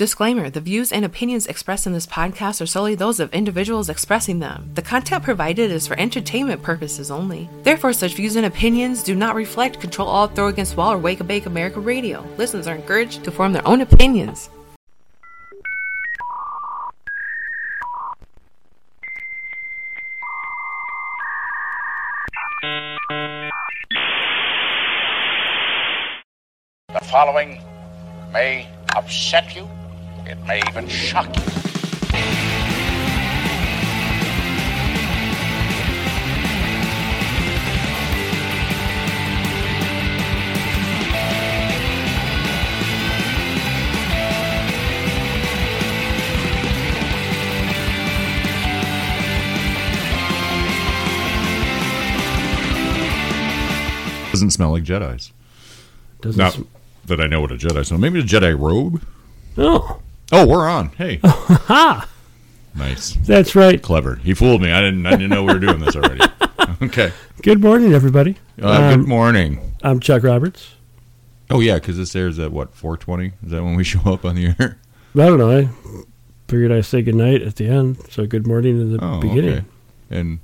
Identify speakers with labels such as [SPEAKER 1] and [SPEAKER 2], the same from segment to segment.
[SPEAKER 1] Disclaimer The views and opinions expressed in this podcast are solely those of individuals expressing them. The content provided is for entertainment purposes only. Therefore, such views and opinions do not reflect Control All Throw Against Wall or Wake a Bake America Radio. Listeners are encouraged to form their own opinions.
[SPEAKER 2] The following may upset you, it may even shock you.
[SPEAKER 3] Doesn't smell like Jedi's.
[SPEAKER 4] Doesn't
[SPEAKER 3] Not
[SPEAKER 4] sm-
[SPEAKER 3] that I know what a Jedi smell. Maybe a Jedi robe.
[SPEAKER 4] oh,
[SPEAKER 3] Oh, we're on. Hey,
[SPEAKER 4] ha!
[SPEAKER 3] nice,
[SPEAKER 4] That's right.
[SPEAKER 3] clever. He fooled me. I didn't. I didn't know we were doing this already. Okay.
[SPEAKER 4] Good morning, everybody.
[SPEAKER 3] Uh,
[SPEAKER 4] Um,
[SPEAKER 3] good morning.
[SPEAKER 4] I'm Chuck Roberts.
[SPEAKER 3] Oh yeah, because this airs at what 4:20. Is that when we show up on the air?
[SPEAKER 4] I don't know. I figured I say good night at the end, so good morning in the
[SPEAKER 3] Oh,
[SPEAKER 4] beginning.
[SPEAKER 3] okay. And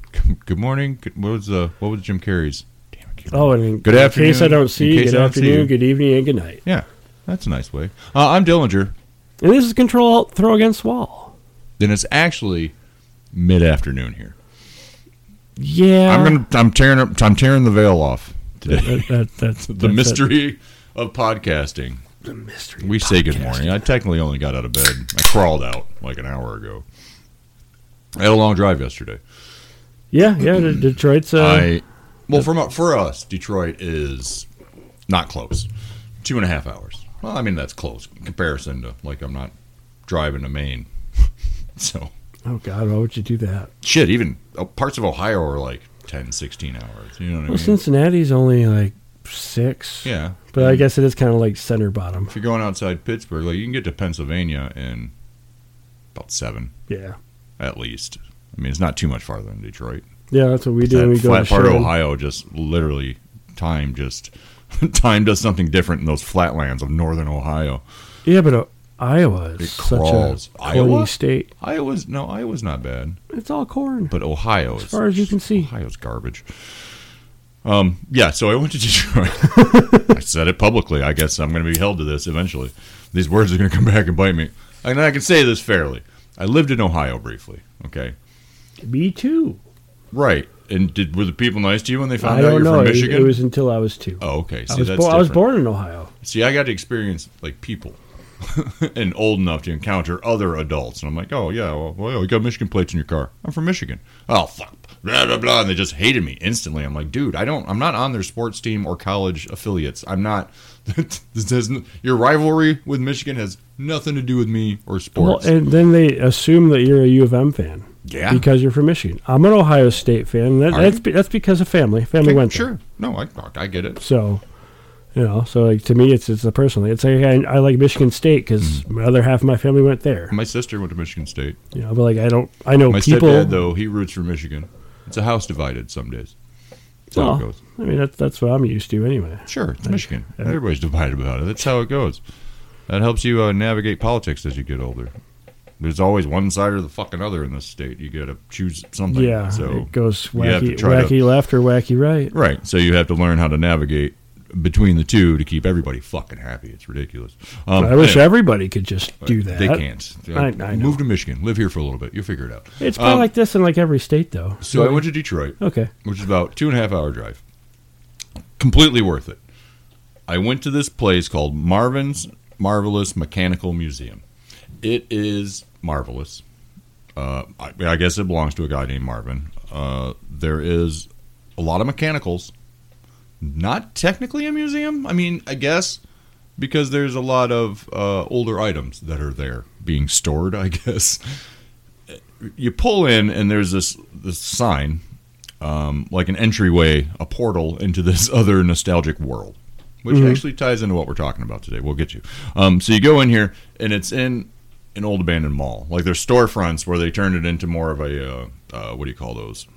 [SPEAKER 3] good morning. Good, what was the what was Jim Carrey's? Damn, I can't
[SPEAKER 4] Oh, and
[SPEAKER 3] Good
[SPEAKER 4] in
[SPEAKER 3] afternoon.
[SPEAKER 4] case I don't see
[SPEAKER 3] In
[SPEAKER 4] you,
[SPEAKER 3] case
[SPEAKER 4] good
[SPEAKER 3] I don't see you.
[SPEAKER 4] afternoon, good evening, and good night.
[SPEAKER 3] Yeah, that's a nice way. Uh, I'm Dillinger,
[SPEAKER 4] And this is Control Alt Throw Against Wall.
[SPEAKER 3] and it's actually mid-afternoon here.
[SPEAKER 4] Yeah,
[SPEAKER 3] I'm gonna. I'm tearing. up- I'm tearing the veil off today.
[SPEAKER 4] That, that, that's
[SPEAKER 3] the mystery of podcasting.
[SPEAKER 4] The mystery.
[SPEAKER 3] We say good
[SPEAKER 4] podcast.
[SPEAKER 3] morning. I technically only got out of bed. I crawled out like an hour ago. I had a long drive yesterday.
[SPEAKER 4] Yeah, yeah. De- Detroit's. Uh,
[SPEAKER 3] I well, from for us, Detroit is not close. Two and a half hours. Well, I mean that's close in comparison to like I'm not driving to Maine. so
[SPEAKER 4] oh God, why would you do that?
[SPEAKER 3] shit. Even uh, parts of Ohio are like 10, 16 hours. You know what
[SPEAKER 4] Well,
[SPEAKER 3] I mean?
[SPEAKER 4] Cincinnati's only like six.
[SPEAKER 3] Yeah.
[SPEAKER 4] But I guess it is kind of like center bottom.
[SPEAKER 3] If you're going outside Pittsburgh, like you can get to Pennsylvania in about seven
[SPEAKER 4] Yeah.
[SPEAKER 3] at least. I mean, it's not too much farther than Detroit.
[SPEAKER 4] Yeah, that's what we do.
[SPEAKER 3] that
[SPEAKER 4] when we go
[SPEAKER 3] flat
[SPEAKER 4] to
[SPEAKER 3] part of
[SPEAKER 4] Sherman.
[SPEAKER 3] Ohio just literally time just time does something different in those flatlands of northern Ohio.
[SPEAKER 4] Yeah, but uh, Iowa is
[SPEAKER 3] It
[SPEAKER 4] such
[SPEAKER 3] crawls.
[SPEAKER 4] a corny
[SPEAKER 3] Iowa?
[SPEAKER 4] state.
[SPEAKER 3] Iowa's no, Iowa's not bad,
[SPEAKER 4] It's all corn.
[SPEAKER 3] but Ohio
[SPEAKER 4] As
[SPEAKER 3] is
[SPEAKER 4] far as you can see.
[SPEAKER 3] Ohio's garbage. Um, yeah, so I went to Detroit. I said it publicly. I guess I'm going to be held to this eventually. These words are going to come back and bite me. And I can say this fairly. I lived in Ohio briefly. Okay,
[SPEAKER 4] Me too.
[SPEAKER 3] right. And did were the people nice to you when they found
[SPEAKER 4] I
[SPEAKER 3] out you're
[SPEAKER 4] don't know.
[SPEAKER 3] from
[SPEAKER 4] It, was-
[SPEAKER 3] Michigan?
[SPEAKER 4] it was until I was two.
[SPEAKER 3] oh, okay. See,
[SPEAKER 4] I, was
[SPEAKER 3] that's
[SPEAKER 4] bo- I was
[SPEAKER 3] different.
[SPEAKER 4] born in Ohio.
[SPEAKER 3] See, I got to experience like people and old enough to encounter other adults. And I'm like, oh, yeah, well, well, you got Michigan plates in your car. I'm from Michigan. Oh, fuck. Blah, blah, blah. And they just hated me instantly. I'm like, dude, I don't, I'm not on their sports team or college affiliates. I'm not, this has, n- your rivalry with Michigan has nothing to do with me or
[SPEAKER 4] Well,
[SPEAKER 3] sports.
[SPEAKER 4] and then they assume that you're a U of M fan
[SPEAKER 3] yeah.
[SPEAKER 4] because you're from Michigan. I'm an Ohio State fan. That,
[SPEAKER 3] Are
[SPEAKER 4] that's be, that's because of family. Family
[SPEAKER 3] Okay,
[SPEAKER 4] went there.
[SPEAKER 3] sure. No, I, I get it.
[SPEAKER 4] So, you know, so like to me, it's it's a personal. thing. It's like I, I like Michigan State
[SPEAKER 3] Mm.
[SPEAKER 4] because my other half of my family went there.
[SPEAKER 3] My sister went to Michigan State.
[SPEAKER 4] You know, but like I don't. I know
[SPEAKER 3] My
[SPEAKER 4] people.
[SPEAKER 3] stepdad, though, he roots for Michigan. It's a house divided some days. That's how
[SPEAKER 4] Well,
[SPEAKER 3] it goes.
[SPEAKER 4] I mean, that's that's what I'm used to anyway.
[SPEAKER 3] Sure, it's Michigan. Everybody's divided about it. That's how it goes. That helps you uh, navigate politics as you get older. There's always one side or the fucking other in this state. You got to choose something.
[SPEAKER 4] Yeah,
[SPEAKER 3] So
[SPEAKER 4] it goes
[SPEAKER 3] you have to
[SPEAKER 4] wacky,
[SPEAKER 3] try to-
[SPEAKER 4] wacky left or wacky right.
[SPEAKER 3] right. So you have to learn how to navigate between the two to keep everybody fucking happy. It's ridiculous. Um,
[SPEAKER 4] I wish
[SPEAKER 3] anyway,
[SPEAKER 4] everybody could just do that.
[SPEAKER 3] They can't.
[SPEAKER 4] I- I know.
[SPEAKER 3] Move to Michigan. Live here for a little bit. You'll figure it out.
[SPEAKER 4] It's probably
[SPEAKER 3] Um,
[SPEAKER 4] like this in like every state, though.
[SPEAKER 3] So I went to Detroit.
[SPEAKER 4] Okay.
[SPEAKER 3] which is about two and a half hour drive. Completely worth it. I went to this place called Marvin's Marvelous Mechanical Museum. It is marvelous. Uh, I, I guess it belongs to a guy named Marvin. Uh, there is a lot of mechanicals. Not technically a museum. I mean, I guess because there's a lot of uh, older items that are there being stored. I guess you pull in and there's this this sign um, like an entryway, a portal into this other nostalgic world, which actually ties into what we're talking about today. We'll get you. Um, so you go in here, and it's in an old abandoned mall. Like there's storefronts where they turned it into more of a uh, uh, what do you call those?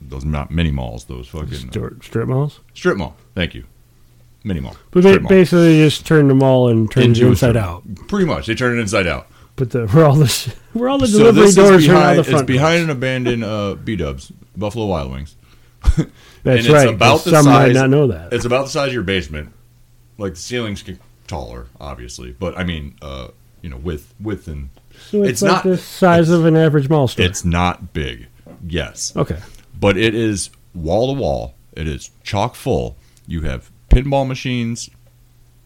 [SPEAKER 3] Those not mini malls. Those fucking uh,
[SPEAKER 4] Strip, strip malls.
[SPEAKER 3] strip mall. Thank you. mini mall.
[SPEAKER 4] But they
[SPEAKER 3] strip mall.
[SPEAKER 4] basically they just turned them all and turned
[SPEAKER 3] Into
[SPEAKER 4] it
[SPEAKER 3] a
[SPEAKER 4] inside
[SPEAKER 3] strip
[SPEAKER 4] out.
[SPEAKER 3] mall. Pretty much, they turned it inside out.
[SPEAKER 4] But the, where all the sh- where all the
[SPEAKER 3] So
[SPEAKER 4] delivery
[SPEAKER 3] this
[SPEAKER 4] doors
[SPEAKER 3] is
[SPEAKER 4] are now
[SPEAKER 3] behind,
[SPEAKER 4] the
[SPEAKER 3] it's
[SPEAKER 4] front.
[SPEAKER 3] behind
[SPEAKER 4] doors.
[SPEAKER 3] an abandoned uh, B Dubs, Buffalo Wild Wings.
[SPEAKER 4] That's
[SPEAKER 3] and it's
[SPEAKER 4] right.
[SPEAKER 3] about
[SPEAKER 4] 'cause
[SPEAKER 3] the
[SPEAKER 4] some
[SPEAKER 3] size-
[SPEAKER 4] might not know that.
[SPEAKER 3] It's about the size of your basement. Like the ceilings get taller, obviously, but I mean, uh, you know, width, width, and
[SPEAKER 4] So it's,
[SPEAKER 3] it's
[SPEAKER 4] like
[SPEAKER 3] not-
[SPEAKER 4] the size
[SPEAKER 3] it's-
[SPEAKER 4] of an average mall store.
[SPEAKER 3] it's not big. Yes,
[SPEAKER 4] okay.
[SPEAKER 3] but it is wall to wall. It is chock full. You have pinball machines,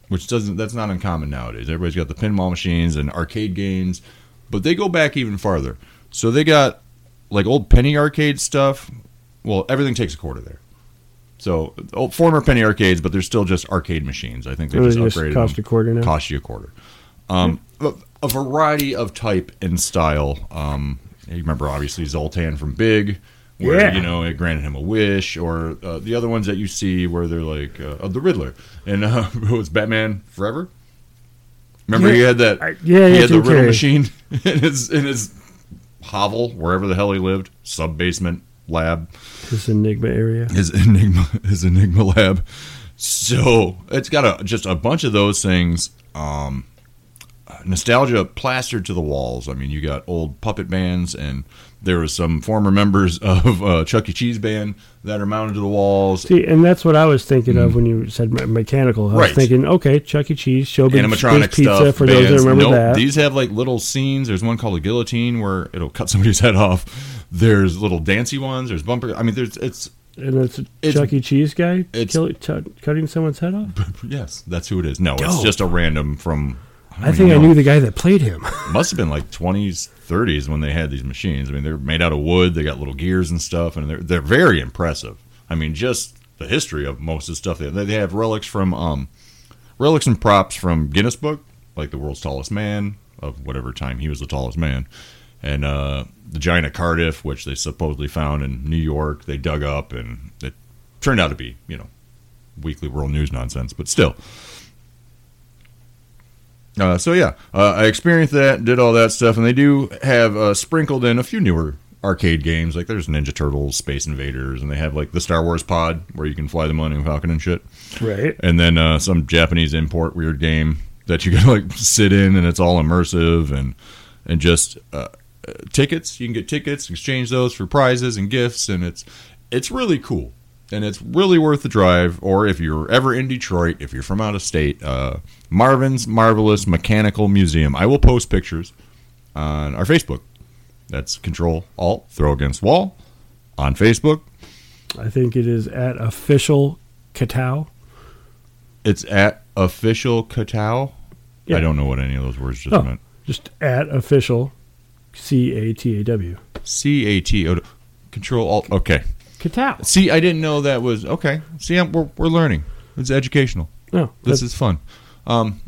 [SPEAKER 3] which doesn't that's not uncommon nowadays. Everybody's got the pinball machines and arcade games, but they go back even farther. So they got like old penny arcade stuff. Well, everything takes a quarter there. So old, former penny arcades, but they're still just arcade machines. I think they
[SPEAKER 4] It
[SPEAKER 3] just
[SPEAKER 4] just
[SPEAKER 3] upgraded
[SPEAKER 4] cost
[SPEAKER 3] them.
[SPEAKER 4] a quarter now.
[SPEAKER 3] Cost you a quarter. Um, a, a variety of type and style. Um, you remember obviously Zoltan from Big, where
[SPEAKER 4] Yeah.
[SPEAKER 3] you know it granted him a wish, or uh, the other ones that you see where they're like uh, oh, the Riddler and uh, it was Batman Forever. Remember he had that?
[SPEAKER 4] I- yeah,
[SPEAKER 3] he
[SPEAKER 4] yeah,
[SPEAKER 3] had the
[SPEAKER 4] Jim
[SPEAKER 3] Riddle
[SPEAKER 4] Carrey.
[SPEAKER 3] machine in his in his hovel wherever the hell he lived, sub basement lab
[SPEAKER 4] This Enigma area.
[SPEAKER 3] his enigma his enigma lab so it's got a just a bunch of those things um nostalgia plastered to the walls i mean you got old puppet bands and there was some former members of uh, chuck e cheese band that are mounted to the walls
[SPEAKER 4] See, and that's what I was thinking of when you said me- mechanical. I was
[SPEAKER 3] Mm. Right.
[SPEAKER 4] thinking, okay, Chuck E. Cheese, Showbiz
[SPEAKER 3] animatronic
[SPEAKER 4] Pizza,
[SPEAKER 3] stuff
[SPEAKER 4] for those
[SPEAKER 3] bands.
[SPEAKER 4] that remember
[SPEAKER 3] Nope,
[SPEAKER 4] that.
[SPEAKER 3] these have like little scenes there's one called a guillotine where it'll cut somebody's head off there's little dancey ones there's bumper i mean there's it's
[SPEAKER 4] and it's, a
[SPEAKER 3] it's-
[SPEAKER 4] Chuck E. Cheese guy
[SPEAKER 3] it's-
[SPEAKER 4] kill, ch- cutting someone's head off?
[SPEAKER 3] yes that's who it is no it's
[SPEAKER 4] Dope.
[SPEAKER 3] just a random from
[SPEAKER 4] I think I
[SPEAKER 3] know.
[SPEAKER 4] knew the guy that played him.
[SPEAKER 3] must have been like 20s 30s when they had these machines i mean they're made out of wood they got little gears and stuff and they're, they're very impressive i mean just the history of most of the stuff they they have relics from um relics and props from guinness book like the world's tallest man of whatever time he was the tallest man and uh the giant of cardiff which they supposedly found in new york they dug up and it turned out to be you know weekly world news nonsense but still uh, so yeah, uh, I experienced that, did all that stuff, and they do have uh, sprinkled in a few newer arcade games. Like there's Ninja Turtles, Space Invaders, and they have like the Star Wars pod where you can fly the Millennium Falcon and shit.
[SPEAKER 4] right.
[SPEAKER 3] And then uh, some Japanese import weird game that you gotta like sit in, and it's all immersive and and just uh, uh, tickets. You can get tickets, exchange those for prizes and gifts, and it's it's really cool. And it's really worth the drive. Or if you're ever in Detroit, if you're from out of state, uh, Marvin's Marvelous Mechanical Museum. I will post pictures on our Facebook. That's Control Alt Throw Against Wall on Facebook.
[SPEAKER 4] I think it is at official Katow.
[SPEAKER 3] It's at official Katow.
[SPEAKER 4] Yeah.
[SPEAKER 3] I don't know what any of those words just
[SPEAKER 4] Oh.
[SPEAKER 3] meant.
[SPEAKER 4] Just at official C A T A W.
[SPEAKER 3] C A T O. Control Alt. Okay.
[SPEAKER 4] Katow.
[SPEAKER 3] See, I didn't know that was okay. See, I'm, we're we're learning. It's educational.
[SPEAKER 4] No.
[SPEAKER 3] This is fun. Um,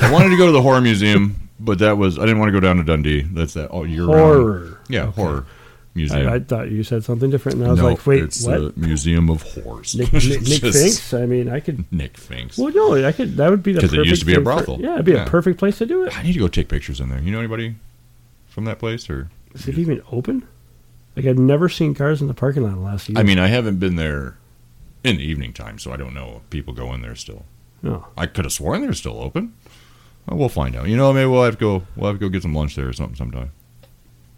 [SPEAKER 3] I wanted to go to the horror museum, but that was I didn't want to go down to Dundee. That's that all year round-
[SPEAKER 4] horror.
[SPEAKER 3] Yeah, horror
[SPEAKER 4] I,
[SPEAKER 3] museum.
[SPEAKER 4] I thought you said something different, and I was
[SPEAKER 3] No,
[SPEAKER 4] like, wait,
[SPEAKER 3] it's
[SPEAKER 4] what?
[SPEAKER 3] the Museum of Horrors.
[SPEAKER 4] Nick, Nick, Nick
[SPEAKER 3] Just
[SPEAKER 4] Finks? I mean, I could.
[SPEAKER 3] Nick Finks.
[SPEAKER 4] Well, no, I could. That would be the
[SPEAKER 3] 'Cause it
[SPEAKER 4] perfect
[SPEAKER 3] used to be a
[SPEAKER 4] thing for-
[SPEAKER 3] brothel.
[SPEAKER 4] yeah, it'd be
[SPEAKER 3] Yeah.
[SPEAKER 4] a perfect place to do it.
[SPEAKER 3] I need to go take pictures in there. You know anybody from that place or?
[SPEAKER 4] Is it even open? Like I've never seen cars in the parking lot in the last year.
[SPEAKER 3] I mean, I haven't been there in the evening time, so I don't know if people go in there still.
[SPEAKER 4] No.
[SPEAKER 3] I could have sworn they're still open. Well, we'll find out. You know, maybe we'll have to go. We'll have to go get some lunch there or something sometime.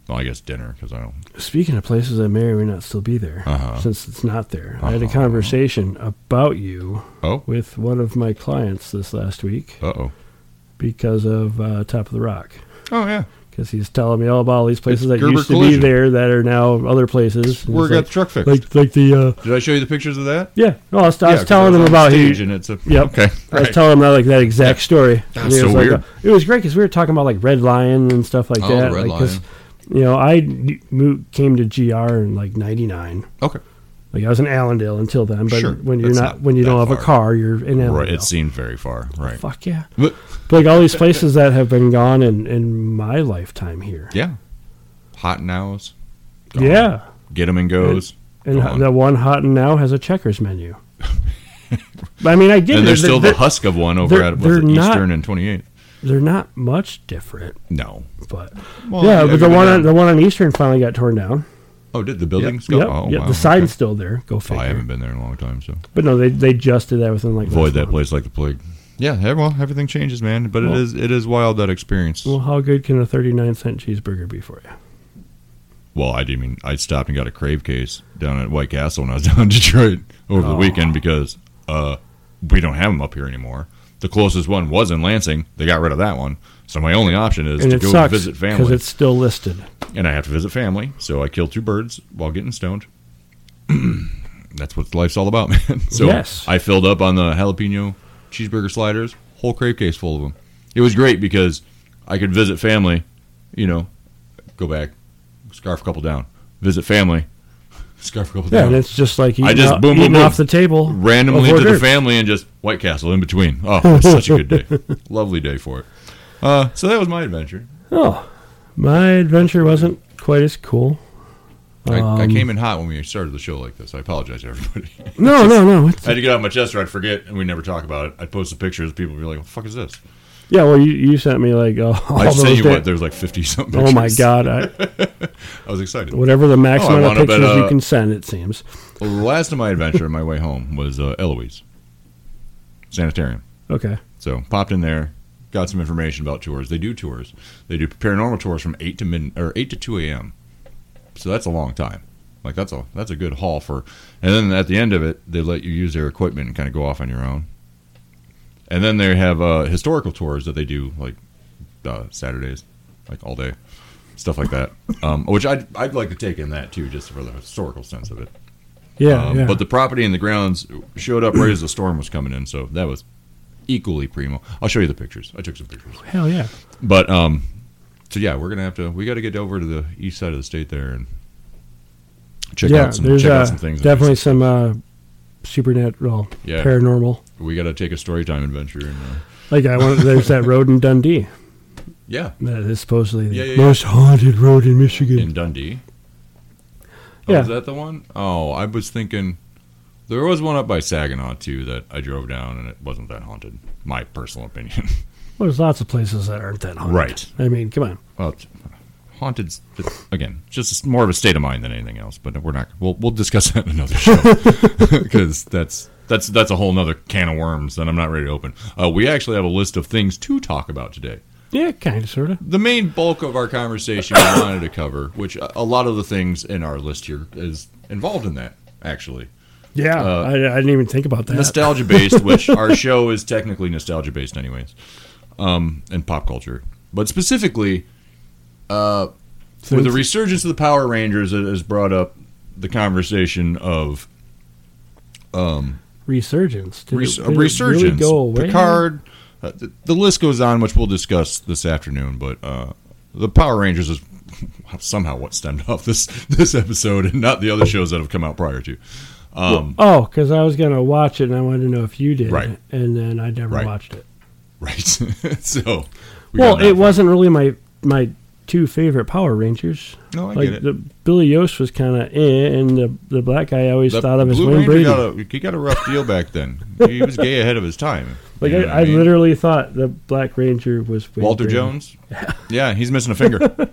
[SPEAKER 3] Well, I guess dinner because I don't.
[SPEAKER 4] speaking of places that may or may not still be there,
[SPEAKER 3] Uh-huh.
[SPEAKER 4] since it's not there, I had a
[SPEAKER 3] Uh-huh.
[SPEAKER 4] conversation about you
[SPEAKER 3] Oh,
[SPEAKER 4] with one of my clients this last week
[SPEAKER 3] uh oh,
[SPEAKER 4] because of uh, Top of the Rock.
[SPEAKER 3] oh yeah.
[SPEAKER 4] Because he's telling me all about all these places
[SPEAKER 3] It's
[SPEAKER 4] that
[SPEAKER 3] Gerber
[SPEAKER 4] used to
[SPEAKER 3] Collision.
[SPEAKER 4] be there that are now other places. And
[SPEAKER 3] We're
[SPEAKER 4] it's
[SPEAKER 3] got
[SPEAKER 4] like,
[SPEAKER 3] the truck fixed.
[SPEAKER 4] like like the uh,
[SPEAKER 3] Did I show you the pictures of that?
[SPEAKER 4] yeah. No, I was, I
[SPEAKER 3] Yeah,
[SPEAKER 4] was
[SPEAKER 3] 'cause
[SPEAKER 4] telon him
[SPEAKER 3] on
[SPEAKER 4] about
[SPEAKER 3] stage
[SPEAKER 4] he.
[SPEAKER 3] and it's a
[SPEAKER 4] Yep.
[SPEAKER 3] okay.
[SPEAKER 4] I was
[SPEAKER 3] right.
[SPEAKER 4] telling him about, like that exact story.
[SPEAKER 3] That
[SPEAKER 4] And
[SPEAKER 3] was
[SPEAKER 4] he
[SPEAKER 3] so
[SPEAKER 4] like,
[SPEAKER 3] weird.
[SPEAKER 4] uh, it was great because we were talking about like Red Lion and stuff like
[SPEAKER 3] Oh,
[SPEAKER 4] that.
[SPEAKER 3] Red
[SPEAKER 4] like, 'cause,
[SPEAKER 3] Lion.
[SPEAKER 4] You know, I kn- moved, came to GR in like '99.
[SPEAKER 3] Okay,
[SPEAKER 4] Like I was in Allendale until then, but
[SPEAKER 3] Sure,
[SPEAKER 4] when you're
[SPEAKER 3] that's
[SPEAKER 4] not,
[SPEAKER 3] not
[SPEAKER 4] when you
[SPEAKER 3] that
[SPEAKER 4] don't have a
[SPEAKER 3] far.
[SPEAKER 4] car, you're in Allendale.
[SPEAKER 3] right. It seemed very far. Right.
[SPEAKER 4] Fuck yeah!
[SPEAKER 3] But-
[SPEAKER 4] But like all these places that have been gone in in my lifetime here.
[SPEAKER 3] yeah. Hot nows. Gone.
[SPEAKER 4] Yeah,
[SPEAKER 3] Get 'em and goes.
[SPEAKER 4] and
[SPEAKER 3] Gone.
[SPEAKER 4] that one hot and now has a checkers menu. I mean, I get
[SPEAKER 3] and
[SPEAKER 4] it.
[SPEAKER 3] there's
[SPEAKER 4] They're-
[SPEAKER 3] still the
[SPEAKER 4] they're-
[SPEAKER 3] husk of one over
[SPEAKER 4] they're-
[SPEAKER 3] at
[SPEAKER 4] they're
[SPEAKER 3] was it
[SPEAKER 4] not-
[SPEAKER 3] Eastern and 28th.
[SPEAKER 4] they're not much different,
[SPEAKER 3] No.
[SPEAKER 4] but
[SPEAKER 3] Well,
[SPEAKER 4] yeah,
[SPEAKER 3] have
[SPEAKER 4] but
[SPEAKER 3] you
[SPEAKER 4] the
[SPEAKER 3] been
[SPEAKER 4] one on,
[SPEAKER 3] down?
[SPEAKER 4] the one on Eastern finally got torn down.
[SPEAKER 3] Oh, did the buildings
[SPEAKER 4] Yep.
[SPEAKER 3] go? Oh,
[SPEAKER 4] yep.
[SPEAKER 3] wow.
[SPEAKER 4] The sign's
[SPEAKER 3] okay.
[SPEAKER 4] still there. Go
[SPEAKER 3] I
[SPEAKER 4] figure.
[SPEAKER 3] haven't been there in a long time, so
[SPEAKER 4] But no, they they just did that within like
[SPEAKER 3] avoid
[SPEAKER 4] last
[SPEAKER 3] that
[SPEAKER 4] month.
[SPEAKER 3] place like the plague. Yeah, hey, well, everything changes, man. But
[SPEAKER 4] Well-
[SPEAKER 3] it is it is wild that experience.
[SPEAKER 4] Well, how good can a thirty nine cent cheeseburger be for you?
[SPEAKER 3] Well, I didn't mean I stopped and got a crave case down at White Castle when I was down in Detroit over
[SPEAKER 4] Oh.
[SPEAKER 3] the weekend because uh, we don't have them up here anymore. The closest one was in Lansing. They got rid of that one. So my only option is
[SPEAKER 4] And
[SPEAKER 3] to
[SPEAKER 4] it
[SPEAKER 3] go
[SPEAKER 4] sucks
[SPEAKER 3] visit
[SPEAKER 4] because
[SPEAKER 3] family,
[SPEAKER 4] it's still listed.
[SPEAKER 3] and I have to visit family. So I kill two birds while getting stoned. That's what life's all about, man. So
[SPEAKER 4] Yes.
[SPEAKER 3] I filled up on the jalapeno cheeseburger sliders, whole crave case full of them. It was great because I could visit family, you know, go back, scarf a couple down, visit family, scarf a couple
[SPEAKER 4] Yeah,
[SPEAKER 3] down.
[SPEAKER 4] and it's just like eating,
[SPEAKER 3] I just
[SPEAKER 4] o-
[SPEAKER 3] boom, boom,
[SPEAKER 4] eating
[SPEAKER 3] boom.
[SPEAKER 4] off the table
[SPEAKER 3] randomly
[SPEAKER 4] of
[SPEAKER 3] to
[SPEAKER 4] hors
[SPEAKER 3] the
[SPEAKER 4] d'oeuvres.
[SPEAKER 3] family and just White Castle in between. Oh, it was such a good day. Lovely day for it. Uh, so that was my adventure.
[SPEAKER 4] Oh, my adventure wasn't quite as cool.
[SPEAKER 3] I, I
[SPEAKER 4] Um,
[SPEAKER 3] came in hot when we started the show like this. I apologize, everybody.
[SPEAKER 4] No, no, no. It's,
[SPEAKER 3] I had to get out my chest or I'd forget, and we never talk about it. I'd post the pictures, people would be like, what the fuck is this?
[SPEAKER 4] yeah, well, you, you sent me like oh, all
[SPEAKER 3] I
[SPEAKER 4] those
[SPEAKER 3] tell you
[SPEAKER 4] da-
[SPEAKER 3] what, there's like 50 something
[SPEAKER 4] Oh my god! I,
[SPEAKER 3] I was excited.
[SPEAKER 4] whatever the max
[SPEAKER 3] Oh, I
[SPEAKER 4] amount
[SPEAKER 3] wanna
[SPEAKER 4] of pictures
[SPEAKER 3] bet, uh,
[SPEAKER 4] you can send, it seems.
[SPEAKER 3] Well, the last of my adventure on my way home was uh, Eloise Sanitarium.
[SPEAKER 4] Okay.
[SPEAKER 3] So popped in there, got some information about tours. They do tours. They do paranormal tours from eight to mid or eight to two a.m. So that's a long time. Like that's a that's a good haul for. And then at the end of it, they let you use their equipment and kind of go off on your own. And then they have uh, historical tours that they do like uh, Saturdays, like all day, stuff like that. Um, which I'd I'd like to take in that too, just for the historical sense of it.
[SPEAKER 4] Yeah,
[SPEAKER 3] Um,
[SPEAKER 4] yeah.
[SPEAKER 3] But the property and the grounds showed up right as the storm was coming in, so that was equally primo. I'll show you the pictures. I took some pictures.
[SPEAKER 4] Hell yeah!
[SPEAKER 3] But um, so yeah, we're gonna have to. We got to get over to the east side of the state there and check
[SPEAKER 4] yeah,
[SPEAKER 3] out some
[SPEAKER 4] there's
[SPEAKER 3] check
[SPEAKER 4] uh,
[SPEAKER 3] out some things.
[SPEAKER 4] definitely some uh, supernatural,
[SPEAKER 3] Yeah.
[SPEAKER 4] paranormal.
[SPEAKER 3] we got to take a story time adventure. And, uh,
[SPEAKER 4] Like I want, there's that road in Dundee
[SPEAKER 3] yeah,
[SPEAKER 4] that is supposedly the
[SPEAKER 3] Yeah, yeah, yeah.
[SPEAKER 4] most haunted road in Michigan.
[SPEAKER 3] in Dundee. Oh,
[SPEAKER 4] Yeah.
[SPEAKER 3] Is that the one? Oh, I was thinking there was one up by Saginaw too that I drove down and it wasn't that haunted. My personal opinion.
[SPEAKER 4] well, there's lots of places that aren't that haunted.
[SPEAKER 3] Right.
[SPEAKER 4] I mean, come on.
[SPEAKER 3] well, it's- haunted again, just more of a state of mind than anything else. But we're not. We'll we'll discuss that in another show because that's that's that's a whole nother can of worms that I'm not ready to open. Uh, we actually have a list of things to talk about today.
[SPEAKER 4] Yeah, kind of, sort of.
[SPEAKER 3] The main bulk of our conversation we wanted to cover, which a a lot of the things in our list here is involved in that actually
[SPEAKER 4] Yeah,
[SPEAKER 3] Uh,
[SPEAKER 4] I, I didn't even think about that.
[SPEAKER 3] nostalgia based, which our show is technically nostalgia based, anyways, um, and pop culture. But specifically, uh, with the resurgence of the Power Rangers, it has brought up the conversation of
[SPEAKER 4] resurgence. Did it-
[SPEAKER 3] res-
[SPEAKER 4] did
[SPEAKER 3] a
[SPEAKER 4] it really
[SPEAKER 3] resurgence.
[SPEAKER 4] go away?
[SPEAKER 3] Picard. Uh, the, the list goes on, which we'll discuss this afternoon. But uh, the Power Rangers is somehow what stemmed off this this episode, and not the other shows that have come out prior to. Um,
[SPEAKER 4] Oh, because I was gonna watch it and I wanted to know if you did,
[SPEAKER 3] Right.
[SPEAKER 4] And then I never
[SPEAKER 3] Right.
[SPEAKER 4] watched it.
[SPEAKER 3] right. so. we got
[SPEAKER 4] well,
[SPEAKER 3] that
[SPEAKER 4] it
[SPEAKER 3] from-
[SPEAKER 4] wasn't really my my two favorite Power Rangers.
[SPEAKER 3] No, I
[SPEAKER 4] like
[SPEAKER 3] get it.
[SPEAKER 4] the Billy Yost was kind of eh, and the the black guy I always
[SPEAKER 3] The
[SPEAKER 4] thought of as
[SPEAKER 3] Blue
[SPEAKER 4] Wayne
[SPEAKER 3] Ranger
[SPEAKER 4] Brady.
[SPEAKER 3] Got a, he got a rough deal back then. He was gay ahead of his time.
[SPEAKER 4] like
[SPEAKER 3] You know
[SPEAKER 4] I,
[SPEAKER 3] what
[SPEAKER 4] I,
[SPEAKER 3] mean?
[SPEAKER 4] literally thought the Black Ranger was Wayne
[SPEAKER 3] Walter
[SPEAKER 4] Brady.
[SPEAKER 3] Jones. Yeah, he's missing a finger.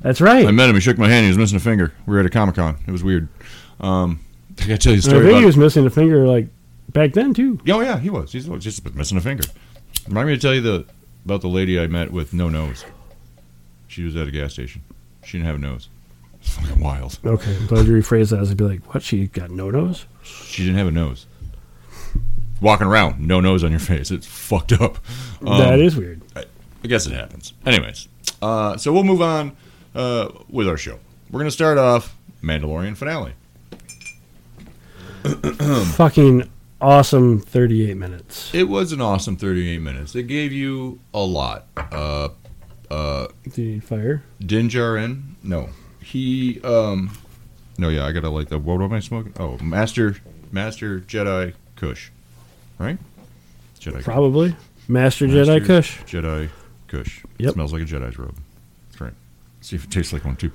[SPEAKER 4] That's right.
[SPEAKER 3] I met him. He shook my hand. He was missing a finger. We were at a comic con. It was weird. Um, I gotta tell you a
[SPEAKER 4] And I
[SPEAKER 3] story
[SPEAKER 4] think he
[SPEAKER 3] about.
[SPEAKER 4] was missing a finger like back then too.
[SPEAKER 3] Oh yeah, he was. He's just missing a finger. Remind me to tell you the about the lady I met with no nose. She was at a gas station. She didn't have a nose. It's fucking wild.
[SPEAKER 4] Okay, I'm glad you rephrased that. I was gonna be like, what? She got no nose?
[SPEAKER 3] She didn't have a nose. Walking around, no nose on your face. It's fucked up. Um,
[SPEAKER 4] that is weird.
[SPEAKER 3] I guess it happens. Anyways, uh, so we'll move on uh, with our show. We're going to start off Mandalorian finale. um,
[SPEAKER 4] Fucking awesome. Thirty eight minutes.
[SPEAKER 3] It was an awesome 38 minutes. It gave you a lot. Uh,
[SPEAKER 4] Do you need fire?
[SPEAKER 3] Din Djarin, no, he, um, no, yeah, I gotta like the what am I smoking? Oh, Master, Master Jedi Kush, right? Jedi,
[SPEAKER 4] Probably.
[SPEAKER 3] Master
[SPEAKER 4] Master, Jedi Kush.
[SPEAKER 3] Jedi Kush.
[SPEAKER 4] Yep.
[SPEAKER 3] smells like a Jedi's robe. That's right. See if it tastes like one too.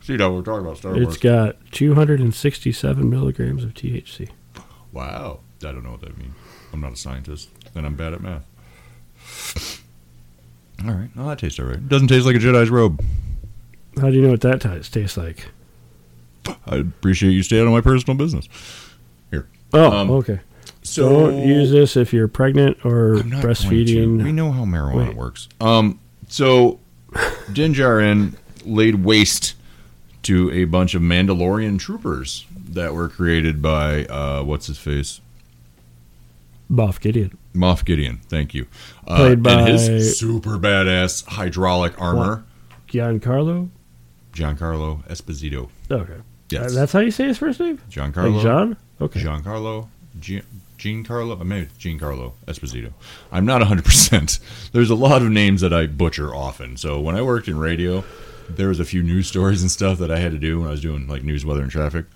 [SPEAKER 3] See now we're talking about Star Wars.
[SPEAKER 4] It's got 267 milligrams of THC.
[SPEAKER 3] Wow. I don't know what that means. I'm not a scientist, and I'm bad at math. All right. Well, that tastes all right. Doesn't taste like a Jedi's robe.
[SPEAKER 4] How do you know what that t- tastes like?
[SPEAKER 3] I appreciate you staying out of my personal business.
[SPEAKER 4] Oh,
[SPEAKER 3] Um,
[SPEAKER 4] okay.
[SPEAKER 3] So
[SPEAKER 4] Don't use this if you're pregnant or
[SPEAKER 3] I'm not going to. We
[SPEAKER 4] breastfeeding.
[SPEAKER 3] know how marijuana
[SPEAKER 4] Wait.
[SPEAKER 3] works. Um, so Din Djarin laid waste to a bunch of Mandalorian troopers that were created by uh, what's his face,
[SPEAKER 4] Boff Gideon.
[SPEAKER 3] Moff Gideon. Thank you. Uh,
[SPEAKER 4] Played
[SPEAKER 3] and
[SPEAKER 4] by-
[SPEAKER 3] his super badass hydraulic armor,
[SPEAKER 4] Giancarlo?
[SPEAKER 3] Giancarlo Esposito.
[SPEAKER 4] Okay.
[SPEAKER 3] Yes,
[SPEAKER 4] Uh, that's how you say his first name?
[SPEAKER 3] Giancarlo.
[SPEAKER 4] Like John? Okay.
[SPEAKER 3] Giancarlo, Gi- Giancarlo, uh, maybe it's Giancarlo Esposito. I'm not 100%. There's a lot of names that I butcher often. So when I worked in radio, there was a few news stories and stuff that I had to do when I was doing like news, weather, and traffic.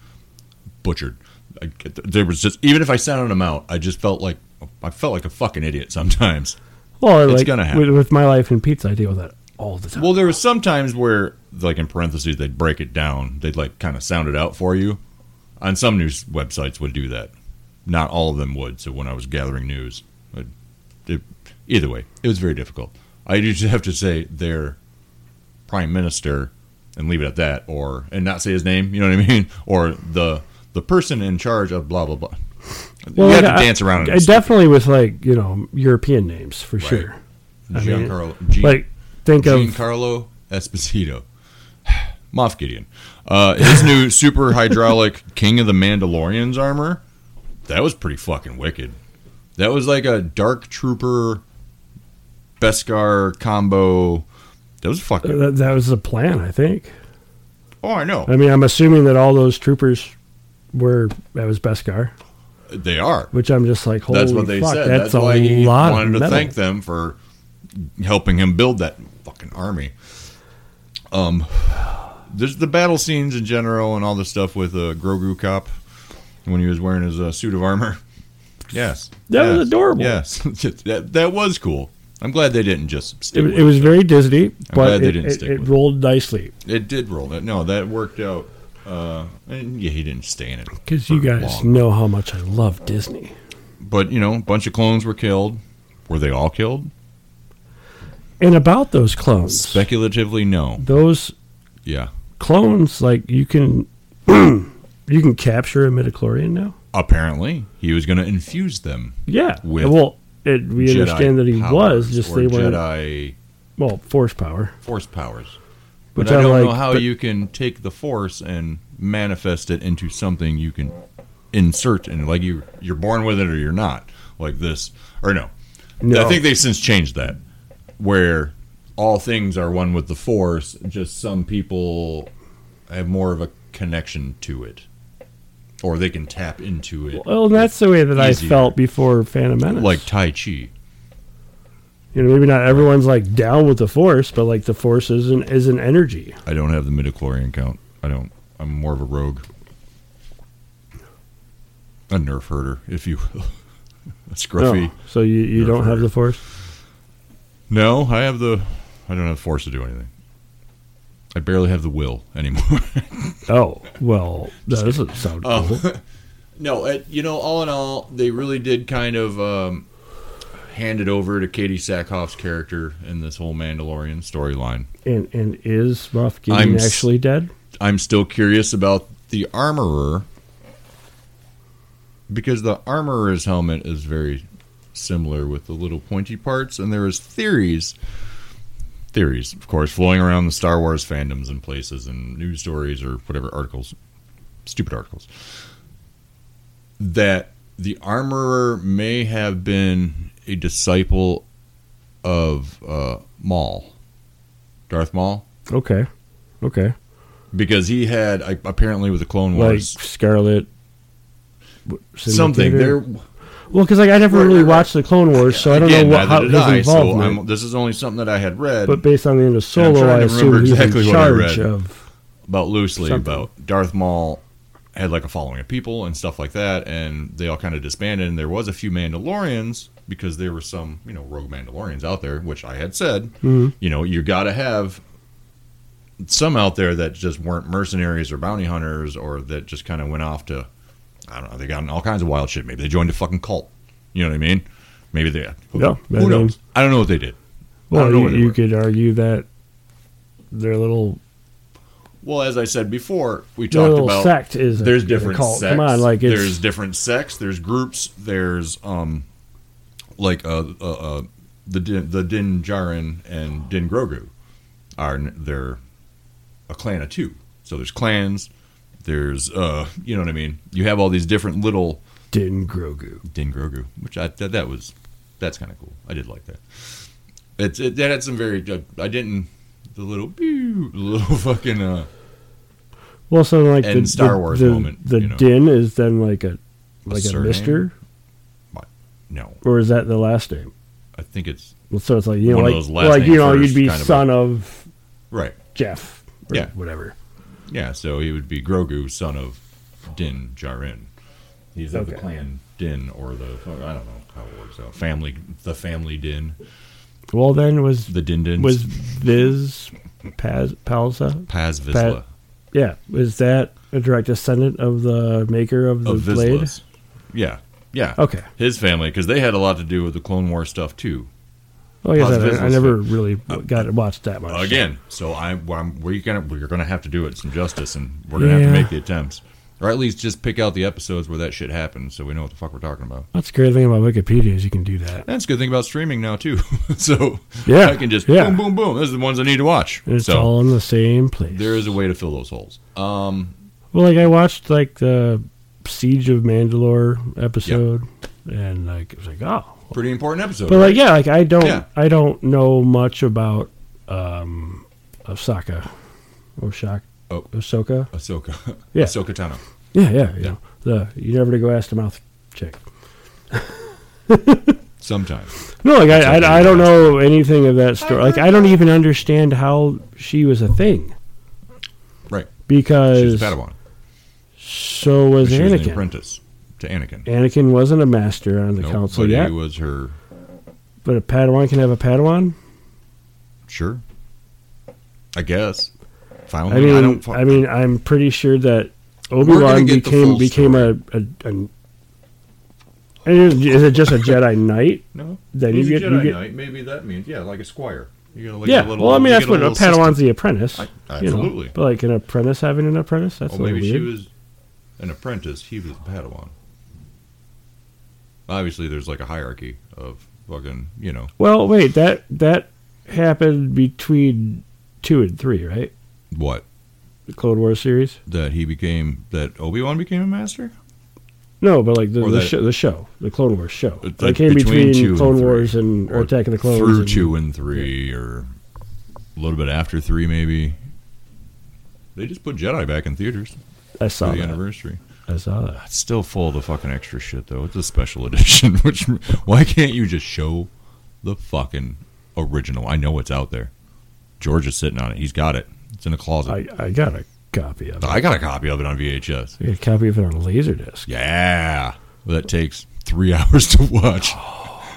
[SPEAKER 3] Butchered. I, there was just even if I sounded them out, I just felt like I felt like a fucking idiot sometimes.
[SPEAKER 4] Well,
[SPEAKER 3] It's
[SPEAKER 4] like
[SPEAKER 3] gonna
[SPEAKER 4] with,
[SPEAKER 3] happen.
[SPEAKER 4] with my life in pizza, I deal with that all the time.
[SPEAKER 3] Well, there was sometimes where like in parentheses they'd break it down. They'd like kind of sound it out for you. On some news websites would do that. Not all of them would. So when I was gathering news, I'd, it, either way, it was very difficult. I just have to say their prime minister and leave it at that, or and not say his name. You know what I mean? Or the the person in charge of blah blah blah.
[SPEAKER 4] Well,
[SPEAKER 3] you have
[SPEAKER 4] like,
[SPEAKER 3] to
[SPEAKER 4] I-
[SPEAKER 3] dance around.
[SPEAKER 4] I definitely with like you know European names for sure. I mean,
[SPEAKER 3] Giancarlo, G-
[SPEAKER 4] Like think of
[SPEAKER 3] Giancarlo Esposito. Moff Gideon. Uh, his new super hydraulic King of the Mandalorians armor, that was pretty fucking wicked. That was like a Dark Trooper Beskar combo. That was fucking.
[SPEAKER 4] Uh, that, that was the plan. I think.
[SPEAKER 3] Oh, I know.
[SPEAKER 4] I mean, I'm assuming that all those troopers were that was Beskar,
[SPEAKER 3] They are.
[SPEAKER 4] which I'm just like, holy
[SPEAKER 3] That's what they
[SPEAKER 4] fuck,
[SPEAKER 3] said.
[SPEAKER 4] that's,
[SPEAKER 3] That's,
[SPEAKER 4] a
[SPEAKER 3] why he
[SPEAKER 4] lot
[SPEAKER 3] wanted
[SPEAKER 4] of
[SPEAKER 3] to
[SPEAKER 4] metal.
[SPEAKER 3] thank them for helping him build that fucking army. Um, there's the battle scenes in general and all the stuff with uh, Grogu cop when he was wearing his uh, suit of armor. Yes,
[SPEAKER 4] That was
[SPEAKER 3] Yes.
[SPEAKER 4] adorable.
[SPEAKER 3] Yes, that, that was cool. I'm glad they didn't just
[SPEAKER 4] It,
[SPEAKER 3] stick.
[SPEAKER 4] was-
[SPEAKER 3] with
[SPEAKER 4] it was very Disney,
[SPEAKER 3] glad
[SPEAKER 4] but
[SPEAKER 3] they
[SPEAKER 4] it,
[SPEAKER 3] didn't
[SPEAKER 4] it-
[SPEAKER 3] stick
[SPEAKER 4] it
[SPEAKER 3] with it.
[SPEAKER 4] rolled nicely
[SPEAKER 3] It did roll. That no, that worked out. Uh, and yeah, he didn't stay in it
[SPEAKER 4] because you
[SPEAKER 3] for
[SPEAKER 4] guys
[SPEAKER 3] long.
[SPEAKER 4] know how much I love Disney.
[SPEAKER 3] But you know, a bunch of clones were killed. Were they all killed?
[SPEAKER 4] And about those clones,
[SPEAKER 3] Speculatively, no.
[SPEAKER 4] those
[SPEAKER 3] Yeah.
[SPEAKER 4] clones, like you can, you can capture a midichlorian now.
[SPEAKER 3] Apparently, he was going to infuse them.
[SPEAKER 4] Yeah.
[SPEAKER 3] with
[SPEAKER 4] well, it, we
[SPEAKER 3] Jedi
[SPEAKER 4] understand that he
[SPEAKER 3] powers
[SPEAKER 4] was just
[SPEAKER 3] or
[SPEAKER 4] they were
[SPEAKER 3] Jedi
[SPEAKER 4] well force power,
[SPEAKER 3] force powers.
[SPEAKER 4] which
[SPEAKER 3] but I
[SPEAKER 4] I'm
[SPEAKER 3] don't
[SPEAKER 4] like,
[SPEAKER 3] know how
[SPEAKER 4] but-
[SPEAKER 3] you can take the force and manifest it into something you can insert and like you you're born with it or you're not like this or no.
[SPEAKER 4] No,
[SPEAKER 3] I think they've since changed that where all things are one with the force. Just some people have more of a connection to it, or they can tap into it.
[SPEAKER 4] well, that's the way that
[SPEAKER 3] easier.
[SPEAKER 4] I felt before Phantom Menace.
[SPEAKER 3] like Tai Chi.
[SPEAKER 4] you know, maybe not everyone's like down with the force, but like the force is an is an energy.
[SPEAKER 3] I don't have the midichlorian count. I don't. I'm more of a rogue. A nerf herder, if you will. a scruffy.
[SPEAKER 4] Oh, so you, you
[SPEAKER 3] You're
[SPEAKER 4] don't have
[SPEAKER 3] fair.
[SPEAKER 4] the force.
[SPEAKER 3] No. I have the. I don't have force to do anything. I barely have the will anymore.
[SPEAKER 4] Oh well, that doesn't sound cool.
[SPEAKER 3] no, it, you know, all in all, they really did kind of um, hand it over to Katie Sackhoff's character in this whole Mandalorian storyline.
[SPEAKER 4] And and is Moff
[SPEAKER 3] I'm
[SPEAKER 4] Gideon
[SPEAKER 3] s-
[SPEAKER 4] actually dead?
[SPEAKER 3] I'm still curious about the armorer because the armorer's helmet is very similar with the little pointy parts, and there is theories, theories, of course, flowing around the Star Wars fandoms and places and news stories or whatever articles, stupid articles, that the armorer may have been a disciple of uh, Maul, Darth Maul
[SPEAKER 4] Okay, okay.
[SPEAKER 3] because he had I, apparently with the Clone
[SPEAKER 4] Like
[SPEAKER 3] Wars
[SPEAKER 4] Scarlet. w-
[SPEAKER 3] something
[SPEAKER 4] Syndicator?
[SPEAKER 3] there.
[SPEAKER 4] Well, because like I never
[SPEAKER 3] Right,
[SPEAKER 4] really
[SPEAKER 3] right, right.
[SPEAKER 4] watched the Clone Wars, so I don't
[SPEAKER 3] Again,
[SPEAKER 4] know what,
[SPEAKER 3] neither
[SPEAKER 4] how
[SPEAKER 3] did
[SPEAKER 4] his
[SPEAKER 3] I. So
[SPEAKER 4] involvement.
[SPEAKER 3] I'm, this is only something that I had read,
[SPEAKER 4] But based on the end of
[SPEAKER 3] I'm
[SPEAKER 4] Solo,
[SPEAKER 3] trying to
[SPEAKER 4] I
[SPEAKER 3] remember
[SPEAKER 4] assume he's
[SPEAKER 3] exactly
[SPEAKER 4] in
[SPEAKER 3] what I
[SPEAKER 4] charge
[SPEAKER 3] read.
[SPEAKER 4] of.
[SPEAKER 3] about loosely
[SPEAKER 4] Something.
[SPEAKER 3] about Darth Maul had like a following of people and stuff like that, and they all kind of disbanded. And there was a few Mandalorians because there were some you know rogue Mandalorians out there, which I had said,
[SPEAKER 4] Mm-hmm.
[SPEAKER 3] you know, you got to have some out there that just weren't mercenaries or bounty hunters or that just kind of went off to I don't know. They got in all kinds of wild shit. Maybe they joined a fucking cult. You know what I mean? Maybe they. Who,
[SPEAKER 4] Yeah, I
[SPEAKER 3] who
[SPEAKER 4] mean-
[SPEAKER 3] knows? I don't know what they did. I
[SPEAKER 4] Well,
[SPEAKER 3] don't know
[SPEAKER 4] you,
[SPEAKER 3] where they
[SPEAKER 4] you
[SPEAKER 3] were.
[SPEAKER 4] could argue that their little
[SPEAKER 3] Well, as I said before, we
[SPEAKER 4] The
[SPEAKER 3] talked
[SPEAKER 4] little
[SPEAKER 3] about
[SPEAKER 4] sect is a-
[SPEAKER 3] there's
[SPEAKER 4] is a
[SPEAKER 3] different
[SPEAKER 4] cult.
[SPEAKER 3] sects.
[SPEAKER 4] Come on, like, it's-
[SPEAKER 3] there's different sects. There's groups. There's um, like uh, uh, uh the Din, the Din Djarin and Din Grogu are n- they're a clan of two. So there's clans. There's uh, you know what I mean. You have all these different little
[SPEAKER 4] Din Grogu.
[SPEAKER 3] Din Grogu, which I that, that was that's kind of cool. I did like that. It's it, that had some very. uh, I didn't the little pew, the little fucking uh.
[SPEAKER 4] Well, so like
[SPEAKER 3] And
[SPEAKER 4] the
[SPEAKER 3] Star
[SPEAKER 4] the-
[SPEAKER 3] Wars
[SPEAKER 4] the,
[SPEAKER 3] moment,
[SPEAKER 4] The
[SPEAKER 3] you know.
[SPEAKER 4] Din is then like a like a,
[SPEAKER 3] surname?
[SPEAKER 4] Mister,
[SPEAKER 3] No,
[SPEAKER 4] or is that the last name?
[SPEAKER 3] I think it's
[SPEAKER 4] Well, so it's like you know,
[SPEAKER 3] One of
[SPEAKER 4] like,
[SPEAKER 3] those last
[SPEAKER 4] like you
[SPEAKER 3] name
[SPEAKER 4] know,
[SPEAKER 3] first
[SPEAKER 4] you'd be
[SPEAKER 3] kind of a-
[SPEAKER 4] son of
[SPEAKER 3] right.
[SPEAKER 4] Jeff, or
[SPEAKER 3] Yeah.
[SPEAKER 4] whatever.
[SPEAKER 3] Yeah, so he would be Grogu, son of Din Djarin. He's of the
[SPEAKER 4] Okay.
[SPEAKER 3] clan Din, or the I don't know how it works out. Family, the family Din,
[SPEAKER 4] Well, then was
[SPEAKER 3] the Din Dins,
[SPEAKER 4] was Viz Paz, Palza?
[SPEAKER 3] Paz Vizsla
[SPEAKER 4] Yeah, is that a direct descendant of the maker of the
[SPEAKER 3] of
[SPEAKER 4] blade?
[SPEAKER 3] Vizslas. Oh, Yeah, yeah.
[SPEAKER 4] Okay.
[SPEAKER 3] his family because they had a lot to do with the Clone War stuff too.
[SPEAKER 4] Oh, yeah,
[SPEAKER 3] Paz
[SPEAKER 4] I, I
[SPEAKER 3] Vizsla. Oh.
[SPEAKER 4] never really got to watch that much.
[SPEAKER 3] Again, so I, I'm, we're gonna we're gonna have to do it some justice, and we're gonna have
[SPEAKER 4] Yeah.
[SPEAKER 3] to make the attempts, or at least just pick out the episodes where that shit happened, so we know what the fuck we're talking about.
[SPEAKER 4] That's the great thing about Wikipedia is you can do that.
[SPEAKER 3] That's a good thing about streaming now too. so
[SPEAKER 4] Yeah,
[SPEAKER 3] I can just
[SPEAKER 4] yeah.
[SPEAKER 3] boom, boom, boom. Those are the ones I need to watch.
[SPEAKER 4] And it's
[SPEAKER 3] so
[SPEAKER 4] all in the same place.
[SPEAKER 3] there is a way to fill those holes. Um,
[SPEAKER 4] Well, like I watched like the Siege of Mandalore episode, and like it was like oh,
[SPEAKER 3] pretty important episode.
[SPEAKER 4] but like yeah, like I don't
[SPEAKER 3] Yeah.
[SPEAKER 4] I don't know much about um Osaka or Shak
[SPEAKER 3] Oh.
[SPEAKER 4] Osaka.
[SPEAKER 3] Ahsoka,
[SPEAKER 4] Yeah.
[SPEAKER 3] Ahsoka Tano.
[SPEAKER 4] Yeah, yeah, you know the you never to go ass to mouth chick.
[SPEAKER 3] Sometimes
[SPEAKER 4] No, like I,
[SPEAKER 3] That's
[SPEAKER 4] I, I don't know anything of that story. Like I don't even understand how she was a thing
[SPEAKER 3] right. She's
[SPEAKER 4] because
[SPEAKER 3] a Padawan.
[SPEAKER 4] so was
[SPEAKER 3] She was an
[SPEAKER 4] Anakin.
[SPEAKER 3] apprentice to Anakin.
[SPEAKER 4] Anakin wasn't a master on the
[SPEAKER 3] Nope,
[SPEAKER 4] council
[SPEAKER 3] but
[SPEAKER 4] yet,
[SPEAKER 3] he was her.
[SPEAKER 4] but a Padawan can have a Padawan.
[SPEAKER 3] Sure, I guess. Finally,
[SPEAKER 4] I mean, I,
[SPEAKER 3] don't. fu-
[SPEAKER 4] mean, I'm pretty sure that Obi
[SPEAKER 3] gonna
[SPEAKER 4] Wan
[SPEAKER 3] get the
[SPEAKER 4] became
[SPEAKER 3] full
[SPEAKER 4] became a, a, a and is it just a Jedi Knight?
[SPEAKER 3] no.
[SPEAKER 4] then
[SPEAKER 3] He's
[SPEAKER 4] you
[SPEAKER 3] a
[SPEAKER 4] get- you
[SPEAKER 3] Jedi
[SPEAKER 4] get-
[SPEAKER 3] Knight. Maybe that means yeah, like a squire. You gotta like A
[SPEAKER 4] yeah.
[SPEAKER 3] little,
[SPEAKER 4] well, I mean,
[SPEAKER 3] you
[SPEAKER 4] that's
[SPEAKER 3] get
[SPEAKER 4] what a,
[SPEAKER 3] little system.
[SPEAKER 4] Padawan's the apprentice.
[SPEAKER 3] I-
[SPEAKER 4] you know.
[SPEAKER 3] absolutely.
[SPEAKER 4] But like an apprentice having an apprentice, that's
[SPEAKER 3] Oh,
[SPEAKER 4] a little
[SPEAKER 3] maybe she
[SPEAKER 4] weird.
[SPEAKER 3] was an apprentice. He was a Padawan. Obviously, there's like a hierarchy of fucking, you know,
[SPEAKER 4] well, wait that that happened between two and three, right?
[SPEAKER 3] what
[SPEAKER 4] The Clone Wars series.
[SPEAKER 3] that he became, that Obi Wan became a master.
[SPEAKER 4] No, but like the,
[SPEAKER 3] Or
[SPEAKER 4] the,
[SPEAKER 3] that-
[SPEAKER 4] show, the show, the Clone Wars show.
[SPEAKER 3] It's
[SPEAKER 4] It
[SPEAKER 3] like
[SPEAKER 4] came
[SPEAKER 3] between
[SPEAKER 4] between,
[SPEAKER 3] two and
[SPEAKER 4] Clone
[SPEAKER 3] three.
[SPEAKER 4] Wars and or Attack of the Clones.
[SPEAKER 3] through
[SPEAKER 4] and-
[SPEAKER 3] two and three, or a little bit after three, maybe. They just put Jedi back in theaters
[SPEAKER 4] I
[SPEAKER 3] for
[SPEAKER 4] saw
[SPEAKER 3] the
[SPEAKER 4] that.
[SPEAKER 3] anniversary.
[SPEAKER 4] I saw that.
[SPEAKER 3] It's still full of the fucking extra shit, though. It's a special edition. Which why can't you just show the fucking original? I know it's out there. George is sitting on it. He's got it. It's in a closet.
[SPEAKER 4] I, I got a copy of it.
[SPEAKER 3] I got a copy of it on VHS.
[SPEAKER 4] I got a copy of it on a Laserdisc.
[SPEAKER 3] Yeah. That takes three hours to watch.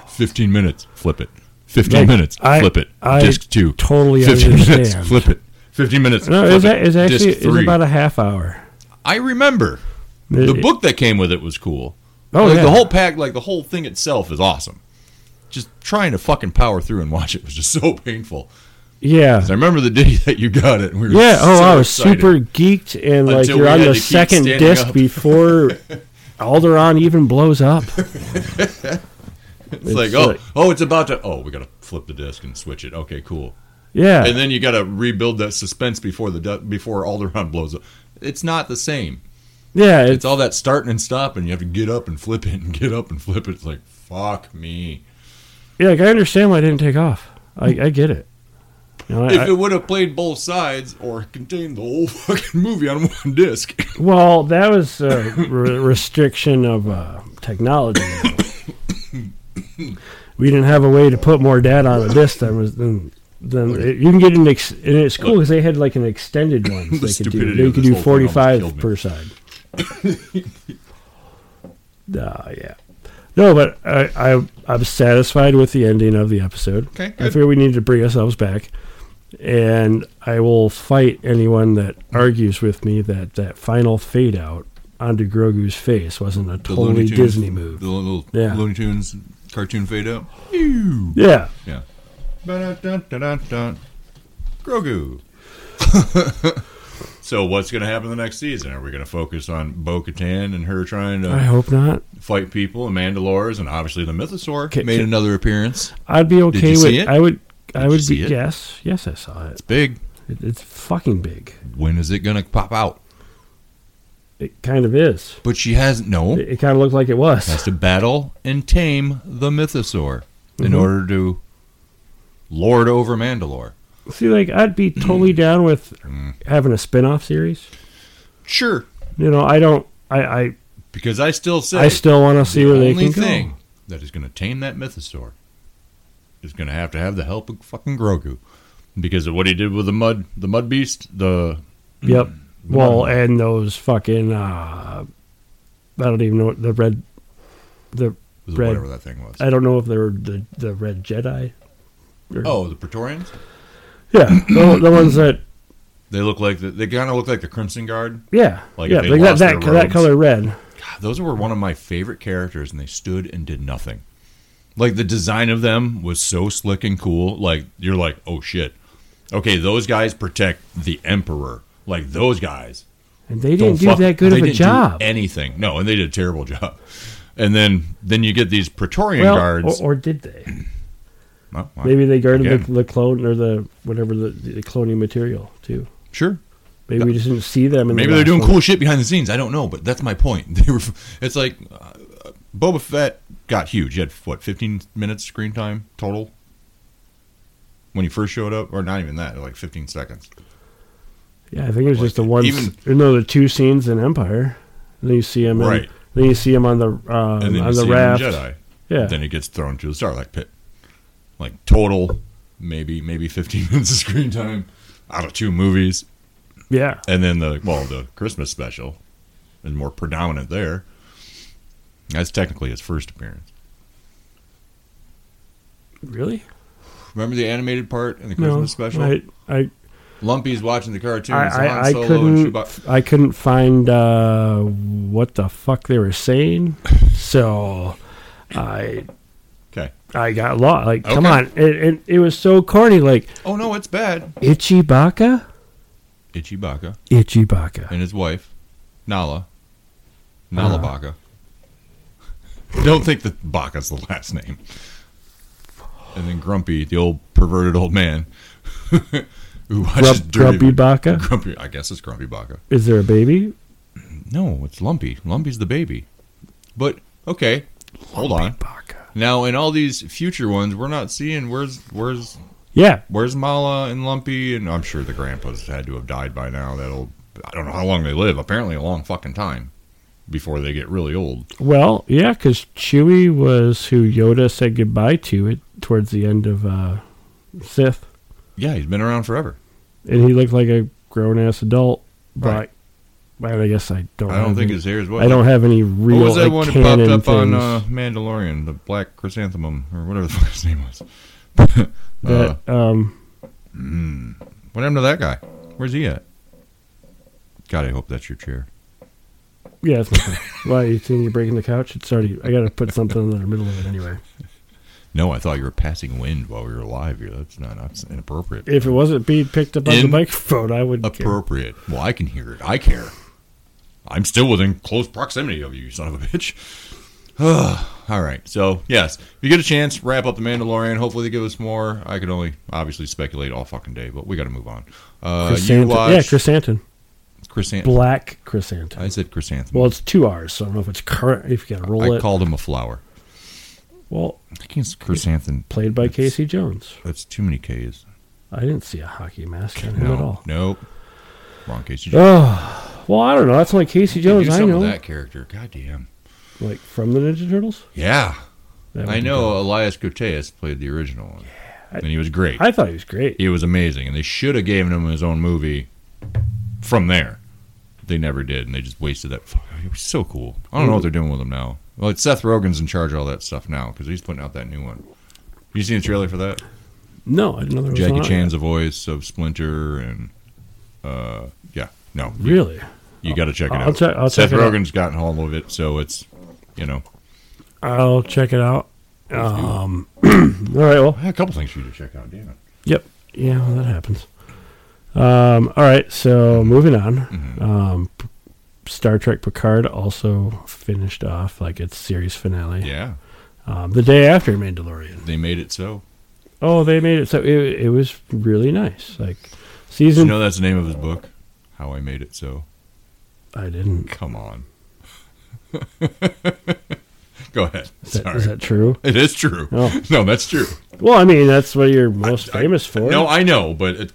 [SPEAKER 3] 15 minutes, flip it. 15
[SPEAKER 4] Like,
[SPEAKER 3] minutes,
[SPEAKER 4] I-
[SPEAKER 3] flip it.
[SPEAKER 4] I
[SPEAKER 3] Disc two.
[SPEAKER 4] totally
[SPEAKER 3] 15
[SPEAKER 4] understand.
[SPEAKER 3] minutes, flip it. 15 minutes.
[SPEAKER 4] No,
[SPEAKER 3] flip
[SPEAKER 4] it's, a, it's
[SPEAKER 3] Disc
[SPEAKER 4] actually it's
[SPEAKER 3] three.
[SPEAKER 4] about a half hour.
[SPEAKER 3] I remember. The
[SPEAKER 4] It-
[SPEAKER 3] book that came with it was cool.
[SPEAKER 4] Oh,
[SPEAKER 3] like
[SPEAKER 4] yeah.
[SPEAKER 3] the whole pack, like the whole thing itself is awesome. Just trying to fucking power through and watch it was just so painful.
[SPEAKER 4] yeah,
[SPEAKER 3] 'Cause I remember the day that you got it. And we were
[SPEAKER 4] yeah. Oh,
[SPEAKER 3] so
[SPEAKER 4] I was
[SPEAKER 3] excited.
[SPEAKER 4] super geeked, and like
[SPEAKER 3] Until
[SPEAKER 4] you're
[SPEAKER 3] we
[SPEAKER 4] on
[SPEAKER 3] had
[SPEAKER 4] the
[SPEAKER 3] to keep
[SPEAKER 4] second
[SPEAKER 3] standing
[SPEAKER 4] disc
[SPEAKER 3] up.
[SPEAKER 4] before Alderon even blows up.
[SPEAKER 3] It's, like,
[SPEAKER 4] it's
[SPEAKER 3] oh,
[SPEAKER 4] like-
[SPEAKER 3] oh, it's about to. Oh, we gotta flip the disc and switch it. Okay, cool.
[SPEAKER 4] Yeah,
[SPEAKER 3] and then you got to rebuild that suspense before the du- before Alderaan blows up. It's not the same.
[SPEAKER 4] yeah. It's
[SPEAKER 3] It's all that starting and stopping. You have to get up and flip it, and get up and flip it. It's like fuck me.
[SPEAKER 4] yeah. Like I understand why I didn't take off. I, I get it. You know, I-
[SPEAKER 3] If
[SPEAKER 4] I-
[SPEAKER 3] it would have played both sides or contained the whole fucking movie on one disc,
[SPEAKER 4] well, that was a re- restriction of uh, technology. you know. we didn't have a way to put more data on a disc than was than. Then you can get an ex- and it's cool because they had like an extended one
[SPEAKER 3] The
[SPEAKER 4] so they could do.
[SPEAKER 3] stupidity
[SPEAKER 4] They
[SPEAKER 3] of
[SPEAKER 4] could
[SPEAKER 3] this
[SPEAKER 4] do
[SPEAKER 3] whole thing
[SPEAKER 4] forty
[SPEAKER 3] almost
[SPEAKER 4] five
[SPEAKER 3] killed me.
[SPEAKER 4] per side. Ah, yeah. No, but I, I I'm satisfied with the ending of the episode.
[SPEAKER 3] Okay,
[SPEAKER 4] I
[SPEAKER 3] good.
[SPEAKER 4] figure we need to bring ourselves back, and I will fight anyone that argues with me that that final fade out onto Grogu's face wasn't a
[SPEAKER 3] The Looney
[SPEAKER 4] totally
[SPEAKER 3] Tunes-
[SPEAKER 4] Disney move.
[SPEAKER 3] The little
[SPEAKER 4] Yeah.
[SPEAKER 3] Looney Tunes cartoon fade out.
[SPEAKER 4] Yeah,
[SPEAKER 3] Yeah. Ba-da-dun-dun-dun-dun. Grogu. So what's going to happen the next season? Are we going to focus on Bo Katan and her trying
[SPEAKER 4] I
[SPEAKER 3] to
[SPEAKER 4] hope not.
[SPEAKER 3] fight people and Mandalores and obviously the Mythosaur
[SPEAKER 4] K-
[SPEAKER 3] made
[SPEAKER 4] k-
[SPEAKER 3] another appearance.
[SPEAKER 4] I'd be
[SPEAKER 3] you
[SPEAKER 4] okay with.
[SPEAKER 3] see it?
[SPEAKER 4] I would. I
[SPEAKER 3] you
[SPEAKER 4] would
[SPEAKER 3] see
[SPEAKER 4] be.
[SPEAKER 3] it?
[SPEAKER 4] Yes. Yes, I saw it.
[SPEAKER 3] Big.
[SPEAKER 4] it. It's fucking big.
[SPEAKER 3] When is it going to pop out?
[SPEAKER 4] It kind of is.
[SPEAKER 3] But she hasn't. No,
[SPEAKER 4] It, it kind of looked like it was.
[SPEAKER 3] has to battle and tame the Mythosaur in
[SPEAKER 4] Mhm.
[SPEAKER 3] order to lord over Mandalore.
[SPEAKER 4] See, like I'd be
[SPEAKER 3] Mm.
[SPEAKER 4] totally down with having a spin-off series.
[SPEAKER 3] Sure,
[SPEAKER 4] You know, I don't. I I,
[SPEAKER 3] because I still say
[SPEAKER 4] I still want to see where they
[SPEAKER 3] only
[SPEAKER 4] can
[SPEAKER 3] thing
[SPEAKER 4] go.
[SPEAKER 3] that is going to tame that Mythosaur is going to have to have the help of fucking Grogu, because of what he did with the mud, the mud beast, the
[SPEAKER 4] Yep.
[SPEAKER 3] The
[SPEAKER 4] Well,
[SPEAKER 3] mud-
[SPEAKER 4] and those fucking. Uh, I don't even know what the red. The
[SPEAKER 3] was it
[SPEAKER 4] Red-
[SPEAKER 3] whatever that thing was.
[SPEAKER 4] I don't know if they were the the red Jedi. Or,
[SPEAKER 3] oh, the Praetorians.
[SPEAKER 4] yeah, the, the ones that
[SPEAKER 3] They look like the, they kind of look like the Crimson Guard.
[SPEAKER 4] yeah
[SPEAKER 3] Like,
[SPEAKER 4] yeah
[SPEAKER 3] if they
[SPEAKER 4] like that
[SPEAKER 3] lost
[SPEAKER 4] that,
[SPEAKER 3] their
[SPEAKER 4] that
[SPEAKER 3] robes.
[SPEAKER 4] color red.
[SPEAKER 3] God, those were one of my favorite characters, and they stood and did nothing. Like the design of them was so slick and cool. Like you're like, oh shit. Okay, those guys protect the emperor. Like those guys
[SPEAKER 4] And they didn't
[SPEAKER 3] don't
[SPEAKER 4] do
[SPEAKER 3] fuck-
[SPEAKER 4] that good
[SPEAKER 3] they
[SPEAKER 4] of a
[SPEAKER 3] didn't do
[SPEAKER 4] job.
[SPEAKER 3] anything. No, and they did a terrible job. And then then you get these Praetorian
[SPEAKER 4] Well,
[SPEAKER 3] guards. Oh,
[SPEAKER 4] or, or did they?
[SPEAKER 3] Well, well,
[SPEAKER 4] Maybe they guarded the,
[SPEAKER 3] Again.
[SPEAKER 4] the clone or the whatever the, the cloning material too.
[SPEAKER 3] sure.
[SPEAKER 4] Maybe we just didn't see them. In
[SPEAKER 3] Maybe
[SPEAKER 4] the
[SPEAKER 3] they're
[SPEAKER 4] last
[SPEAKER 3] doing
[SPEAKER 4] one.
[SPEAKER 3] cool shit behind the scenes. I don't know, but that's my point. They were. It's like uh, Boba Fett got huge. He had what, 15 minutes screen time total when he first showed up, or not even that, like 15 seconds.
[SPEAKER 4] Yeah, I think it was just the
[SPEAKER 3] Like,
[SPEAKER 4] one.
[SPEAKER 3] even-
[SPEAKER 4] s- no, the two scenes in Empire. And then you see him. In,
[SPEAKER 3] Right.
[SPEAKER 4] Then you see him on the um,
[SPEAKER 3] And then
[SPEAKER 4] on
[SPEAKER 3] you
[SPEAKER 4] the
[SPEAKER 3] see
[SPEAKER 4] raft.
[SPEAKER 3] him in Jedi.
[SPEAKER 4] Yeah.
[SPEAKER 3] Then he gets thrown to the Starlight Pit. Like total, maybe maybe 15 minutes of screen time out of two movies.
[SPEAKER 4] yeah.
[SPEAKER 3] and then the well the christmas special is more predominant there that's technically his first appearance
[SPEAKER 4] Really?
[SPEAKER 3] remember the animated part in the christmas
[SPEAKER 4] No.
[SPEAKER 3] special
[SPEAKER 4] I I
[SPEAKER 3] lumpy's watching the cartoons
[SPEAKER 4] I,
[SPEAKER 3] Han
[SPEAKER 4] I, I
[SPEAKER 3] Solo
[SPEAKER 4] couldn't
[SPEAKER 3] and Chewbacca.
[SPEAKER 4] I couldn't find uh, what the fuck they were saying, so I
[SPEAKER 3] okay
[SPEAKER 4] I got lost. Like, come
[SPEAKER 3] Okay.
[SPEAKER 4] on! It, it it was so corny. Like
[SPEAKER 3] oh no it's bad
[SPEAKER 4] Itchy Baka,
[SPEAKER 3] itchy baka
[SPEAKER 4] Itchy Baka.
[SPEAKER 3] and his wife nala nala baka
[SPEAKER 4] Uh-huh.
[SPEAKER 3] don't think that baka's the last name and then grumpy the old perverted old man who watches
[SPEAKER 4] Grump,
[SPEAKER 3] dirty
[SPEAKER 4] grumpy Baka.
[SPEAKER 3] grumpy i guess it's grumpy baka
[SPEAKER 4] Is there a baby?
[SPEAKER 3] No, it's Lumpy. Lumpy's the baby. But okay, hold on.
[SPEAKER 4] Baka.
[SPEAKER 3] Now in all these future ones, we're not seeing where's where's
[SPEAKER 4] Yeah,
[SPEAKER 3] where's Mala and Lumpy, and I'm sure the grandpas had to have died by now. That'll I don't know how long they live. Apparently, a long fucking time before they get really old.
[SPEAKER 4] Well, yeah, because Chewie was who Yoda said goodbye to it towards the end of uh, Sith,
[SPEAKER 3] Yeah, he's been around forever.
[SPEAKER 4] and he looked like a grown ass adult. But
[SPEAKER 3] Right.
[SPEAKER 4] well, I guess I don't.
[SPEAKER 3] I don't
[SPEAKER 4] have
[SPEAKER 3] think
[SPEAKER 4] any,
[SPEAKER 3] his hair is what.
[SPEAKER 4] I don't have any real.
[SPEAKER 3] What was that
[SPEAKER 4] like,
[SPEAKER 3] one that popped
[SPEAKER 4] canon
[SPEAKER 3] up on
[SPEAKER 4] things
[SPEAKER 3] uh, Mandalorian? The black chrysanthemum or whatever the fuck his name was. uh,
[SPEAKER 4] that um,
[SPEAKER 3] what happened to that guy? Where's he at? God, I hope that's your chair.
[SPEAKER 4] yeah, it's not. Why you think you're breaking the couch? It's already. I gotta put something in the middle of it anyway.
[SPEAKER 3] No, I thought you were passing wind while we were live here. That's not that's inappropriate.
[SPEAKER 4] If it wasn't being picked up on the
[SPEAKER 3] In-
[SPEAKER 4] microphone, I wouldn't care.
[SPEAKER 3] appropriate. Well, I can hear it. I care. I'm still within close proximity of you, you son of a bitch. All right. So, yes, if you get a chance, wrap up The Mandalorian. Hopefully, they give us more. I can only obviously speculate all fucking day, but we got to move on. Uh, you
[SPEAKER 4] Chrysanthemum.
[SPEAKER 3] watch
[SPEAKER 4] yeah, chrysanthemum,
[SPEAKER 3] Chrysan-
[SPEAKER 4] black chrysanthemum.
[SPEAKER 3] I said chrysanthemum.
[SPEAKER 4] Well, it's two R's, so I don't know if it's current. If you gotta roll
[SPEAKER 3] I
[SPEAKER 4] it.
[SPEAKER 3] called him a flower.
[SPEAKER 4] well,
[SPEAKER 3] I think it's chrysanthemum.
[SPEAKER 4] played by
[SPEAKER 3] That's-
[SPEAKER 4] Casey Jones.
[SPEAKER 3] That's too many K's.
[SPEAKER 4] I didn't see a hockey mask on him
[SPEAKER 3] No,
[SPEAKER 4] at all.
[SPEAKER 3] nope. Wrong case. You
[SPEAKER 4] Oh, well, I don't know. That's only Casey
[SPEAKER 3] do
[SPEAKER 4] Jones I
[SPEAKER 3] something
[SPEAKER 4] know,
[SPEAKER 3] with that character. God damn.
[SPEAKER 4] like from the Ninja Turtles.
[SPEAKER 3] Yeah.
[SPEAKER 4] That would
[SPEAKER 3] I
[SPEAKER 4] be
[SPEAKER 3] know Elias Koteas played the original one, and he was great.
[SPEAKER 4] good. I thought he was great.
[SPEAKER 3] he was amazing, and they should have given him his own movie from there. They never did, and they just wasted that. fuck, He was so cool. I don't know what they're doing with him now. Well, it's Seth Rogen's in charge of all that stuff now because he's putting out that new one. You seen the trailer for that?
[SPEAKER 4] No, I didn't know there was one
[SPEAKER 3] Jackie
[SPEAKER 4] out
[SPEAKER 3] Chan's a voice of Splinter, and uh, yeah, no,
[SPEAKER 4] yet. Really?
[SPEAKER 3] you got to check it
[SPEAKER 4] I'll
[SPEAKER 3] out.
[SPEAKER 4] check- I'll
[SPEAKER 3] Seth
[SPEAKER 4] check it out.
[SPEAKER 3] Rogen's gotten hold of it, so it's you know
[SPEAKER 4] I'll check it out. Um. all right. Well.
[SPEAKER 3] a couple things for you to check out. Damn it.
[SPEAKER 4] Yep. Yeah. Well, that happens. Um, all right, so moving on.
[SPEAKER 3] Mm-hmm.
[SPEAKER 4] Um, P- Star Trek Picard also finished off like its series finale
[SPEAKER 3] Yeah,
[SPEAKER 4] um, the day after Mandalorian.
[SPEAKER 3] they made it so.
[SPEAKER 4] Oh, they made it so it, it was really nice. Like
[SPEAKER 3] You
[SPEAKER 4] season,
[SPEAKER 3] know that's the name of his book, How I Made It So.
[SPEAKER 4] I didn't.
[SPEAKER 3] Come on. Go ahead.
[SPEAKER 4] Is that,
[SPEAKER 3] Sorry.
[SPEAKER 4] is that true?
[SPEAKER 3] it is true.
[SPEAKER 4] Oh.
[SPEAKER 3] No, that's true.
[SPEAKER 4] Well, I mean that's what you're most famous for.
[SPEAKER 3] No, I know, but it,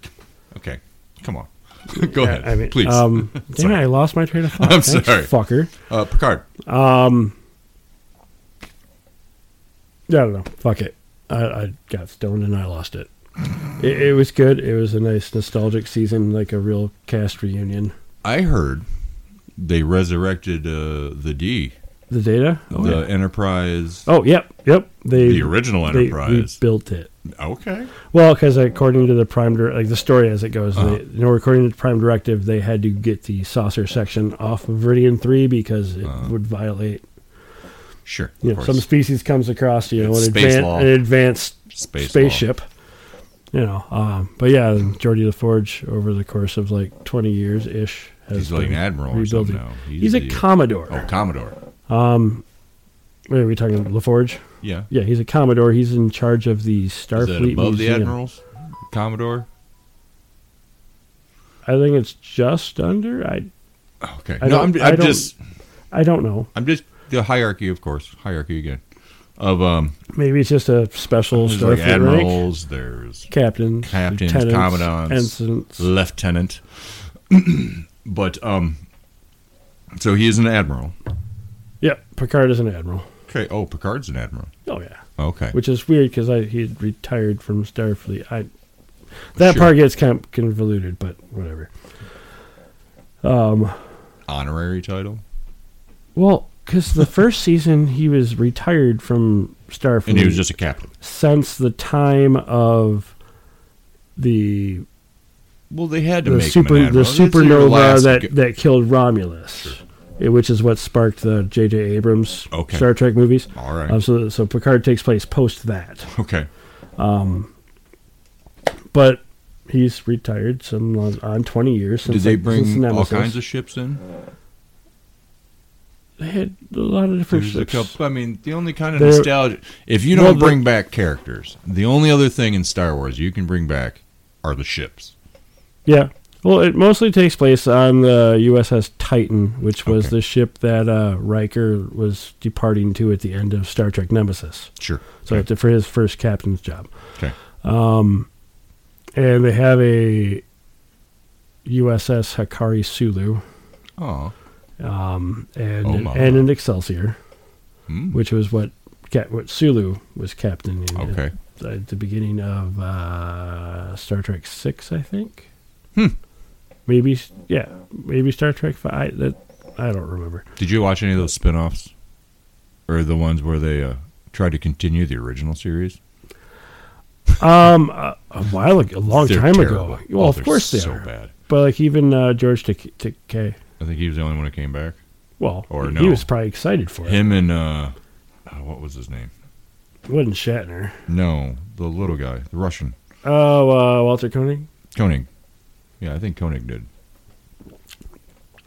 [SPEAKER 3] okay. Come on. Go
[SPEAKER 4] Yeah,
[SPEAKER 3] ahead.
[SPEAKER 4] I mean,
[SPEAKER 3] Please.
[SPEAKER 4] Um, dang,
[SPEAKER 3] Sorry.
[SPEAKER 4] I lost my train of thought.
[SPEAKER 3] I'm
[SPEAKER 4] Thanks,
[SPEAKER 3] sorry.
[SPEAKER 4] fucker.
[SPEAKER 3] uh, Picard.
[SPEAKER 4] I don't know. Fuck it. I, I got stoned and I lost it. it. It was good. It was a nice nostalgic season, like a real cast reunion.
[SPEAKER 3] I heard they resurrected uh, the D,
[SPEAKER 4] The data.
[SPEAKER 3] the Enterprise,
[SPEAKER 4] Oh, yep, yep. They
[SPEAKER 3] Oh, the original
[SPEAKER 4] they
[SPEAKER 3] Enterprise.
[SPEAKER 4] built it.
[SPEAKER 3] okay.
[SPEAKER 4] Well, because according to the prime, dir- like the story as it goes,
[SPEAKER 3] Uh-huh.
[SPEAKER 4] they, you know, according to the prime directive, they had to get the saucer section off of Viridian Three because it would violate.
[SPEAKER 3] Sure.
[SPEAKER 4] You
[SPEAKER 3] of
[SPEAKER 4] know,
[SPEAKER 3] Uh-huh. course.
[SPEAKER 4] some species comes across, you know,
[SPEAKER 3] It's
[SPEAKER 4] an,
[SPEAKER 3] space law.
[SPEAKER 4] advan- an advanced
[SPEAKER 3] Space law.
[SPEAKER 4] spaceship. You know, um, but yeah, and Geordi LaForge over the course of like twenty years ish has
[SPEAKER 3] He's like an
[SPEAKER 4] been
[SPEAKER 3] admiral or something
[SPEAKER 4] rebuilding.
[SPEAKER 3] now.
[SPEAKER 4] He's, a commodore.
[SPEAKER 3] Oh, Commodore.
[SPEAKER 4] Wait, are we talking LaForge?
[SPEAKER 3] Yeah.
[SPEAKER 4] Yeah, he's a commodore. He's in charge of the Starfleet
[SPEAKER 3] Is that above
[SPEAKER 4] Museum.
[SPEAKER 3] the admirals? Commodore?
[SPEAKER 4] I think it's just under. I
[SPEAKER 3] Okay.
[SPEAKER 4] I
[SPEAKER 3] no,
[SPEAKER 4] don't-
[SPEAKER 3] I'm, I'm
[SPEAKER 4] I don't-
[SPEAKER 3] just
[SPEAKER 4] I don't know.
[SPEAKER 3] I'm just the hierarchy, of course, hierarchy again. Of um,
[SPEAKER 4] Maybe it's just a special
[SPEAKER 3] there's like
[SPEAKER 4] Starfleet rank.
[SPEAKER 3] admirals, there's
[SPEAKER 4] Captains,
[SPEAKER 3] Captains,
[SPEAKER 4] lieutenants,
[SPEAKER 3] commandants.
[SPEAKER 4] ensigns.
[SPEAKER 3] lieutenant, but um, so he is an admiral.
[SPEAKER 4] Yep, Picard is an admiral.
[SPEAKER 3] Okay. Oh, Picard's an admiral.
[SPEAKER 4] Oh yeah,
[SPEAKER 3] Okay.
[SPEAKER 4] which is weird because I he had retired from Starfleet. I that
[SPEAKER 3] Sure.
[SPEAKER 4] part gets kind of convoluted, but whatever.
[SPEAKER 3] Honorary title,
[SPEAKER 4] Well, because the first season he was retired from Starfleet,
[SPEAKER 3] and he was just a captain.
[SPEAKER 4] since the time of the
[SPEAKER 3] Well, they had to
[SPEAKER 4] the
[SPEAKER 3] make
[SPEAKER 4] super
[SPEAKER 3] him an
[SPEAKER 4] the
[SPEAKER 3] admiral. It's your
[SPEAKER 4] supernova
[SPEAKER 3] last
[SPEAKER 4] that
[SPEAKER 3] g-
[SPEAKER 4] that killed Romulus, eh, which is what sparked the J.J. Abrams
[SPEAKER 3] Okay.
[SPEAKER 4] Star Trek movies.
[SPEAKER 3] All right.
[SPEAKER 4] Um, so so Picard takes place post that,
[SPEAKER 3] okay.
[SPEAKER 4] but he's retired some long, on twenty years.
[SPEAKER 3] Did
[SPEAKER 4] Since
[SPEAKER 3] they
[SPEAKER 4] like, since
[SPEAKER 3] bring all
[SPEAKER 4] Nemesis.
[SPEAKER 3] kinds of ships in?
[SPEAKER 4] They had a lot of different
[SPEAKER 3] There's a
[SPEAKER 4] ships.
[SPEAKER 3] couple. I mean, the only kind of
[SPEAKER 4] There-
[SPEAKER 3] nostalgia. If you
[SPEAKER 4] Well,
[SPEAKER 3] don't
[SPEAKER 4] the-
[SPEAKER 3] bring back characters, the only other thing in Star Wars you can bring back are the ships.
[SPEAKER 4] Yeah. Well, it mostly takes place on the USS Titan, which was
[SPEAKER 3] Okay.
[SPEAKER 4] the ship that uh, Riker was departing to at the end of Star Trek Nemesis.
[SPEAKER 3] Sure.
[SPEAKER 4] So it's for his first captain's job.
[SPEAKER 3] Okay.
[SPEAKER 4] and they have a USS Hakari Sulu
[SPEAKER 3] Oh,
[SPEAKER 4] and
[SPEAKER 3] Oh,
[SPEAKER 4] an,
[SPEAKER 3] my.
[SPEAKER 4] and an Excelsior,
[SPEAKER 3] Hmm.
[SPEAKER 4] which was what Cap, what Sulu was captain in
[SPEAKER 3] Okay.
[SPEAKER 4] at, at the beginning of uh, Star Trek Six, I think. Hmm. Maybe yeah, maybe Star Trek Five. That I don't remember.
[SPEAKER 3] did you watch any of those spin-offs? or the ones where they uh, tried to continue the original series?
[SPEAKER 4] Um, a, a while ago, a long
[SPEAKER 3] They're
[SPEAKER 4] time
[SPEAKER 3] terrible.
[SPEAKER 4] ago. Well,
[SPEAKER 3] Oh,
[SPEAKER 4] of
[SPEAKER 3] they're
[SPEAKER 4] course they
[SPEAKER 3] so
[SPEAKER 4] are.
[SPEAKER 3] bad.
[SPEAKER 4] But like even uh, George Takei, Takei,
[SPEAKER 3] I think he was the only one who came back.
[SPEAKER 4] well,
[SPEAKER 3] Or
[SPEAKER 4] he
[SPEAKER 3] no.
[SPEAKER 4] was probably excited for
[SPEAKER 3] Him and uh, oh, what was his name?
[SPEAKER 4] it. Wasn't Shatner?
[SPEAKER 3] No, the little guy, the Russian
[SPEAKER 4] Oh, uh, Walter Koenig.
[SPEAKER 3] Koenig. Yeah, I think Koenig did.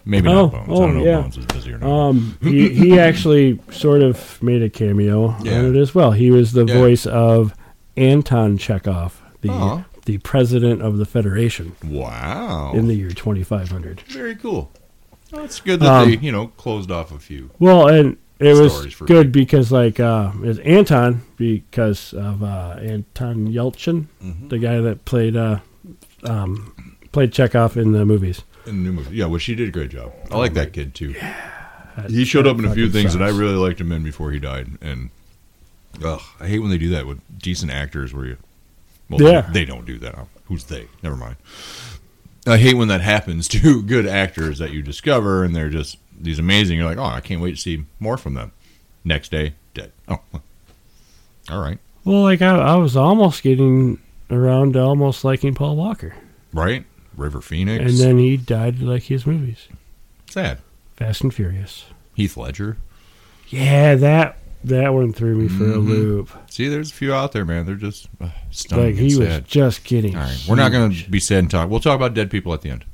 [SPEAKER 3] Maybe
[SPEAKER 4] Oh,
[SPEAKER 3] not Bones. I don't
[SPEAKER 4] oh,
[SPEAKER 3] know
[SPEAKER 4] yeah.
[SPEAKER 3] if Bones is busy or not.
[SPEAKER 4] Um, he, he actually sort of made a cameo
[SPEAKER 3] Yeah.
[SPEAKER 4] on it as well. He was the
[SPEAKER 3] Yeah.
[SPEAKER 4] voice of Anton Chekhov, the
[SPEAKER 3] Aw.
[SPEAKER 4] the president of the Federation
[SPEAKER 3] wow.
[SPEAKER 4] in the year 2500.
[SPEAKER 3] Very cool. Well, it's good that
[SPEAKER 4] Um,
[SPEAKER 3] they, you know, closed off a few.
[SPEAKER 4] Well, and it was
[SPEAKER 3] Stories for
[SPEAKER 4] good because like uh, it was Anton because of uh, Anton Yelchin,
[SPEAKER 3] Mm-hmm.
[SPEAKER 4] the guy that played uh, um, played Chekhov in the movies.
[SPEAKER 3] In the new movie. Yeah, well, she did a great job. I like that kid, too. He showed up in a few
[SPEAKER 4] fucking
[SPEAKER 3] things that I
[SPEAKER 4] sucks.
[SPEAKER 3] really liked him in before he died. And, ugh, I hate when they do that with decent actors where you. Well,
[SPEAKER 4] Yeah.
[SPEAKER 3] They don't do that. Who's they? Never mind. I hate when that happens to good actors that you discover and they're just these amazing. You're like, oh, I can't wait to see more from them. Next day, dead. Oh, well. all right.
[SPEAKER 4] Well, like I, I was almost getting around to almost liking Paul Walker,
[SPEAKER 3] Right? River Phoenix.
[SPEAKER 4] and then he died like his movies.
[SPEAKER 3] Sad.
[SPEAKER 4] Fast and Furious.
[SPEAKER 3] Heath Ledger.
[SPEAKER 4] Yeah, that That one threw me for a
[SPEAKER 3] Mhm.
[SPEAKER 4] loop.
[SPEAKER 3] See, there's a few out there, man. They're just uh, stunning.
[SPEAKER 4] Like he
[SPEAKER 3] and
[SPEAKER 4] was
[SPEAKER 3] sad.
[SPEAKER 4] just getting.
[SPEAKER 3] All right, we're not going
[SPEAKER 4] huge.
[SPEAKER 3] to be sad and talk. We'll talk about dead people at the end.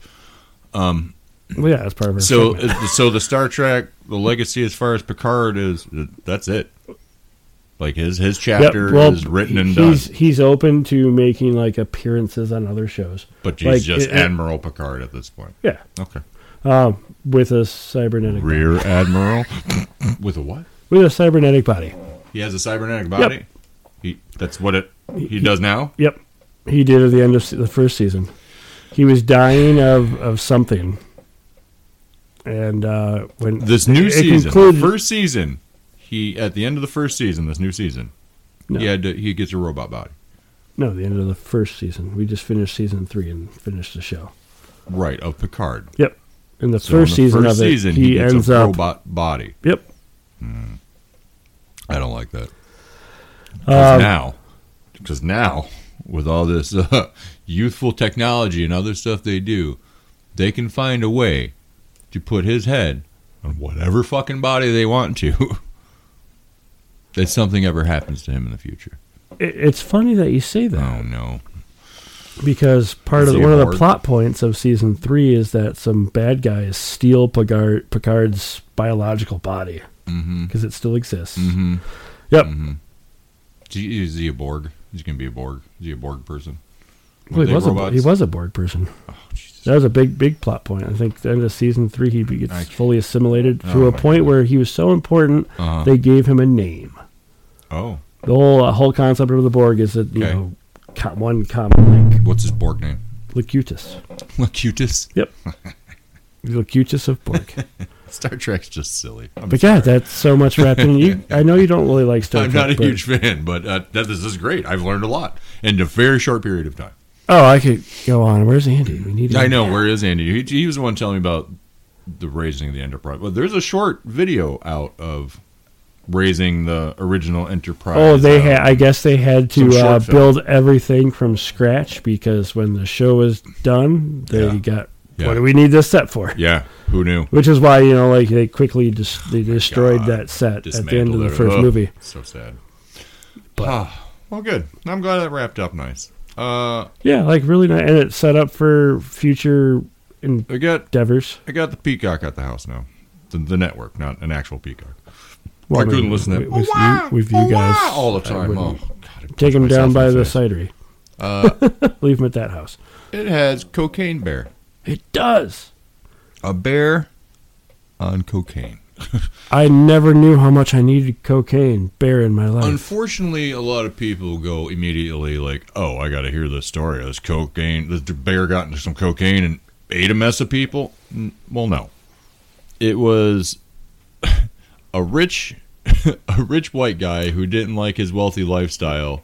[SPEAKER 4] Well, yeah, that's part of our
[SPEAKER 3] So,
[SPEAKER 4] segment.
[SPEAKER 3] uh, so the Star Trek, the legacy as far as Picard is, that's it. Like his his
[SPEAKER 4] Yep,
[SPEAKER 3] chapter
[SPEAKER 4] well,
[SPEAKER 3] is written and done,
[SPEAKER 4] he's, He's open to making like appearances on other shows
[SPEAKER 3] but he's
[SPEAKER 4] like,
[SPEAKER 3] just
[SPEAKER 4] it- it-
[SPEAKER 3] Admiral Picard at this point.
[SPEAKER 4] Yeah.
[SPEAKER 3] Okay.
[SPEAKER 4] um, with a cybernetic
[SPEAKER 3] Rear Admiral with a what?
[SPEAKER 4] with a cybernetic body.
[SPEAKER 3] He has a cybernetic body. He that's what it he does now.
[SPEAKER 4] Yep, he did at the end of se- the first season. He was dying of of something, and uh, when
[SPEAKER 3] This new
[SPEAKER 4] it
[SPEAKER 3] season,
[SPEAKER 4] concluded-
[SPEAKER 3] first season, he at the end of the first season, this new season,
[SPEAKER 4] No.
[SPEAKER 3] he had to, he gets a robot body.
[SPEAKER 4] no, the end of the first season, we just finished season three and finished the show.
[SPEAKER 3] Right of Picard.
[SPEAKER 4] Yep, in the
[SPEAKER 3] So in the
[SPEAKER 4] first season
[SPEAKER 3] first
[SPEAKER 4] of it,
[SPEAKER 3] season,
[SPEAKER 4] he,
[SPEAKER 3] gets
[SPEAKER 4] ends
[SPEAKER 3] a
[SPEAKER 4] up.
[SPEAKER 3] robot body. Hmm.
[SPEAKER 4] Yep,
[SPEAKER 3] I don't like that.
[SPEAKER 4] Uh,
[SPEAKER 3] Because now, because now, with all this uh, youthful technology and other stuff they do, they can find a way to put his head on whatever fucking body they want to. if something ever happens to him in the future.
[SPEAKER 4] It- it's funny that you say that.
[SPEAKER 3] Oh no!
[SPEAKER 4] because part
[SPEAKER 3] Is
[SPEAKER 4] of the,
[SPEAKER 3] he
[SPEAKER 4] one of
[SPEAKER 3] aboard?
[SPEAKER 4] the plot points of season three is that some bad guys steal Picard, Picard's biological body
[SPEAKER 3] Mm-hmm.
[SPEAKER 4] because it still exists.
[SPEAKER 3] Mm-hmm.
[SPEAKER 4] Yep.
[SPEAKER 3] Mm-hmm. Is he a Borg? Is he gonna be a Borg? Is he a Borg person?
[SPEAKER 4] Well,
[SPEAKER 3] Were
[SPEAKER 4] he
[SPEAKER 3] they
[SPEAKER 4] was a,
[SPEAKER 3] robots?
[SPEAKER 4] he was a board person.
[SPEAKER 3] Oh, Jesus.
[SPEAKER 4] That was a big big plot point. I think the end of season three he gets
[SPEAKER 3] I-
[SPEAKER 4] fully assimilated
[SPEAKER 3] Oh
[SPEAKER 4] to a
[SPEAKER 3] my
[SPEAKER 4] point
[SPEAKER 3] God.
[SPEAKER 4] where he was so important
[SPEAKER 3] Uh-huh.
[SPEAKER 4] they gave him a name.
[SPEAKER 3] oh,
[SPEAKER 4] The whole uh, whole concept of the Borg is that you
[SPEAKER 3] Okay.
[SPEAKER 4] know co- one common link,
[SPEAKER 3] what's his Borg name?
[SPEAKER 4] Locutus,
[SPEAKER 3] Locutus.
[SPEAKER 4] Locutus of Borg.
[SPEAKER 3] Star Trek's just silly. I'm
[SPEAKER 4] But yeah, that's so much wrapped in you. I know you don't really like Star
[SPEAKER 3] I'm
[SPEAKER 4] Trek,
[SPEAKER 3] not a
[SPEAKER 4] but-
[SPEAKER 3] huge fan, but uh, that, this is great. I've learned a lot in a very short period of time.
[SPEAKER 4] Oh, I could go on. Where's Andy? We need.
[SPEAKER 3] I
[SPEAKER 4] Andy.
[SPEAKER 3] know. Where is Andy? He, he was the one telling me about the raising of the Enterprise. Well, there's a short video out of raising the original Enterprise. Um,
[SPEAKER 4] Oh, they
[SPEAKER 3] out.
[SPEAKER 4] had. I guess they had
[SPEAKER 3] Some
[SPEAKER 4] to
[SPEAKER 3] short
[SPEAKER 4] uh,
[SPEAKER 3] film.
[SPEAKER 4] build everything from scratch because when the show was done, they
[SPEAKER 3] Yeah.
[SPEAKER 4] got
[SPEAKER 3] Yeah.
[SPEAKER 4] what do we need this set for?
[SPEAKER 3] Yeah. Who knew?
[SPEAKER 4] Which is why you know, like they quickly dis- they destroyed
[SPEAKER 3] God,
[SPEAKER 4] that set at the end
[SPEAKER 3] Dismantled
[SPEAKER 4] of the
[SPEAKER 3] everything.
[SPEAKER 4] first
[SPEAKER 3] Ugh,
[SPEAKER 4] movie.
[SPEAKER 3] So sad. Ah, well, good. I'm glad that wrapped up nice. Uh,
[SPEAKER 4] Yeah, like really nice, and it's set up for future
[SPEAKER 3] I got
[SPEAKER 4] endeavors.
[SPEAKER 3] I got the peacock at the house now, the, the network, not an actual peacock.
[SPEAKER 4] Well,
[SPEAKER 3] Oh, I couldn't listen to
[SPEAKER 4] with,
[SPEAKER 3] that.
[SPEAKER 4] with, you, with you guys
[SPEAKER 3] all the
[SPEAKER 4] I
[SPEAKER 3] time. Oh,
[SPEAKER 4] wouldn't-
[SPEAKER 3] God, I
[SPEAKER 4] Take them
[SPEAKER 3] punched myself
[SPEAKER 4] down by
[SPEAKER 3] in
[SPEAKER 4] the
[SPEAKER 3] face.
[SPEAKER 4] cidery.
[SPEAKER 3] Uh,
[SPEAKER 4] Leave them at that house.
[SPEAKER 3] It has cocaine bear.
[SPEAKER 4] It does.
[SPEAKER 3] A bear on cocaine.
[SPEAKER 4] I never knew how much I needed cocaine bear in my life.
[SPEAKER 3] Unfortunately, a lot of people go immediately like, "Oh, I got to hear this story. This cocaine. This bear got into some cocaine and ate a mess of people." N- Well, no, it was a rich, a rich white guy who didn't like his wealthy lifestyle,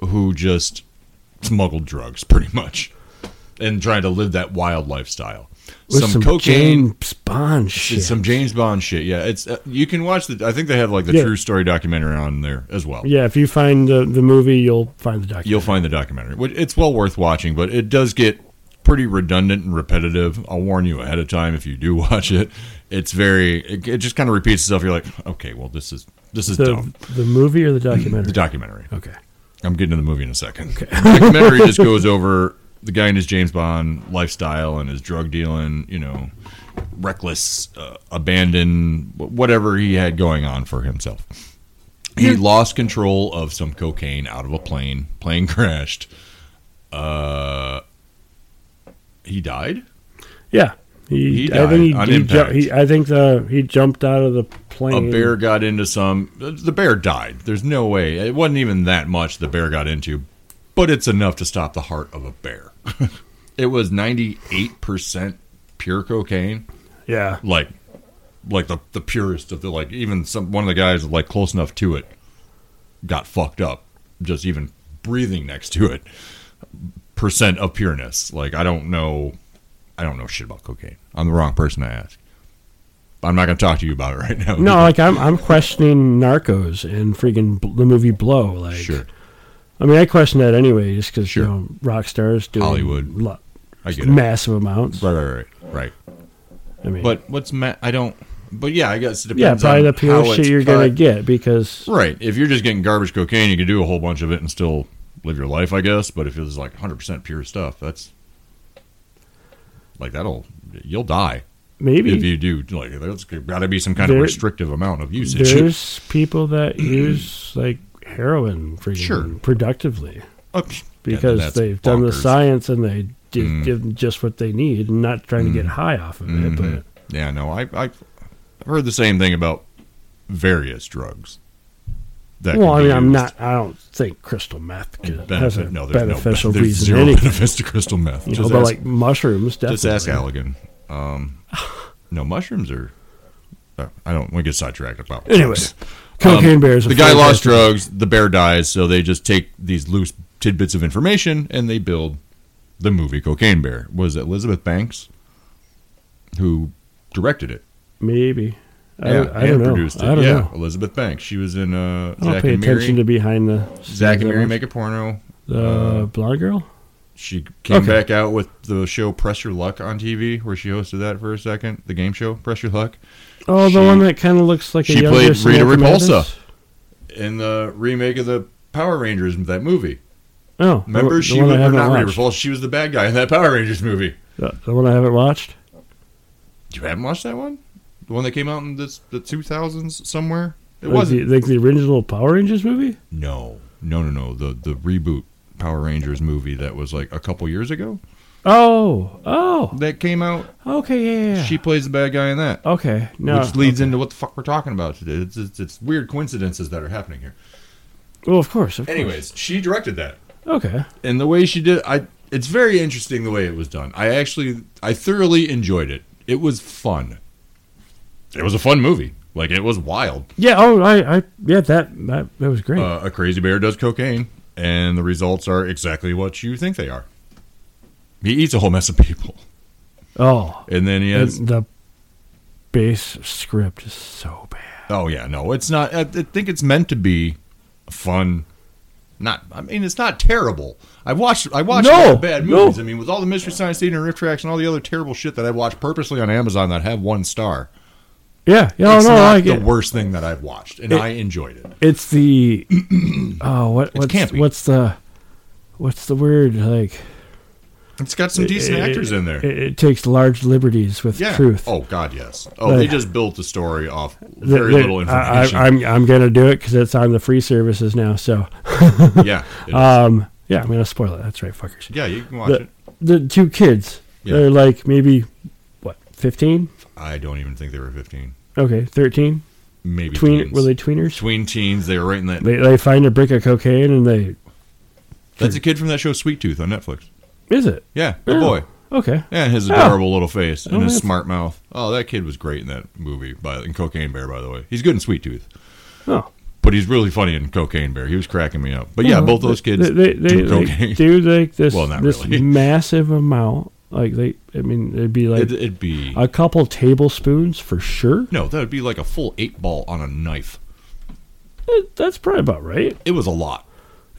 [SPEAKER 3] who just smuggled drugs, pretty much, and tried to live that wild lifestyle.
[SPEAKER 4] with some, James Bond shit.
[SPEAKER 3] It's some James Bond shit. Yeah, it's uh, you can watch the. I think they have like the
[SPEAKER 4] Yeah.
[SPEAKER 3] true story documentary on there as well.
[SPEAKER 4] yeah, if you find the, the movie, you'll find the document.
[SPEAKER 3] You'll find the documentary, which it's well worth watching, but it does get pretty redundant and repetitive. I'll warn you ahead of time if you do watch it. It's very. It, it just kind of repeats itself. You're like, okay, well, this is this is dumb.
[SPEAKER 4] the, the movie or the documentary?
[SPEAKER 3] Mm, The documentary.
[SPEAKER 4] okay.
[SPEAKER 3] I'm getting to the movie in a second. Okay. the documentary just goes over the guy and his James Bond lifestyle and his drug dealing, you know, reckless, uh, abandon, wh- whatever he had going on for himself. He lost control of some cocaine out of a plane. Plane crashed. Uh, he died.
[SPEAKER 4] Yeah. He,
[SPEAKER 3] He
[SPEAKER 4] I think he,
[SPEAKER 3] died on
[SPEAKER 4] he, ju-
[SPEAKER 3] impact.
[SPEAKER 4] he- I think the he jumped out of the plane.
[SPEAKER 3] A bear got into some. The bear died. There's no way. It wasn't even that much the bear got into, but it's enough to stop the heart of a bear. it was 98% pure cocaine.
[SPEAKER 4] Yeah.
[SPEAKER 3] Like, like the, the purest of the, like, even some one of the guys, like, close enough to it got fucked up. Just even breathing next to it. Percent of pureness. Like, I don't know. I don't know shit about cocaine. I'm the wrong person to ask. I'm not going to talk to you about it right now.
[SPEAKER 4] No, like I'm I'm questioning Narcos and freaking bl- the movie Blow. Like,
[SPEAKER 3] Sure.
[SPEAKER 4] I mean, I question that anyway, just because
[SPEAKER 3] Sure.
[SPEAKER 4] you know rock stars do
[SPEAKER 3] Hollywood.
[SPEAKER 4] lo-
[SPEAKER 3] I get it.
[SPEAKER 4] massive amounts.
[SPEAKER 3] Right, right, right, right.
[SPEAKER 4] I mean,
[SPEAKER 3] But what's ma- I don't. But yeah, I guess it
[SPEAKER 4] Yeah,
[SPEAKER 3] depends.
[SPEAKER 4] probably
[SPEAKER 3] on
[SPEAKER 4] the
[SPEAKER 3] how
[SPEAKER 4] purest shit
[SPEAKER 3] it's
[SPEAKER 4] you're
[SPEAKER 3] cut.
[SPEAKER 4] gonna get because
[SPEAKER 3] Right. If you're just getting garbage cocaine, you can do a whole bunch of it and still live your life, I guess. But if it was like 100% pure stuff, that's like that'll you'll die if
[SPEAKER 4] maybe
[SPEAKER 3] you do. Like there's got to be some kind of
[SPEAKER 4] There-
[SPEAKER 3] restrictive amount of usage.
[SPEAKER 4] there's people that use like heroin freaking
[SPEAKER 3] Sure.
[SPEAKER 4] productively
[SPEAKER 3] Oh, psh, yeah,
[SPEAKER 4] because
[SPEAKER 3] that's
[SPEAKER 4] they've done the
[SPEAKER 3] bonkers. Mm.
[SPEAKER 4] science and they did, give them just what they need and not trying to get high off of
[SPEAKER 3] Mm-hmm.
[SPEAKER 4] it. But
[SPEAKER 3] Yeah, no, I I've heard the same thing about various drugs. That
[SPEAKER 4] well,
[SPEAKER 3] can
[SPEAKER 4] I
[SPEAKER 3] be
[SPEAKER 4] mean, I'm
[SPEAKER 3] used.
[SPEAKER 4] not. I don't think crystal meth could, has a
[SPEAKER 3] benefit. No, there's
[SPEAKER 4] beneficial
[SPEAKER 3] no, there's
[SPEAKER 4] reason.
[SPEAKER 3] zero
[SPEAKER 4] any,
[SPEAKER 3] benefits to crystal meth.
[SPEAKER 4] you know,
[SPEAKER 3] Just
[SPEAKER 4] but
[SPEAKER 3] ask-
[SPEAKER 4] like mushrooms, definitely.
[SPEAKER 3] Just ask Allegan. Um, no, mushrooms are. uh, I don't want to get sidetracked about.
[SPEAKER 4] Anyway,
[SPEAKER 3] drugs.
[SPEAKER 4] cocaine
[SPEAKER 3] Um,
[SPEAKER 4] bears. are
[SPEAKER 3] The guy lost
[SPEAKER 4] fantastic.
[SPEAKER 3] drugs. The bear dies. So they just take these loose tidbits of information and they build the movie Cocaine Bear. Was it Elizabeth Banks who directed it?
[SPEAKER 4] Maybe. I,
[SPEAKER 3] yeah,
[SPEAKER 4] don't- I don't
[SPEAKER 3] and
[SPEAKER 4] know.
[SPEAKER 3] produced it.
[SPEAKER 4] I don't
[SPEAKER 3] yeah,
[SPEAKER 4] know.
[SPEAKER 3] Elizabeth Banks. She was in uh,
[SPEAKER 4] I don't
[SPEAKER 3] Zack
[SPEAKER 4] pay
[SPEAKER 3] and Mary.
[SPEAKER 4] attention to behind the
[SPEAKER 3] Zack and Mary make uh, a porno.
[SPEAKER 4] the blonde girl.
[SPEAKER 3] She came
[SPEAKER 4] Okay.
[SPEAKER 3] back out with the show Press Your Luck on TV, where she hosted that for a second. The game show Press Your Luck.
[SPEAKER 4] Oh, the
[SPEAKER 3] she-
[SPEAKER 4] one that kind of looks like a
[SPEAKER 3] she
[SPEAKER 4] younger
[SPEAKER 3] played Rita
[SPEAKER 4] Samantha
[SPEAKER 3] Repulsa.
[SPEAKER 4] Mathis?
[SPEAKER 3] in the remake of the Power Rangers that movie.
[SPEAKER 4] Oh, the
[SPEAKER 3] Remember,
[SPEAKER 4] one- the
[SPEAKER 3] she
[SPEAKER 4] one
[SPEAKER 3] was
[SPEAKER 4] I
[SPEAKER 3] or
[SPEAKER 4] haven't
[SPEAKER 3] not Rita
[SPEAKER 4] watched.
[SPEAKER 3] Repulsa. She was the bad guy in that Power Rangers movie.
[SPEAKER 4] The- the one I haven't watched.
[SPEAKER 3] You haven't watched that one? The one that came out in this, the two thousands somewhere. It
[SPEAKER 4] Like
[SPEAKER 3] wasn't.
[SPEAKER 4] the, like the original Power Rangers movie.
[SPEAKER 3] No, no, no, no. The the reboot Power Rangers movie that was like a couple years ago
[SPEAKER 4] Oh, oh,
[SPEAKER 3] that came out.
[SPEAKER 4] okay, yeah, yeah, yeah.
[SPEAKER 3] She plays the bad guy in that,
[SPEAKER 4] okay, no,
[SPEAKER 3] which leads into what the fuck we're talking about today. It's, it's it's weird coincidences that are happening here.
[SPEAKER 4] Well, of course. Of course.
[SPEAKER 3] Anyways, she directed that.
[SPEAKER 4] okay.
[SPEAKER 3] and the way she did I it's very interesting the way it was done. I actually I thoroughly enjoyed it. It was fun. It was a fun movie. Like it was wild.
[SPEAKER 4] Yeah. Oh, I, I, yeah, that, that, that was great.
[SPEAKER 3] Uh, a crazy bear does cocaine and the results are exactly what you think they are. He eats a whole mess of people.
[SPEAKER 4] oh,
[SPEAKER 3] And then he has
[SPEAKER 4] and the base script is so bad.
[SPEAKER 3] Oh yeah, no, it's not. I I think it's meant to be fun. Not, I mean, it's not terrible. I watched, I watched
[SPEAKER 4] No,
[SPEAKER 3] a lot of bad
[SPEAKER 4] no.
[SPEAKER 3] movies. I mean, with all the Mystery Science Theater and Rift Tracks and all the other terrible shit that I watched purposely on Amazon that have one star.
[SPEAKER 4] Yeah. Yeah.
[SPEAKER 3] it's
[SPEAKER 4] no,
[SPEAKER 3] not
[SPEAKER 4] I
[SPEAKER 3] the
[SPEAKER 4] get.
[SPEAKER 3] worst thing that I've watched, and
[SPEAKER 4] It-
[SPEAKER 3] I enjoyed it.
[SPEAKER 4] it's the. Oh, what? What's,
[SPEAKER 3] campy.
[SPEAKER 4] what's the? What's the word? Like
[SPEAKER 3] It's got some decent
[SPEAKER 4] it-
[SPEAKER 3] actors in there.
[SPEAKER 4] it, it takes large liberties with
[SPEAKER 3] yeah.
[SPEAKER 4] truth.
[SPEAKER 3] Oh God, yes. Oh,
[SPEAKER 4] Like-
[SPEAKER 3] they just built the story off
[SPEAKER 4] The-
[SPEAKER 3] very
[SPEAKER 4] the-
[SPEAKER 3] little
[SPEAKER 4] I,
[SPEAKER 3] information.
[SPEAKER 4] I, I'm I'm gonna do it because it's on the free services now. So
[SPEAKER 3] yeah, it is.
[SPEAKER 4] um yeah, I'm gonna spoil it. That's right, fuckers.
[SPEAKER 3] yeah, you can watch
[SPEAKER 4] The,
[SPEAKER 3] it.
[SPEAKER 4] the two kids,
[SPEAKER 3] Yeah.
[SPEAKER 4] they're like maybe what, fifteen?
[SPEAKER 3] I don't even think they were fifteen.
[SPEAKER 4] Okay, thirteen.
[SPEAKER 3] Maybe
[SPEAKER 4] Tween
[SPEAKER 3] teens.
[SPEAKER 4] were they tweeners?
[SPEAKER 3] tween teens? They were right in that.
[SPEAKER 4] They they find a brick of cocaine and they
[SPEAKER 3] That's a kid from that show Sweet Tooth on Netflix.
[SPEAKER 4] is it
[SPEAKER 3] Yeah, the
[SPEAKER 4] Hmm. Oh.
[SPEAKER 3] boy.
[SPEAKER 4] okay?
[SPEAKER 3] Yeah, his adorable little face and
[SPEAKER 4] Oh,
[SPEAKER 3] his
[SPEAKER 4] that's-
[SPEAKER 3] smart mouth. Oh, that kid was great in that movie. By in Cocaine Bear, by the way, he's good in Sweet Tooth,
[SPEAKER 4] Oh,
[SPEAKER 3] but he's really funny in Cocaine Bear. He was cracking me up. But yeah,
[SPEAKER 4] Oh,
[SPEAKER 3] both those
[SPEAKER 4] they-
[SPEAKER 3] kids
[SPEAKER 4] they they,
[SPEAKER 3] do
[SPEAKER 4] they
[SPEAKER 3] cocaine.
[SPEAKER 4] do like this
[SPEAKER 3] Well, not
[SPEAKER 4] this
[SPEAKER 3] really.
[SPEAKER 4] massive amount. Like they, I mean, it'd be like
[SPEAKER 3] It, it'd be
[SPEAKER 4] a couple tablespoons for sure.
[SPEAKER 3] no, that would be like a full eight ball on a knife.
[SPEAKER 4] That- That's probably about right.
[SPEAKER 3] It was a lot,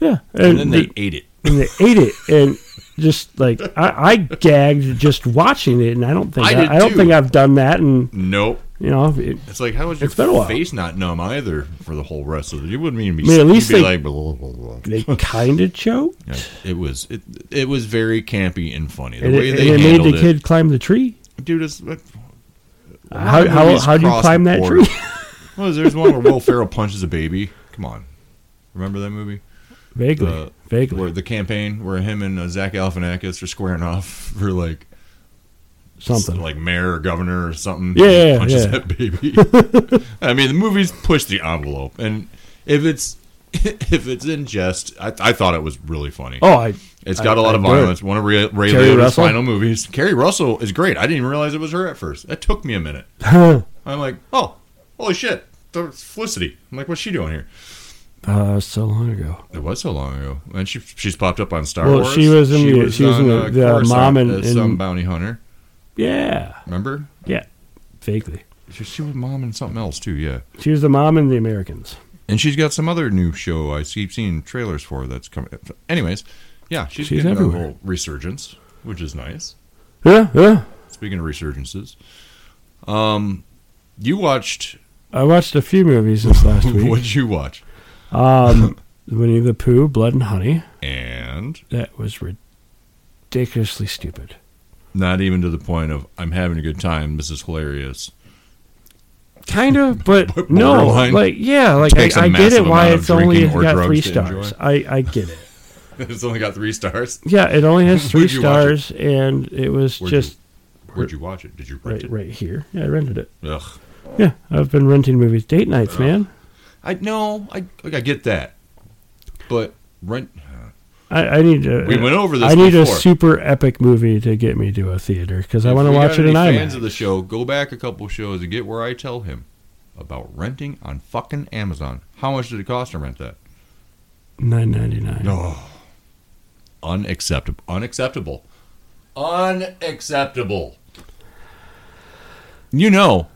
[SPEAKER 4] Yeah,
[SPEAKER 3] and then
[SPEAKER 4] Uh, the-
[SPEAKER 3] they ate it.
[SPEAKER 4] and they ate it and just like I, I gagged just watching it and I don't think
[SPEAKER 3] I
[SPEAKER 4] I,
[SPEAKER 3] did
[SPEAKER 4] I, don't
[SPEAKER 3] too.
[SPEAKER 4] think I've done that and
[SPEAKER 3] Nope.
[SPEAKER 4] you know it,
[SPEAKER 3] It's like how is your
[SPEAKER 4] It's been a while.
[SPEAKER 3] face not numb either for the whole rest of it? You wouldn't even be.
[SPEAKER 4] I mean, at least
[SPEAKER 3] you'd be
[SPEAKER 4] they-
[SPEAKER 3] like. Blah, blah, blah, blah.
[SPEAKER 4] they kind of choked
[SPEAKER 3] Yeah, it was it, it was very campy and funny. The
[SPEAKER 4] and
[SPEAKER 3] way
[SPEAKER 4] it,
[SPEAKER 3] they
[SPEAKER 4] and it
[SPEAKER 3] handled
[SPEAKER 4] made the
[SPEAKER 3] it,
[SPEAKER 4] kid climb the tree.
[SPEAKER 3] dude. It's, what
[SPEAKER 4] How
[SPEAKER 3] Lot of
[SPEAKER 4] how
[SPEAKER 3] movies
[SPEAKER 4] how do you
[SPEAKER 3] cross
[SPEAKER 4] climb
[SPEAKER 3] the
[SPEAKER 4] that
[SPEAKER 3] board.
[SPEAKER 4] tree?
[SPEAKER 3] Well, there's one where Will Ferrell punches a baby. Come on, remember that movie?
[SPEAKER 4] vaguely,
[SPEAKER 3] The-
[SPEAKER 4] vaguely.
[SPEAKER 3] Where the campaign where him and uh, Zach Galifianakis are squaring off for like
[SPEAKER 4] Something.
[SPEAKER 3] like mayor or governor or something.
[SPEAKER 4] Yeah,
[SPEAKER 3] He
[SPEAKER 4] yeah,
[SPEAKER 3] punches
[SPEAKER 4] yeah.
[SPEAKER 3] that baby. I mean, the movies push the envelope, and if it's if it's in jest, I, I thought it was really funny.
[SPEAKER 4] oh, I
[SPEAKER 3] It's got
[SPEAKER 4] a
[SPEAKER 3] a lot of violence. One of Ray, Ray
[SPEAKER 4] Kerry
[SPEAKER 3] Liotta's
[SPEAKER 4] Russell?
[SPEAKER 3] final movies. Carrie Russell is great. I didn't even realize it was her at first. That took me a minute. I'm like, oh, holy shit, there's Felicity. I'm like, what's she doing here?
[SPEAKER 4] uh, so long ago.
[SPEAKER 3] It was so long ago, and she she's popped up on Star
[SPEAKER 4] Well,
[SPEAKER 3] Wars.
[SPEAKER 4] she was in the- she was in the-
[SPEAKER 3] uh,
[SPEAKER 4] the
[SPEAKER 3] Coruscant
[SPEAKER 4] mom and-
[SPEAKER 3] as some
[SPEAKER 4] and-
[SPEAKER 3] bounty hunter.
[SPEAKER 4] Yeah,
[SPEAKER 3] Remember?
[SPEAKER 4] yeah, vaguely.
[SPEAKER 3] She, she was mom and something else too. Yeah,
[SPEAKER 4] She was the mom in the Americans.
[SPEAKER 3] and she's got some other new show I keep seeing trailers for that's coming. Anyways, yeah, she's,
[SPEAKER 4] She's
[SPEAKER 3] getting
[SPEAKER 4] everywhere.
[SPEAKER 3] a whole resurgence, which is nice.
[SPEAKER 4] Yeah, yeah.
[SPEAKER 3] Speaking of resurgences, um, You watched
[SPEAKER 4] I watched a few movies this last week.
[SPEAKER 3] what you watch,
[SPEAKER 4] Um, Winnie the Pooh, Blood and Honey.
[SPEAKER 3] and
[SPEAKER 4] That was ridiculously stupid.
[SPEAKER 3] not even to the point of I'm having a good time. This is hilarious.
[SPEAKER 4] Kind of, but,
[SPEAKER 3] But
[SPEAKER 4] no,
[SPEAKER 3] borderline
[SPEAKER 4] like yeah, like
[SPEAKER 3] takes a
[SPEAKER 4] I, I get
[SPEAKER 3] massive
[SPEAKER 4] it. Why
[SPEAKER 3] amount of
[SPEAKER 4] it's only
[SPEAKER 3] drinking or
[SPEAKER 4] got
[SPEAKER 3] drugs
[SPEAKER 4] three
[SPEAKER 3] to enjoy.
[SPEAKER 4] stars. I I get it.
[SPEAKER 3] it's only got three stars.
[SPEAKER 4] Yeah, it only has three
[SPEAKER 3] Where'd you watch it?
[SPEAKER 4] stars, and it was
[SPEAKER 3] Where'd you-
[SPEAKER 4] just
[SPEAKER 3] Where'd you watch it? Did you rent
[SPEAKER 4] right
[SPEAKER 3] it?
[SPEAKER 4] right here. Yeah, I rented it.
[SPEAKER 3] Ugh. Oh.
[SPEAKER 4] Yeah, I've been renting movies, date nights, man.
[SPEAKER 3] I no. I like, I get that, but rent.
[SPEAKER 4] I, I need to.
[SPEAKER 3] We went over this
[SPEAKER 4] I need
[SPEAKER 3] before.
[SPEAKER 4] a super epic movie to get me to a theater because I
[SPEAKER 3] If
[SPEAKER 4] want to
[SPEAKER 3] we
[SPEAKER 4] watch
[SPEAKER 3] got
[SPEAKER 4] it in
[SPEAKER 3] any Fans
[SPEAKER 4] IMAX.
[SPEAKER 3] of the show, go back a couple shows and get where I tell him about renting on fucking Amazon. How much did it cost to rent that?
[SPEAKER 4] Nine ninety nine.
[SPEAKER 3] No. Unacceptable. Unacceptable. Unacceptable. You know,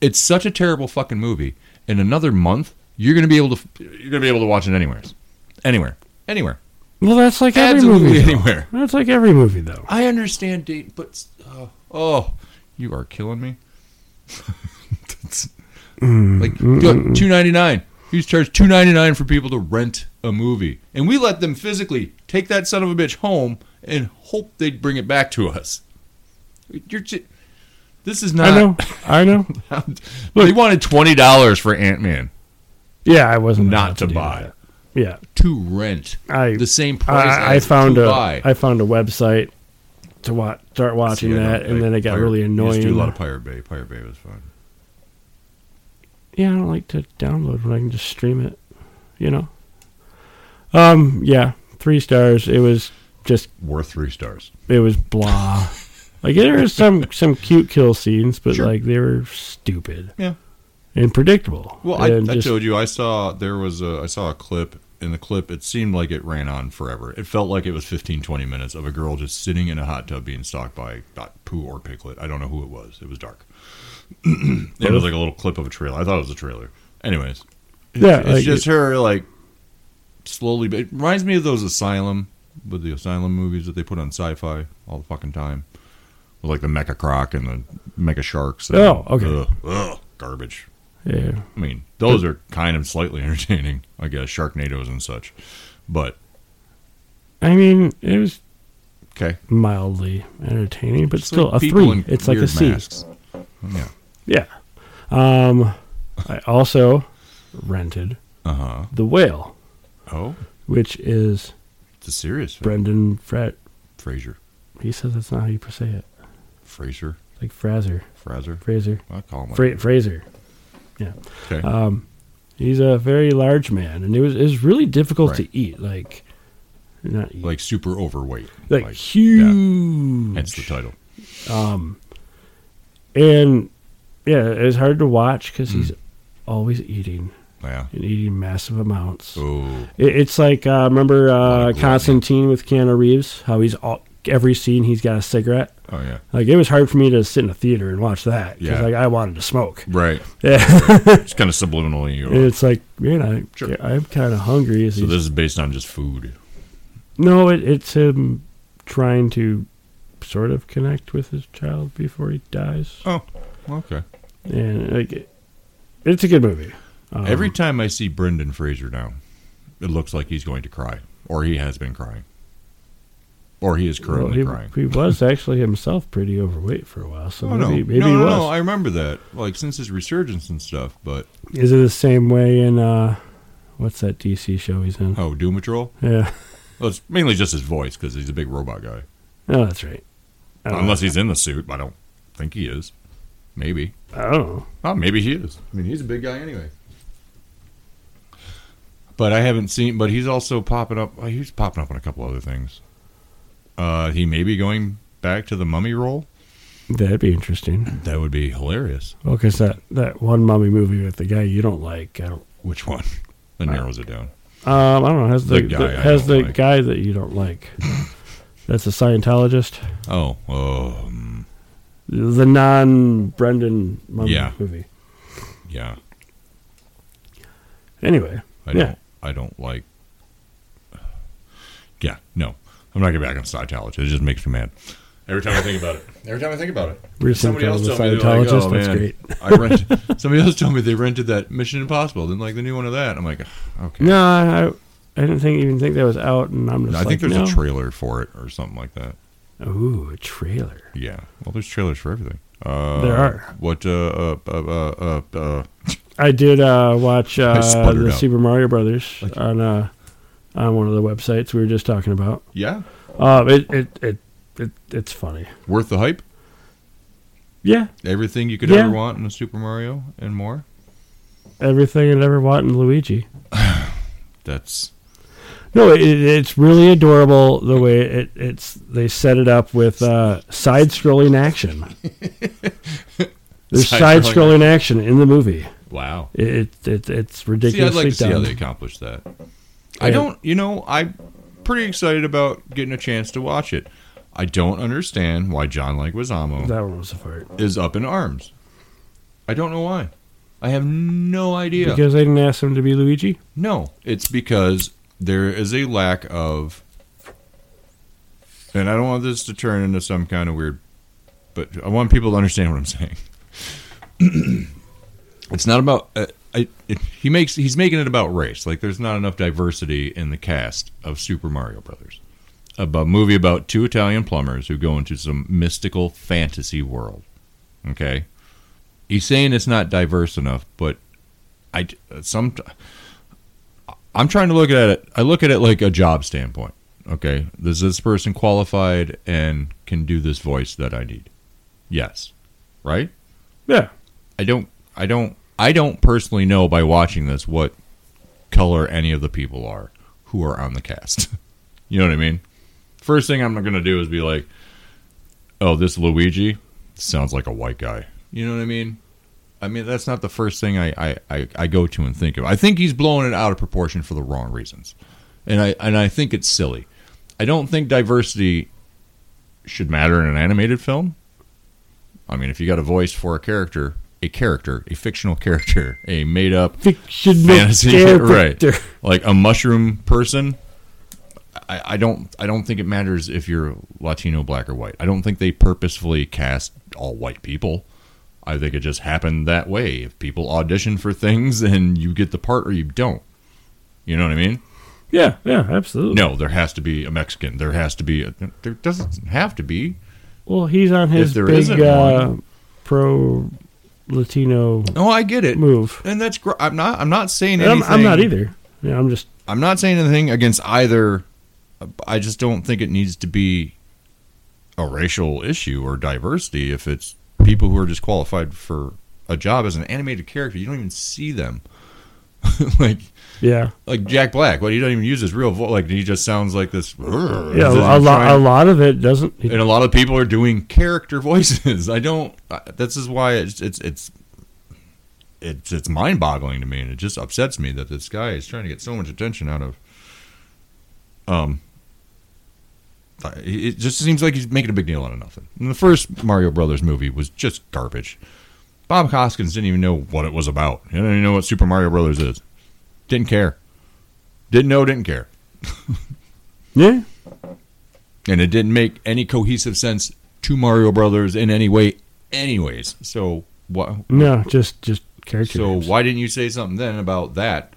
[SPEAKER 3] it's such a terrible fucking movie. In another month, you're gonna be able to you're gonna be able to watch it anywhere, anywhere, anywhere,
[SPEAKER 4] Well, that's like every
[SPEAKER 3] absolutely
[SPEAKER 4] movie. though.
[SPEAKER 3] anywhere.
[SPEAKER 4] That's like every movie though.
[SPEAKER 3] I understand date, but uh, oh, you are killing me. That's- like
[SPEAKER 4] Mm-hmm.
[SPEAKER 3] two ninety nine. You charge two ninety nine for people to rent a movie, and we let them physically take that son of a bitch home and hope they'd bring it back to us. You're j- this is not.
[SPEAKER 4] I know. I know.
[SPEAKER 3] they wanted twenty dollars for Ant Man
[SPEAKER 4] Yeah, I wasn't
[SPEAKER 3] Not
[SPEAKER 4] about
[SPEAKER 3] to
[SPEAKER 4] do
[SPEAKER 3] buy.
[SPEAKER 4] that. Yeah,
[SPEAKER 3] to rent
[SPEAKER 4] I
[SPEAKER 3] the same price.
[SPEAKER 4] I, I
[SPEAKER 3] as
[SPEAKER 4] found
[SPEAKER 3] to
[SPEAKER 4] a I
[SPEAKER 3] buy.
[SPEAKER 4] found a website to watch start watching
[SPEAKER 3] See, I
[SPEAKER 4] that,
[SPEAKER 3] don't
[SPEAKER 4] and
[SPEAKER 3] like
[SPEAKER 4] then it got
[SPEAKER 3] Pirate-
[SPEAKER 4] really
[SPEAKER 3] you just
[SPEAKER 4] annoying.
[SPEAKER 3] do a lot of Pirate Bay. Pirate Bay was fun.
[SPEAKER 4] yeah, I don't like to download when I can just stream it. You know. Um. Yeah. Three stars. It was just.
[SPEAKER 3] Worth three stars.
[SPEAKER 4] It was blah. like there were some some cute kill scenes, but
[SPEAKER 3] Sure.
[SPEAKER 4] like they were stupid.
[SPEAKER 3] Yeah.
[SPEAKER 4] And predictable.
[SPEAKER 3] Well,
[SPEAKER 4] And
[SPEAKER 3] I, I
[SPEAKER 4] just-
[SPEAKER 3] told you I saw there was a I saw a clip in the clip it seemed like it ran on forever. It felt like it was 15 20 minutes of a girl just sitting in a hot tub being stalked by not Pooh or Piglet. I don't know who it was. It was dark. it was like a little clip of a trailer. I thought it was a trailer. Anyways, it's,
[SPEAKER 4] Yeah,
[SPEAKER 3] it's
[SPEAKER 4] like-
[SPEAKER 3] just her like slowly but it reminds me of those asylum with the asylum movies that they put on sci-fi all the fucking time. With like the mecha croc and the mecha sharks. and-
[SPEAKER 4] Oh, okay.
[SPEAKER 3] Ugh, ugh, garbage.
[SPEAKER 4] Yeah.
[SPEAKER 3] I mean, those are kind of slightly entertaining, I guess, Sharknadoes and such. But
[SPEAKER 4] I mean, it was
[SPEAKER 3] okay,
[SPEAKER 4] mildly entertaining, but
[SPEAKER 3] It's
[SPEAKER 4] still
[SPEAKER 3] like
[SPEAKER 4] a
[SPEAKER 3] people
[SPEAKER 4] three.
[SPEAKER 3] in
[SPEAKER 4] It's like a
[SPEAKER 3] weird
[SPEAKER 4] C.
[SPEAKER 3] masks. Yeah.
[SPEAKER 4] Yeah. Um, I also rented
[SPEAKER 3] Uh huh.
[SPEAKER 4] The Whale,
[SPEAKER 3] Oh,
[SPEAKER 4] which is
[SPEAKER 3] it's a serious film.
[SPEAKER 4] Brendan Frat.
[SPEAKER 3] Fraser,
[SPEAKER 4] He says that's not how you say it.
[SPEAKER 3] Fraser,
[SPEAKER 4] Like Fraser,
[SPEAKER 3] Fraser.
[SPEAKER 4] Fraser,
[SPEAKER 3] I call him. like-
[SPEAKER 4] Fra- Fraser. Yeah.
[SPEAKER 3] okay.
[SPEAKER 4] He's a very large man, and it was it was really difficult
[SPEAKER 3] Right.
[SPEAKER 4] to eat. Like, not eat, like,
[SPEAKER 3] like super overweight. yeah,
[SPEAKER 4] huge.
[SPEAKER 3] hence the title.
[SPEAKER 4] and yeah, it was hard to watch because
[SPEAKER 3] Mm.
[SPEAKER 4] he's always eating
[SPEAKER 3] Yeah.
[SPEAKER 4] and eating massive amounts.
[SPEAKER 3] Oh,
[SPEAKER 4] It, it's like uh, remember uh,
[SPEAKER 3] gluttony.
[SPEAKER 4] Constantine with Keanu Reeves, how he's all, every scene he's got a cigarette.
[SPEAKER 3] oh yeah.
[SPEAKER 4] Like it was hard for me to sit in a theater and watch that because
[SPEAKER 3] Yeah.
[SPEAKER 4] like I wanted to smoke.
[SPEAKER 3] Right.
[SPEAKER 4] Yeah,
[SPEAKER 3] It's kind of subliminally. you know.
[SPEAKER 4] it's like man, I,
[SPEAKER 3] Sure.
[SPEAKER 4] I'm kind of hungry. Is
[SPEAKER 3] So this is based on just food.
[SPEAKER 4] no, it, it's him trying to sort of connect with his child before he dies,
[SPEAKER 3] Oh, okay.
[SPEAKER 4] and like it, it's a good movie. Um,
[SPEAKER 3] Every time I see Brendan Fraser now, it looks like he's going to cry, or he has been crying, or he is
[SPEAKER 4] well,
[SPEAKER 3] currently
[SPEAKER 4] he,
[SPEAKER 3] crying.
[SPEAKER 4] he was actually himself pretty overweight for a while, so
[SPEAKER 3] Oh, no.
[SPEAKER 4] maybe maybe
[SPEAKER 3] no,
[SPEAKER 4] he
[SPEAKER 3] no,
[SPEAKER 4] was.
[SPEAKER 3] no, I remember that. Like since his resurgence and stuff, but
[SPEAKER 4] Is it the same way in uh what's that DC show he's in?
[SPEAKER 3] oh, Doom Patrol.
[SPEAKER 4] Yeah.
[SPEAKER 3] Well, it's mainly just his voice because he's a big robot guy.
[SPEAKER 4] Oh, that's right. I don't,
[SPEAKER 3] Unless he's in the suit, but I don't think he is. Maybe.
[SPEAKER 4] know. I don't know.
[SPEAKER 3] Oh, maybe he is. I mean, he's a big guy anyway. But I haven't seen. But he's also popping up. oh, He's popping up on a couple other things. Uh, he may be going back to the mummy role.
[SPEAKER 4] That'd be interesting.
[SPEAKER 3] That would be hilarious.
[SPEAKER 4] Well, 'cause that that one mummy movie with the guy you don't like, I don't.
[SPEAKER 3] Which one? That narrows it down.
[SPEAKER 4] Um, I don't know. Has the,
[SPEAKER 3] The guy
[SPEAKER 4] the-
[SPEAKER 3] I
[SPEAKER 4] has
[SPEAKER 3] don't
[SPEAKER 4] the
[SPEAKER 3] like.
[SPEAKER 4] guy that you don't like? that's a Scientologist.
[SPEAKER 3] Oh, oh, mm,
[SPEAKER 4] The non Brendan mummy
[SPEAKER 3] Yeah.
[SPEAKER 4] movie.
[SPEAKER 3] yeah.
[SPEAKER 4] Anyway,
[SPEAKER 3] I
[SPEAKER 4] Yeah.
[SPEAKER 3] don't. I don't like. Yeah, no. I'm not getting back on Scientology. It just makes me mad.
[SPEAKER 5] Every time I think about it.
[SPEAKER 3] Every time I think about it,
[SPEAKER 4] We're
[SPEAKER 3] somebody else
[SPEAKER 4] else
[SPEAKER 3] told
[SPEAKER 4] a
[SPEAKER 3] me they were like,
[SPEAKER 4] Scientologist.
[SPEAKER 3] "Oh
[SPEAKER 4] That's
[SPEAKER 3] man,
[SPEAKER 4] great.
[SPEAKER 3] I rent." Somebody else told me they rented that Mission Impossible. Didn't like the new one of that. I'm like, okay.
[SPEAKER 4] No, I, I didn't think even think that was out, and I'm just
[SPEAKER 3] I
[SPEAKER 4] like,
[SPEAKER 3] think there's
[SPEAKER 4] no.
[SPEAKER 3] a trailer for it or something like that.
[SPEAKER 4] Ooh, a trailer.
[SPEAKER 3] Yeah. Well, there's trailers for everything. Uh,
[SPEAKER 4] There are.
[SPEAKER 3] What? Uh, uh, uh, uh, uh,
[SPEAKER 4] I did uh, watch uh,
[SPEAKER 3] sputtered
[SPEAKER 4] the
[SPEAKER 3] out.
[SPEAKER 4] Super Mario Brothers on uh, on one of the websites we were just talking about.
[SPEAKER 3] yeah.
[SPEAKER 4] Uh, it, it it it it's funny.
[SPEAKER 3] Worth the hype.
[SPEAKER 4] Yeah,
[SPEAKER 3] Everything you could
[SPEAKER 4] Yeah.
[SPEAKER 3] ever want in a Super Mario and more.
[SPEAKER 4] everything I'd ever want in Luigi.
[SPEAKER 3] That's
[SPEAKER 4] No, it, it- it's really adorable the way it, it's they set it up with uh, side-scrolling action. There's
[SPEAKER 3] Side-scrolling
[SPEAKER 4] side-scrolling action in the movie.
[SPEAKER 3] wow.
[SPEAKER 4] It, it, it it's
[SPEAKER 3] See, I'd like
[SPEAKER 4] ridiculously
[SPEAKER 3] to see how
[SPEAKER 4] dumb.
[SPEAKER 3] they accomplish that. I
[SPEAKER 4] Yeah.
[SPEAKER 3] don't. You know, I'm pretty excited about getting a chance to watch it. I don't understand why John Leguizamo
[SPEAKER 4] That one was a fart
[SPEAKER 3] is up in arms. I don't know why. I have no idea.
[SPEAKER 4] because they didn't ask him to be Luigi.
[SPEAKER 3] No, it's because there is a lack of, and I don't want this to turn into some kind of weird, but I want people to understand what I'm saying. it's not about uh, I, it, he makes he's making it about race. Like there's not enough diversity in the cast of Super Mario Brothers. A bu- movie about two Italian plumbers who go into some mystical fantasy world. Okay, he's saying it's not diverse enough, but I some I'm trying to look at it. I look at it like a job standpoint. Okay, is this person qualified and can do this voice that I need? Yes, right.
[SPEAKER 4] Yeah,
[SPEAKER 3] I don't. I don't. I don't personally know by watching this what color any of the people are who are on the cast. you know what I mean? First thing I'm going to do is be like, "Oh, this Luigi sounds like a white guy." You know what I mean? I mean that's not the first thing I I, I, I go to and think of. I think he's blowing it out of proportion for the wrong reasons, and I and I think it's silly. I don't think diversity should matter in an animated film. I mean, if you got a voice for a character, a character, a fictional character, a made up
[SPEAKER 4] fiction
[SPEAKER 3] fantasy,
[SPEAKER 4] character.
[SPEAKER 3] right? Like a mushroom person. I, I don't. I don't think it matters if you're Latino, black, or white. I don't think they purposefully cast all white people. I think it just happened that way. If people audition for things and you get the part or you don't, you know what I mean?
[SPEAKER 4] Yeah, yeah, absolutely.
[SPEAKER 3] No, there has to be a Mexican. There has to be. A, there doesn't have to be.
[SPEAKER 4] Well, he's on his
[SPEAKER 3] there
[SPEAKER 4] big
[SPEAKER 3] isn't
[SPEAKER 4] uh, pro Latino
[SPEAKER 3] No, I get it,
[SPEAKER 4] move.
[SPEAKER 3] and that's. Gr- I'm not. I'm not saying
[SPEAKER 4] And I'm,
[SPEAKER 3] anything.
[SPEAKER 4] I'm not either. Yeah, I'm just
[SPEAKER 3] I'm not saying anything against either. I just don't think it needs to be a racial issue or diversity if it's people who are just qualified for a job as an animated character. You don't even see them. like
[SPEAKER 4] yeah,
[SPEAKER 3] like Jack Black, well, he doesn't even use his real voice. Like he just sounds like this.
[SPEAKER 4] yeah. A lot, a lot of it doesn't.
[SPEAKER 3] and a lot of people are doing character voices. I don't. I, this is why it's it's it's it's, it's mind boggling to me, and it just upsets me that this guy is trying to get so much attention out of. Um, I- it just seems like he's making a big deal out of nothing. And the first Mario Brothers movie was just garbage. Bob Hoskins didn't even know what it was about. He didn't even know what Super Mario Brothers is. Didn't care. Didn't know. Didn't care
[SPEAKER 4] Yeah,
[SPEAKER 3] and it didn't make any cohesive sense to Mario Brothers in any way, anyways. So why?
[SPEAKER 4] no, just just character.
[SPEAKER 3] So
[SPEAKER 4] names.
[SPEAKER 3] why didn't you say something then about that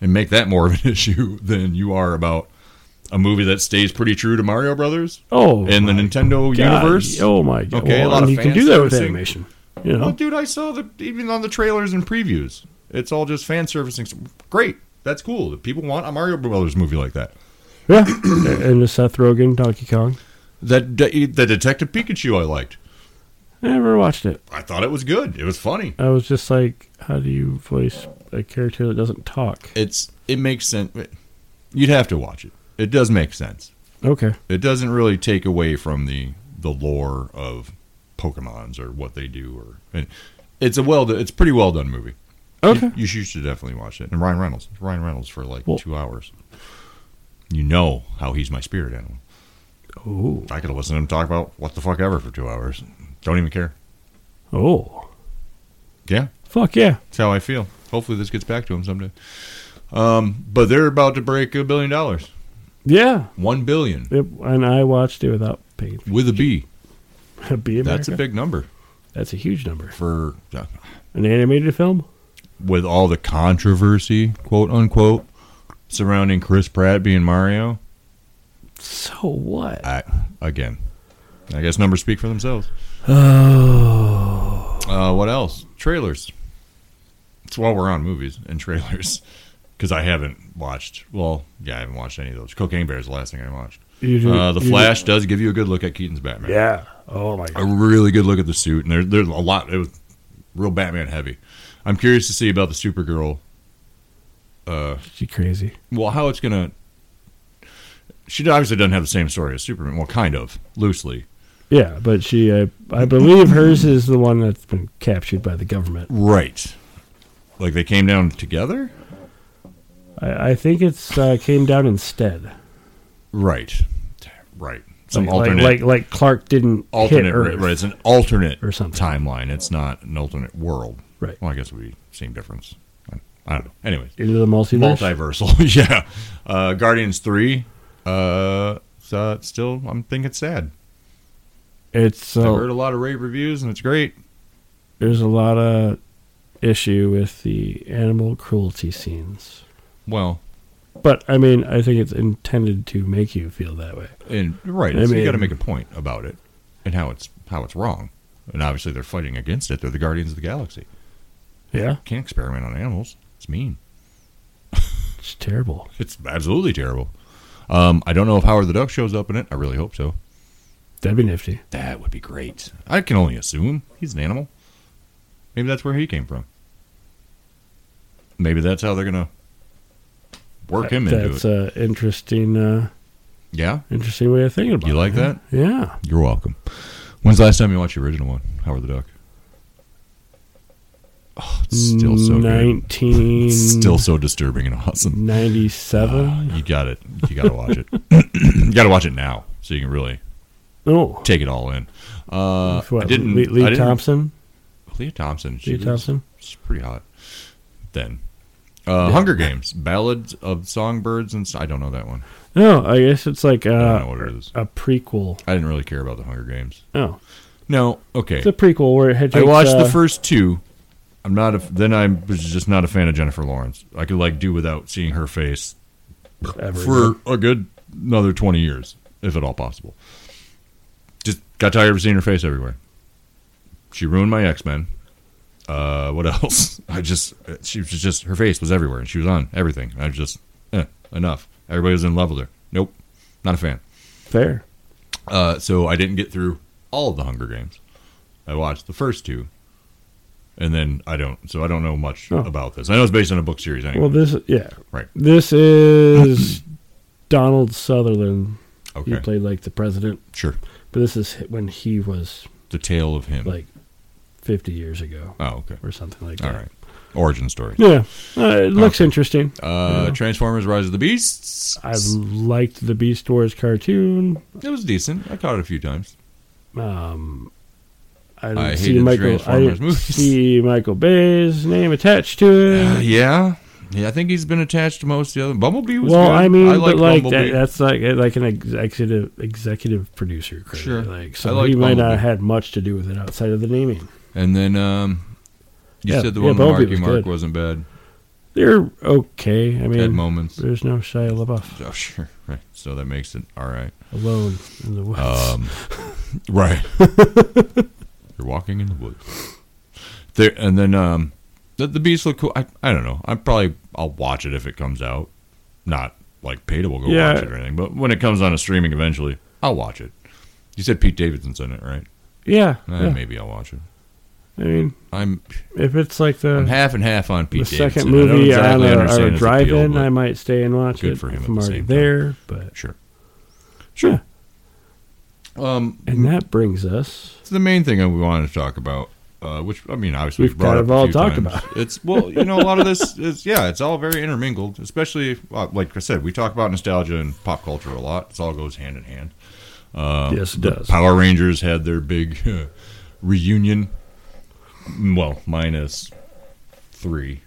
[SPEAKER 3] and make that more of an issue than you are about a movie that stays pretty true to Mario Brothers
[SPEAKER 4] Oh,
[SPEAKER 3] and the
[SPEAKER 4] my
[SPEAKER 3] Nintendo
[SPEAKER 4] God.
[SPEAKER 3] universe?
[SPEAKER 4] Oh my god.
[SPEAKER 3] Okay, a
[SPEAKER 4] Well,
[SPEAKER 3] lot
[SPEAKER 4] and
[SPEAKER 3] of
[SPEAKER 4] you can
[SPEAKER 3] fan
[SPEAKER 4] do that with
[SPEAKER 3] servicing.
[SPEAKER 4] animation. You
[SPEAKER 3] Well,
[SPEAKER 4] know,
[SPEAKER 3] dude, I saw the even on the trailers and previews. It's all just fan servicing. Great, that's cool. If People want a Mario Brothers movie like that.
[SPEAKER 4] yeah. and the Seth Rogen Donkey Kong.
[SPEAKER 3] That de- the Detective Pikachu I liked.
[SPEAKER 4] I never watched it.
[SPEAKER 3] I thought it was good. It was funny.
[SPEAKER 4] I was just like, how do you voice a character that doesn't talk?
[SPEAKER 3] it's it makes sense. You'd have to watch it. It does make sense.
[SPEAKER 4] Okay.
[SPEAKER 3] It doesn't really take away from the the lore of Pokemon's or what they do. Or and it's a well, it's a pretty well done movie.
[SPEAKER 4] Okay.
[SPEAKER 3] You, you should- you should definitely watch it. And Ryan Reynolds, Ryan Reynolds for like
[SPEAKER 4] Well-
[SPEAKER 3] two hours. You know how he's my spirit animal.
[SPEAKER 4] Oh.
[SPEAKER 3] I could listen to him talk about what the fuck ever for two hours. Don't even care.
[SPEAKER 4] Oh.
[SPEAKER 3] Yeah.
[SPEAKER 4] Fuck yeah.
[SPEAKER 3] That's how I feel. Hopefully this gets back to him someday. Um, but they're about to break a billion dollars.
[SPEAKER 4] Yeah.
[SPEAKER 3] One billion
[SPEAKER 4] It, and I watched it without pain.
[SPEAKER 3] with a B.
[SPEAKER 4] be America.
[SPEAKER 3] That's a big number
[SPEAKER 4] That's a huge number.
[SPEAKER 3] for uh,
[SPEAKER 4] An animated film?
[SPEAKER 3] with all the controversy, quote unquote, surrounding Chris Pratt being Mario.
[SPEAKER 4] So what?
[SPEAKER 3] I, again, I guess numbers speak for themselves.
[SPEAKER 4] Oh.
[SPEAKER 3] Uh, what else? Trailers. It's while we're on movies and trailers, because I haven't watched. Well, yeah, I haven't watched any of those. Cocaine Bear is the last thing I watched.
[SPEAKER 4] You do-
[SPEAKER 3] Uh, the
[SPEAKER 4] you do-
[SPEAKER 3] Flash does give you a good look at Keaton's Batman.
[SPEAKER 4] Yeah. Oh my
[SPEAKER 3] a
[SPEAKER 4] god.
[SPEAKER 3] really good look at the suit, and there, there's a lot. It was real Batman heavy. I'm curious to see about the Supergirl. Uh,
[SPEAKER 4] She crazy.
[SPEAKER 3] well, how it's gonna. She obviously doesn't have the same story as Superman. Well, kind of loosely,
[SPEAKER 4] Yeah, but she I, I believe hers is the one that's been captured by the government.
[SPEAKER 3] right? Like they came down together,
[SPEAKER 4] I, I think it's uh, came down instead.
[SPEAKER 3] right? Right. Some
[SPEAKER 4] Like- like,
[SPEAKER 3] alternate,
[SPEAKER 4] like like Clark didn't hit
[SPEAKER 3] alternate.
[SPEAKER 4] Earth.
[SPEAKER 3] Right, right. It's an alternate
[SPEAKER 4] Or something.
[SPEAKER 3] timeline. It's not an alternate world.
[SPEAKER 4] Right.
[SPEAKER 3] Well, I guess we same difference. I, I don't know. Anyways.
[SPEAKER 4] Into the multiverse.
[SPEAKER 3] multiversal. yeah, uh, Guardians three. Uh, so it's still, I'm thinking it's sad.
[SPEAKER 4] it's
[SPEAKER 3] I've
[SPEAKER 4] uh,
[SPEAKER 3] heard a lot of rave reviews, and it's great.
[SPEAKER 4] there's a lot of issue with the animal cruelty scenes.
[SPEAKER 3] Well,
[SPEAKER 4] But I mean, I think it's intended to make you feel that way.
[SPEAKER 3] and right,
[SPEAKER 4] I
[SPEAKER 3] so you got to
[SPEAKER 4] mean-
[SPEAKER 3] make a point about it and how it's how it's wrong. And obviously, they're fighting against it. They're the Guardians of the Galaxy.
[SPEAKER 4] Yeah,
[SPEAKER 3] Can't experiment on animals. It's mean.
[SPEAKER 4] it's terrible.
[SPEAKER 3] It's absolutely terrible. Um, I don't know if Howard the Duck shows up in it. I really hope so.
[SPEAKER 4] That'd be nifty.
[SPEAKER 3] That would be great. I can only assume he's an animal. Maybe that's where he came from. Maybe that's how they're gonna work him into
[SPEAKER 4] That's
[SPEAKER 3] it.
[SPEAKER 4] an interesting, uh,
[SPEAKER 3] yeah,
[SPEAKER 4] interesting way of thinking about.
[SPEAKER 3] you
[SPEAKER 4] it.
[SPEAKER 3] like that?
[SPEAKER 4] Yeah,
[SPEAKER 3] You're welcome. When's the last time you watched the original one, Howard the Duck? Oh, it's still so good.
[SPEAKER 4] nineteen
[SPEAKER 3] It's still so disturbing and awesome. Uh,
[SPEAKER 4] ninety-seven.
[SPEAKER 3] you got it. You got to watch it. you got to watch it now so you can really
[SPEAKER 4] No,
[SPEAKER 3] take it all in. Uh,
[SPEAKER 4] What,
[SPEAKER 3] I didn't.
[SPEAKER 4] Lee, Lee
[SPEAKER 3] I didn't-
[SPEAKER 4] Thompson.
[SPEAKER 3] Leah Thompson. She
[SPEAKER 4] Leah
[SPEAKER 3] was-
[SPEAKER 4] Thompson?
[SPEAKER 3] She's pretty hot. Then, uh, Hunger Games: Ballads of Songbirds and S- I don't know that one.
[SPEAKER 4] No, I guess it's like
[SPEAKER 3] don't
[SPEAKER 4] uh,
[SPEAKER 3] know what it is.
[SPEAKER 4] a prequel.
[SPEAKER 3] I didn't really care about the Hunger Games.
[SPEAKER 4] No,
[SPEAKER 3] No, okay.
[SPEAKER 4] it's a prequel where it had.
[SPEAKER 3] I
[SPEAKER 4] takes,
[SPEAKER 3] watched
[SPEAKER 4] uh,
[SPEAKER 3] the first two. I'm not. A, then I was just not a fan of Jennifer Lawrence. I could like do without seeing her face
[SPEAKER 4] ever.
[SPEAKER 3] for a good another 20 years, if at all possible. Just got tired of seeing her face everywhere. She ruined my X Men. Uh, what else? I just she was just her face was everywhere, and she was on everything. I was just eh, enough. Everybody was in love with her. Nope, not a fan.
[SPEAKER 4] fair.
[SPEAKER 3] Uh, so I didn't get through all of the Hunger Games. I watched the first two, and then I don't. So I don't know much
[SPEAKER 4] Oh.
[SPEAKER 3] about this. I know it's based on a book series. Anyway.
[SPEAKER 4] Well, this yeah.
[SPEAKER 3] Right.
[SPEAKER 4] This is Donald Sutherland. He
[SPEAKER 3] okay,
[SPEAKER 4] played like the president,
[SPEAKER 3] sure.
[SPEAKER 4] but this is h- when he was
[SPEAKER 3] The tale of him.
[SPEAKER 4] like 50 years ago
[SPEAKER 3] oh, okay.
[SPEAKER 4] or something like
[SPEAKER 3] All
[SPEAKER 4] that.
[SPEAKER 3] right. Origin story.
[SPEAKER 4] Yeah, uh, it looks interesting.
[SPEAKER 3] Uh,
[SPEAKER 4] Yeah.
[SPEAKER 3] Transformers: Rise of the Beasts.
[SPEAKER 4] I liked the Beast Wars cartoon.
[SPEAKER 3] it was decent. I caught it a few times.
[SPEAKER 4] Um, I didn't
[SPEAKER 3] I
[SPEAKER 4] see
[SPEAKER 3] hated
[SPEAKER 4] Michael. I
[SPEAKER 3] Transformers
[SPEAKER 4] didn't
[SPEAKER 3] movies.
[SPEAKER 4] see Michael Bay's name attached to it.
[SPEAKER 3] Uh, yeah, yeah. I think he's been attached to most of the other. Bumblebee was
[SPEAKER 4] well,
[SPEAKER 3] good.
[SPEAKER 4] I mean,
[SPEAKER 3] liked
[SPEAKER 4] but like
[SPEAKER 3] Bumblebee.
[SPEAKER 4] that, that's like eh, like an executive executive producer credit.
[SPEAKER 3] Sure.
[SPEAKER 4] Like
[SPEAKER 3] I
[SPEAKER 4] so,
[SPEAKER 3] liked
[SPEAKER 4] he might not
[SPEAKER 3] Bumblebee.
[SPEAKER 4] have had much to do with it outside of the naming.
[SPEAKER 3] and then um, you
[SPEAKER 4] Yeah,
[SPEAKER 3] said the
[SPEAKER 4] yeah,
[SPEAKER 3] one with
[SPEAKER 4] Bumblebee
[SPEAKER 3] Marky
[SPEAKER 4] was
[SPEAKER 3] Mark
[SPEAKER 4] good.
[SPEAKER 3] wasn't bad.
[SPEAKER 4] They're okay. I
[SPEAKER 3] Had
[SPEAKER 4] mean,
[SPEAKER 3] moments.
[SPEAKER 4] there's no Shia LaBeouf
[SPEAKER 3] Oh, sure. Right. So that makes it all right.
[SPEAKER 4] alone in the woods.
[SPEAKER 3] Um, right. You're walking in the woods. There and then um, the, the beasts look cool. I, I don't know. I probably I'll watch it if it comes out. Not like paid to go
[SPEAKER 4] Yeah.
[SPEAKER 3] watch it or anything, but when it comes on a streaming eventually, I'll watch it. You said Pete Davidson's in it, right?
[SPEAKER 4] yeah,
[SPEAKER 3] Eh,
[SPEAKER 4] yeah.
[SPEAKER 3] Maybe I'll watch it.
[SPEAKER 4] I mean,
[SPEAKER 3] I'm
[SPEAKER 4] if it's like
[SPEAKER 3] I'm
[SPEAKER 4] the
[SPEAKER 3] half and half on
[SPEAKER 4] the
[SPEAKER 3] Pete Davidson.
[SPEAKER 4] second
[SPEAKER 3] I don't
[SPEAKER 4] movie
[SPEAKER 3] exactly
[SPEAKER 4] on a,
[SPEAKER 3] understand
[SPEAKER 4] on a
[SPEAKER 3] his
[SPEAKER 4] drive-in,
[SPEAKER 3] appeal, but
[SPEAKER 4] I might stay and watch
[SPEAKER 3] good
[SPEAKER 4] it
[SPEAKER 3] for him
[SPEAKER 4] if
[SPEAKER 3] at
[SPEAKER 4] I'm
[SPEAKER 3] the
[SPEAKER 4] already
[SPEAKER 3] same time.
[SPEAKER 4] there. But
[SPEAKER 3] sure.
[SPEAKER 4] sure.
[SPEAKER 3] Um,
[SPEAKER 4] And that brings us.
[SPEAKER 3] It's the main thing I wanted to talk about, uh, which I mean, obviously
[SPEAKER 4] We've
[SPEAKER 3] we've brought
[SPEAKER 4] kind
[SPEAKER 3] up
[SPEAKER 4] of
[SPEAKER 3] a
[SPEAKER 4] all
[SPEAKER 3] few
[SPEAKER 4] talked
[SPEAKER 3] times. It's well, you know, a lot of this is yeah, it's all very intermingled. Especially if, uh, like I said, we talk about nostalgia and pop culture a lot. It all goes hand in hand.
[SPEAKER 4] yes, it does.
[SPEAKER 3] Oh, Power Rangers had their big reunion. Well, minus three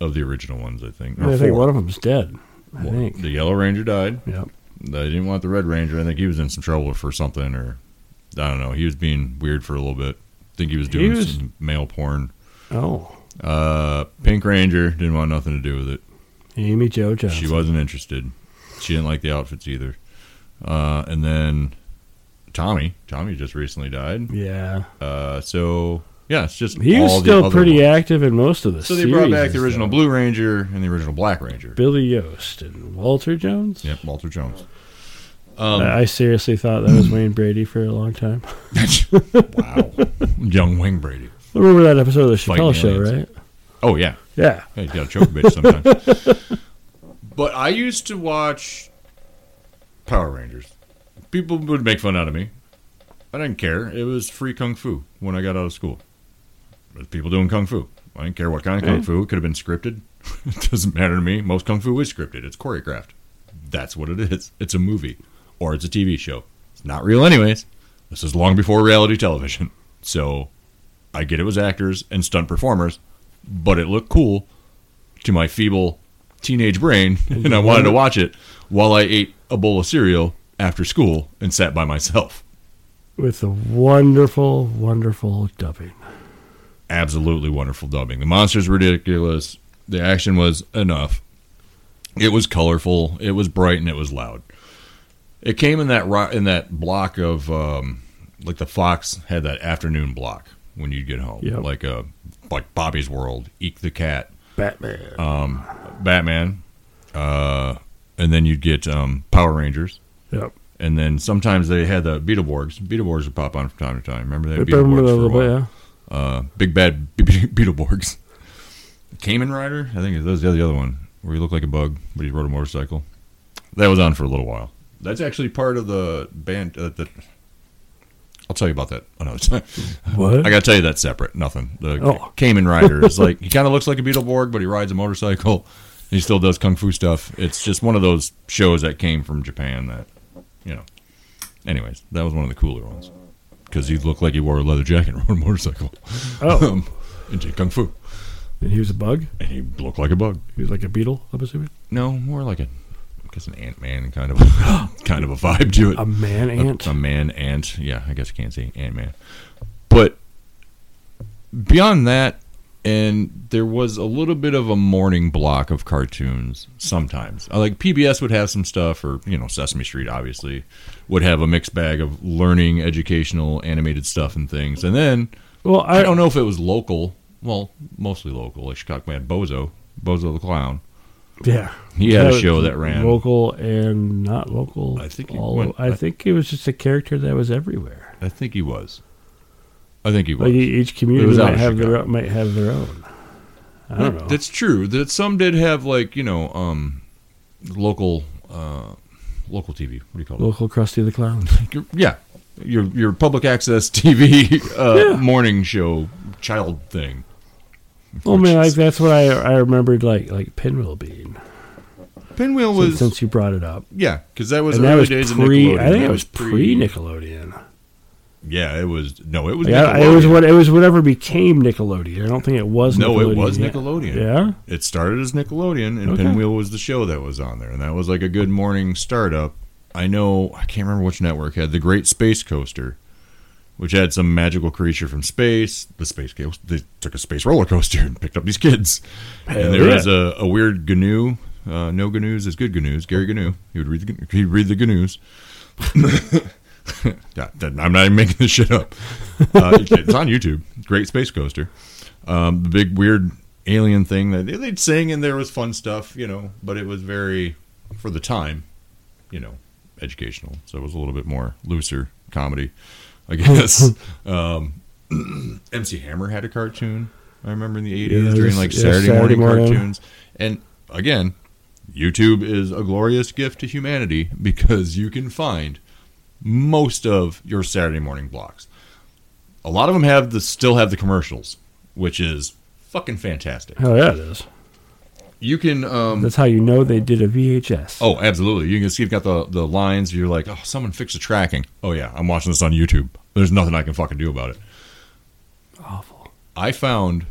[SPEAKER 3] of the original ones, I think.
[SPEAKER 4] And
[SPEAKER 3] Or
[SPEAKER 4] I think
[SPEAKER 3] four.
[SPEAKER 4] one of them's dead. I
[SPEAKER 3] Well,
[SPEAKER 4] think.
[SPEAKER 3] the Yellow Ranger died.
[SPEAKER 4] Yep.
[SPEAKER 3] They didn't want the Red Ranger. I think he was in some trouble for something, or I don't know. He was being weird for a little bit. think he was doing
[SPEAKER 4] was-
[SPEAKER 3] some male porn.
[SPEAKER 4] Oh,
[SPEAKER 3] Uh, Pink Ranger didn't want nothing to do with it.
[SPEAKER 4] Amy Jo Johnson.
[SPEAKER 3] She wasn't interested. She didn't like the outfits either. Uh, and then Tommy, Tommy just recently died.
[SPEAKER 4] yeah,
[SPEAKER 3] Uh, so yeah, it's just
[SPEAKER 4] he was
[SPEAKER 3] all the
[SPEAKER 4] still
[SPEAKER 3] other
[SPEAKER 4] pretty
[SPEAKER 3] ones.
[SPEAKER 4] active in most of the.
[SPEAKER 3] So they brought back
[SPEAKER 4] series,
[SPEAKER 3] the original
[SPEAKER 4] though.
[SPEAKER 3] Blue Ranger and the original Black Ranger.
[SPEAKER 4] Billy Yost and Walter Jones.
[SPEAKER 3] Yep, Walter Jones. Um,
[SPEAKER 4] I, I seriously thought that was Wayne Brady for a long time.
[SPEAKER 3] wow, young Wing Brady.
[SPEAKER 4] I remember that episode of the
[SPEAKER 3] Fighting
[SPEAKER 4] Chappelle Show,
[SPEAKER 3] aliens.
[SPEAKER 4] right?
[SPEAKER 3] Oh yeah,
[SPEAKER 4] Yeah.
[SPEAKER 3] Yeah, you gotta choke a bitch sometimes. but I used to watch Power Rangers. People would make fun out of me. I didn't care. It was free kung fu when I got out of school. It was people doing kung fu. I didn't care what kind of kung fu. It could have been scripted. it doesn't matter to me. Most kung fu is scripted. It's choreographed. That's what it is. It's a movie or it's a TV show. It's not real, anyways. This is long before reality television. So I get it was actors and stunt performers, but it looked cool to my feeble teenage brain, and I wanted to watch it while I ate a bowl of cereal after school and sat by myself.
[SPEAKER 4] With the wonderful, wonderful dubbing.
[SPEAKER 3] Absolutely wonderful dubbing. The monsters were ridiculous. The action was enough. It was colorful. It was bright and it was loud. It came in that ro- in that block of um, like the Fox had that afternoon block when you'd get home,
[SPEAKER 4] Yep.
[SPEAKER 3] like a like Bobby's World, Eek the Cat,
[SPEAKER 4] Batman.
[SPEAKER 3] Batman, uh, and then you'd get um, Power Rangers.
[SPEAKER 4] yep.
[SPEAKER 3] And then sometimes they had the Beetleborgs. Beetleborgs would pop on from time to time. Remember they
[SPEAKER 4] I
[SPEAKER 3] had
[SPEAKER 4] remember
[SPEAKER 3] Beetleborgs
[SPEAKER 4] that a
[SPEAKER 3] for a
[SPEAKER 4] little bit,
[SPEAKER 3] while.
[SPEAKER 4] yeah.
[SPEAKER 3] Uh, big bad Be- Be- Beetleborgs. Cayman Rider, I think that was the other one where he looked like a bug, but he rode a motorcycle. That was on for a little while. That's actually part of the band. Uh, the I'll tell you about that another time.
[SPEAKER 4] What?
[SPEAKER 3] I gotta tell you that's separate. Nothing. The
[SPEAKER 4] Oh.
[SPEAKER 3] Cayman Rider is like he kind of looks like a Beetleborg, but he rides a motorcycle. He still does kung fu stuff. It's just one of those shows that came from Japan. That you know. Anyways, that was one of the cooler ones because he looked like he wore a leather jacket and rode a motorcycle.
[SPEAKER 4] oh,
[SPEAKER 3] Um, and did kung fu,
[SPEAKER 4] and he was a bug?
[SPEAKER 3] and he looked like a bug.
[SPEAKER 4] He was like a beetle, I'm assuming?
[SPEAKER 3] No, more like a, I guess an Ant Man kind of, a, kind of a vibe to it.
[SPEAKER 4] A man
[SPEAKER 3] A-
[SPEAKER 4] ant.
[SPEAKER 3] A, man ant. Yeah, I guess you can't say ant man. But beyond that, and there was a little bit of a morning block of cartoons sometimes. Uh, Like PBS would have some stuff, or you know Sesame Street obviously would have a mixed bag of learning, educational, animated stuff and things. And then
[SPEAKER 4] well, I,
[SPEAKER 3] I don't know if it was local. Well, mostly local, like Chicago had Bozo, Bozo the Clown.
[SPEAKER 4] Yeah.
[SPEAKER 3] He had a show that ran.
[SPEAKER 4] Local and not local.
[SPEAKER 3] I think he
[SPEAKER 4] all
[SPEAKER 3] went-
[SPEAKER 4] I think he was just a character that was everywhere.
[SPEAKER 3] I think he was. I think he was.
[SPEAKER 4] Like e- each
[SPEAKER 3] It
[SPEAKER 4] community
[SPEAKER 3] was out
[SPEAKER 4] might
[SPEAKER 3] of
[SPEAKER 4] have their
[SPEAKER 3] Chicago.
[SPEAKER 4] own, might have their own. I don't know.
[SPEAKER 3] That's true. That some did have like you know um, local uh, local TV. What do you call
[SPEAKER 4] Local Krusty the Clown.
[SPEAKER 3] it? Your- yeah, your your public access TV uh, morning show child thing.
[SPEAKER 4] Oh
[SPEAKER 3] Which
[SPEAKER 4] man, like
[SPEAKER 3] is-
[SPEAKER 4] that's what I I remembered like like Pinwheel being
[SPEAKER 3] Pinwheel
[SPEAKER 4] since,
[SPEAKER 3] was
[SPEAKER 4] since you brought it up,
[SPEAKER 3] yeah because that was
[SPEAKER 4] and that
[SPEAKER 3] early
[SPEAKER 4] was
[SPEAKER 3] days of
[SPEAKER 4] pre.
[SPEAKER 3] Nickelodeon.
[SPEAKER 4] I think
[SPEAKER 3] That
[SPEAKER 4] it was pre Nickelodeon.
[SPEAKER 3] Yeah, it was no, it was
[SPEAKER 4] Like, I, it
[SPEAKER 3] Nickelodeon.
[SPEAKER 4] was what it was whatever became Nickelodeon. I don't think it was.
[SPEAKER 3] No,
[SPEAKER 4] Nickelodeon
[SPEAKER 3] it was
[SPEAKER 4] yet.
[SPEAKER 3] Nickelodeon.
[SPEAKER 4] Yeah,
[SPEAKER 3] It started as Nickelodeon, and
[SPEAKER 4] Okay.
[SPEAKER 3] Pinwheel was the show that was on there, and that was like a good morning startup. I know I can't remember which network had the Great Space Coaster, which had some magical creature from space. The space co- they took a space roller coaster and picked up these kids,
[SPEAKER 4] Hell
[SPEAKER 3] and there
[SPEAKER 4] yeah.
[SPEAKER 3] was a, a weird GNU. Uh, no GNUs is good GNUs. Gary GNU. He would read the GNU- he'd read the GNUs. Yeah, that- I'm not even making this shit up. Uh, it's on YouTube. Great Space Coaster. Um, the big weird alien thing that they- they'd sing and there was fun stuff, you know, but it was very for the time, you know, educational. So it was a little bit more looser comedy, I guess. um, MC Hammer had a cartoon. I remember in the 80s
[SPEAKER 4] Yeah,
[SPEAKER 3] during
[SPEAKER 4] this-
[SPEAKER 3] like
[SPEAKER 4] yeah,
[SPEAKER 3] Saturday,
[SPEAKER 4] Saturday
[SPEAKER 3] morning,
[SPEAKER 4] morning.
[SPEAKER 3] cartoons. And again, YouTube is a glorious gift to humanity because you can find most of your Saturday morning blocks. A lot of them have the still have the commercials, which is fucking fantastic.
[SPEAKER 4] hell yeah, it is.
[SPEAKER 3] You can um
[SPEAKER 4] That's how you know they did a VHS.
[SPEAKER 3] oh absolutely you can see you've got the the lines. You're like oh someone fix the tracking. Oh yeah I'm watching this on YouTube. There's nothing I can fucking do about it.
[SPEAKER 4] awful.
[SPEAKER 3] I found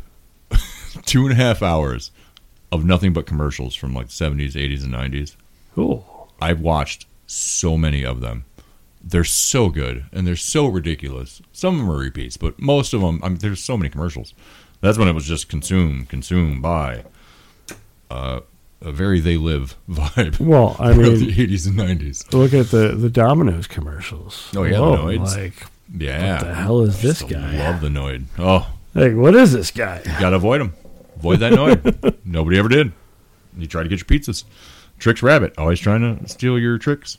[SPEAKER 3] two and a half hours of nothing but commercials from like 70s, 80s, and 90s.
[SPEAKER 4] Cool.
[SPEAKER 3] I've watched so many of them they're so good and they're so ridiculous. Some of them are repeats, but most of them, I mean, there's so many commercials. That's when it was just consume, consume, buy. Uh, a very they live vibe.
[SPEAKER 4] Well, I
[SPEAKER 3] of the
[SPEAKER 4] mean,
[SPEAKER 3] 80s and 90s.
[SPEAKER 4] look at the the Domino's commercials.
[SPEAKER 3] Oh, yeah,
[SPEAKER 4] Whoa,
[SPEAKER 3] no, it's-
[SPEAKER 4] like
[SPEAKER 3] Yeah.
[SPEAKER 4] the hell is this
[SPEAKER 3] Still
[SPEAKER 4] guy?
[SPEAKER 3] Love the Noid. Oh,
[SPEAKER 4] like what is this guy?
[SPEAKER 3] gotta avoid him. Avoid that Noid. Nobody ever did. You try to get your pizzas. Tricks Rabbit, always trying to steal your tricks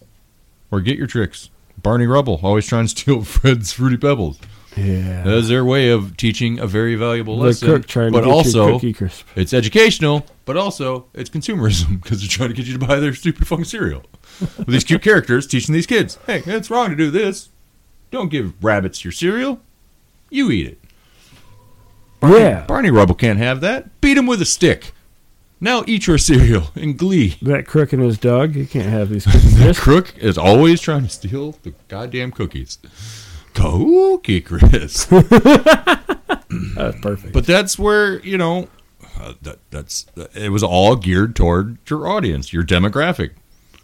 [SPEAKER 3] or get your tricks. Barney Rubble, always trying to steal Fred's Fruity Pebbles.
[SPEAKER 4] Yeah,
[SPEAKER 3] That is their way of teaching a very valuable
[SPEAKER 4] the
[SPEAKER 3] lesson.
[SPEAKER 4] cook trying
[SPEAKER 3] Uh, but
[SPEAKER 4] to get
[SPEAKER 3] also,
[SPEAKER 4] your cookie crisp.
[SPEAKER 3] it's educational, but also it's consumerism because they're trying to get you to buy their stupid fucking cereal. With these cute characters teaching these kids, hey, it's wrong to do this. Don't give rabbits your cereal. You eat it.
[SPEAKER 4] Yeah,
[SPEAKER 3] Barney Rubble can't have that. Beat him with a stick. Now eat your cereal in glee.
[SPEAKER 4] that crook and his dog. You can't have these cookie
[SPEAKER 3] The
[SPEAKER 4] crisp.
[SPEAKER 3] crook is always trying to steal the goddamn cookies. Cookie Chris.
[SPEAKER 4] That's perfect.
[SPEAKER 3] But that's where you know uh, that that's it was all geared toward your audience, your demographic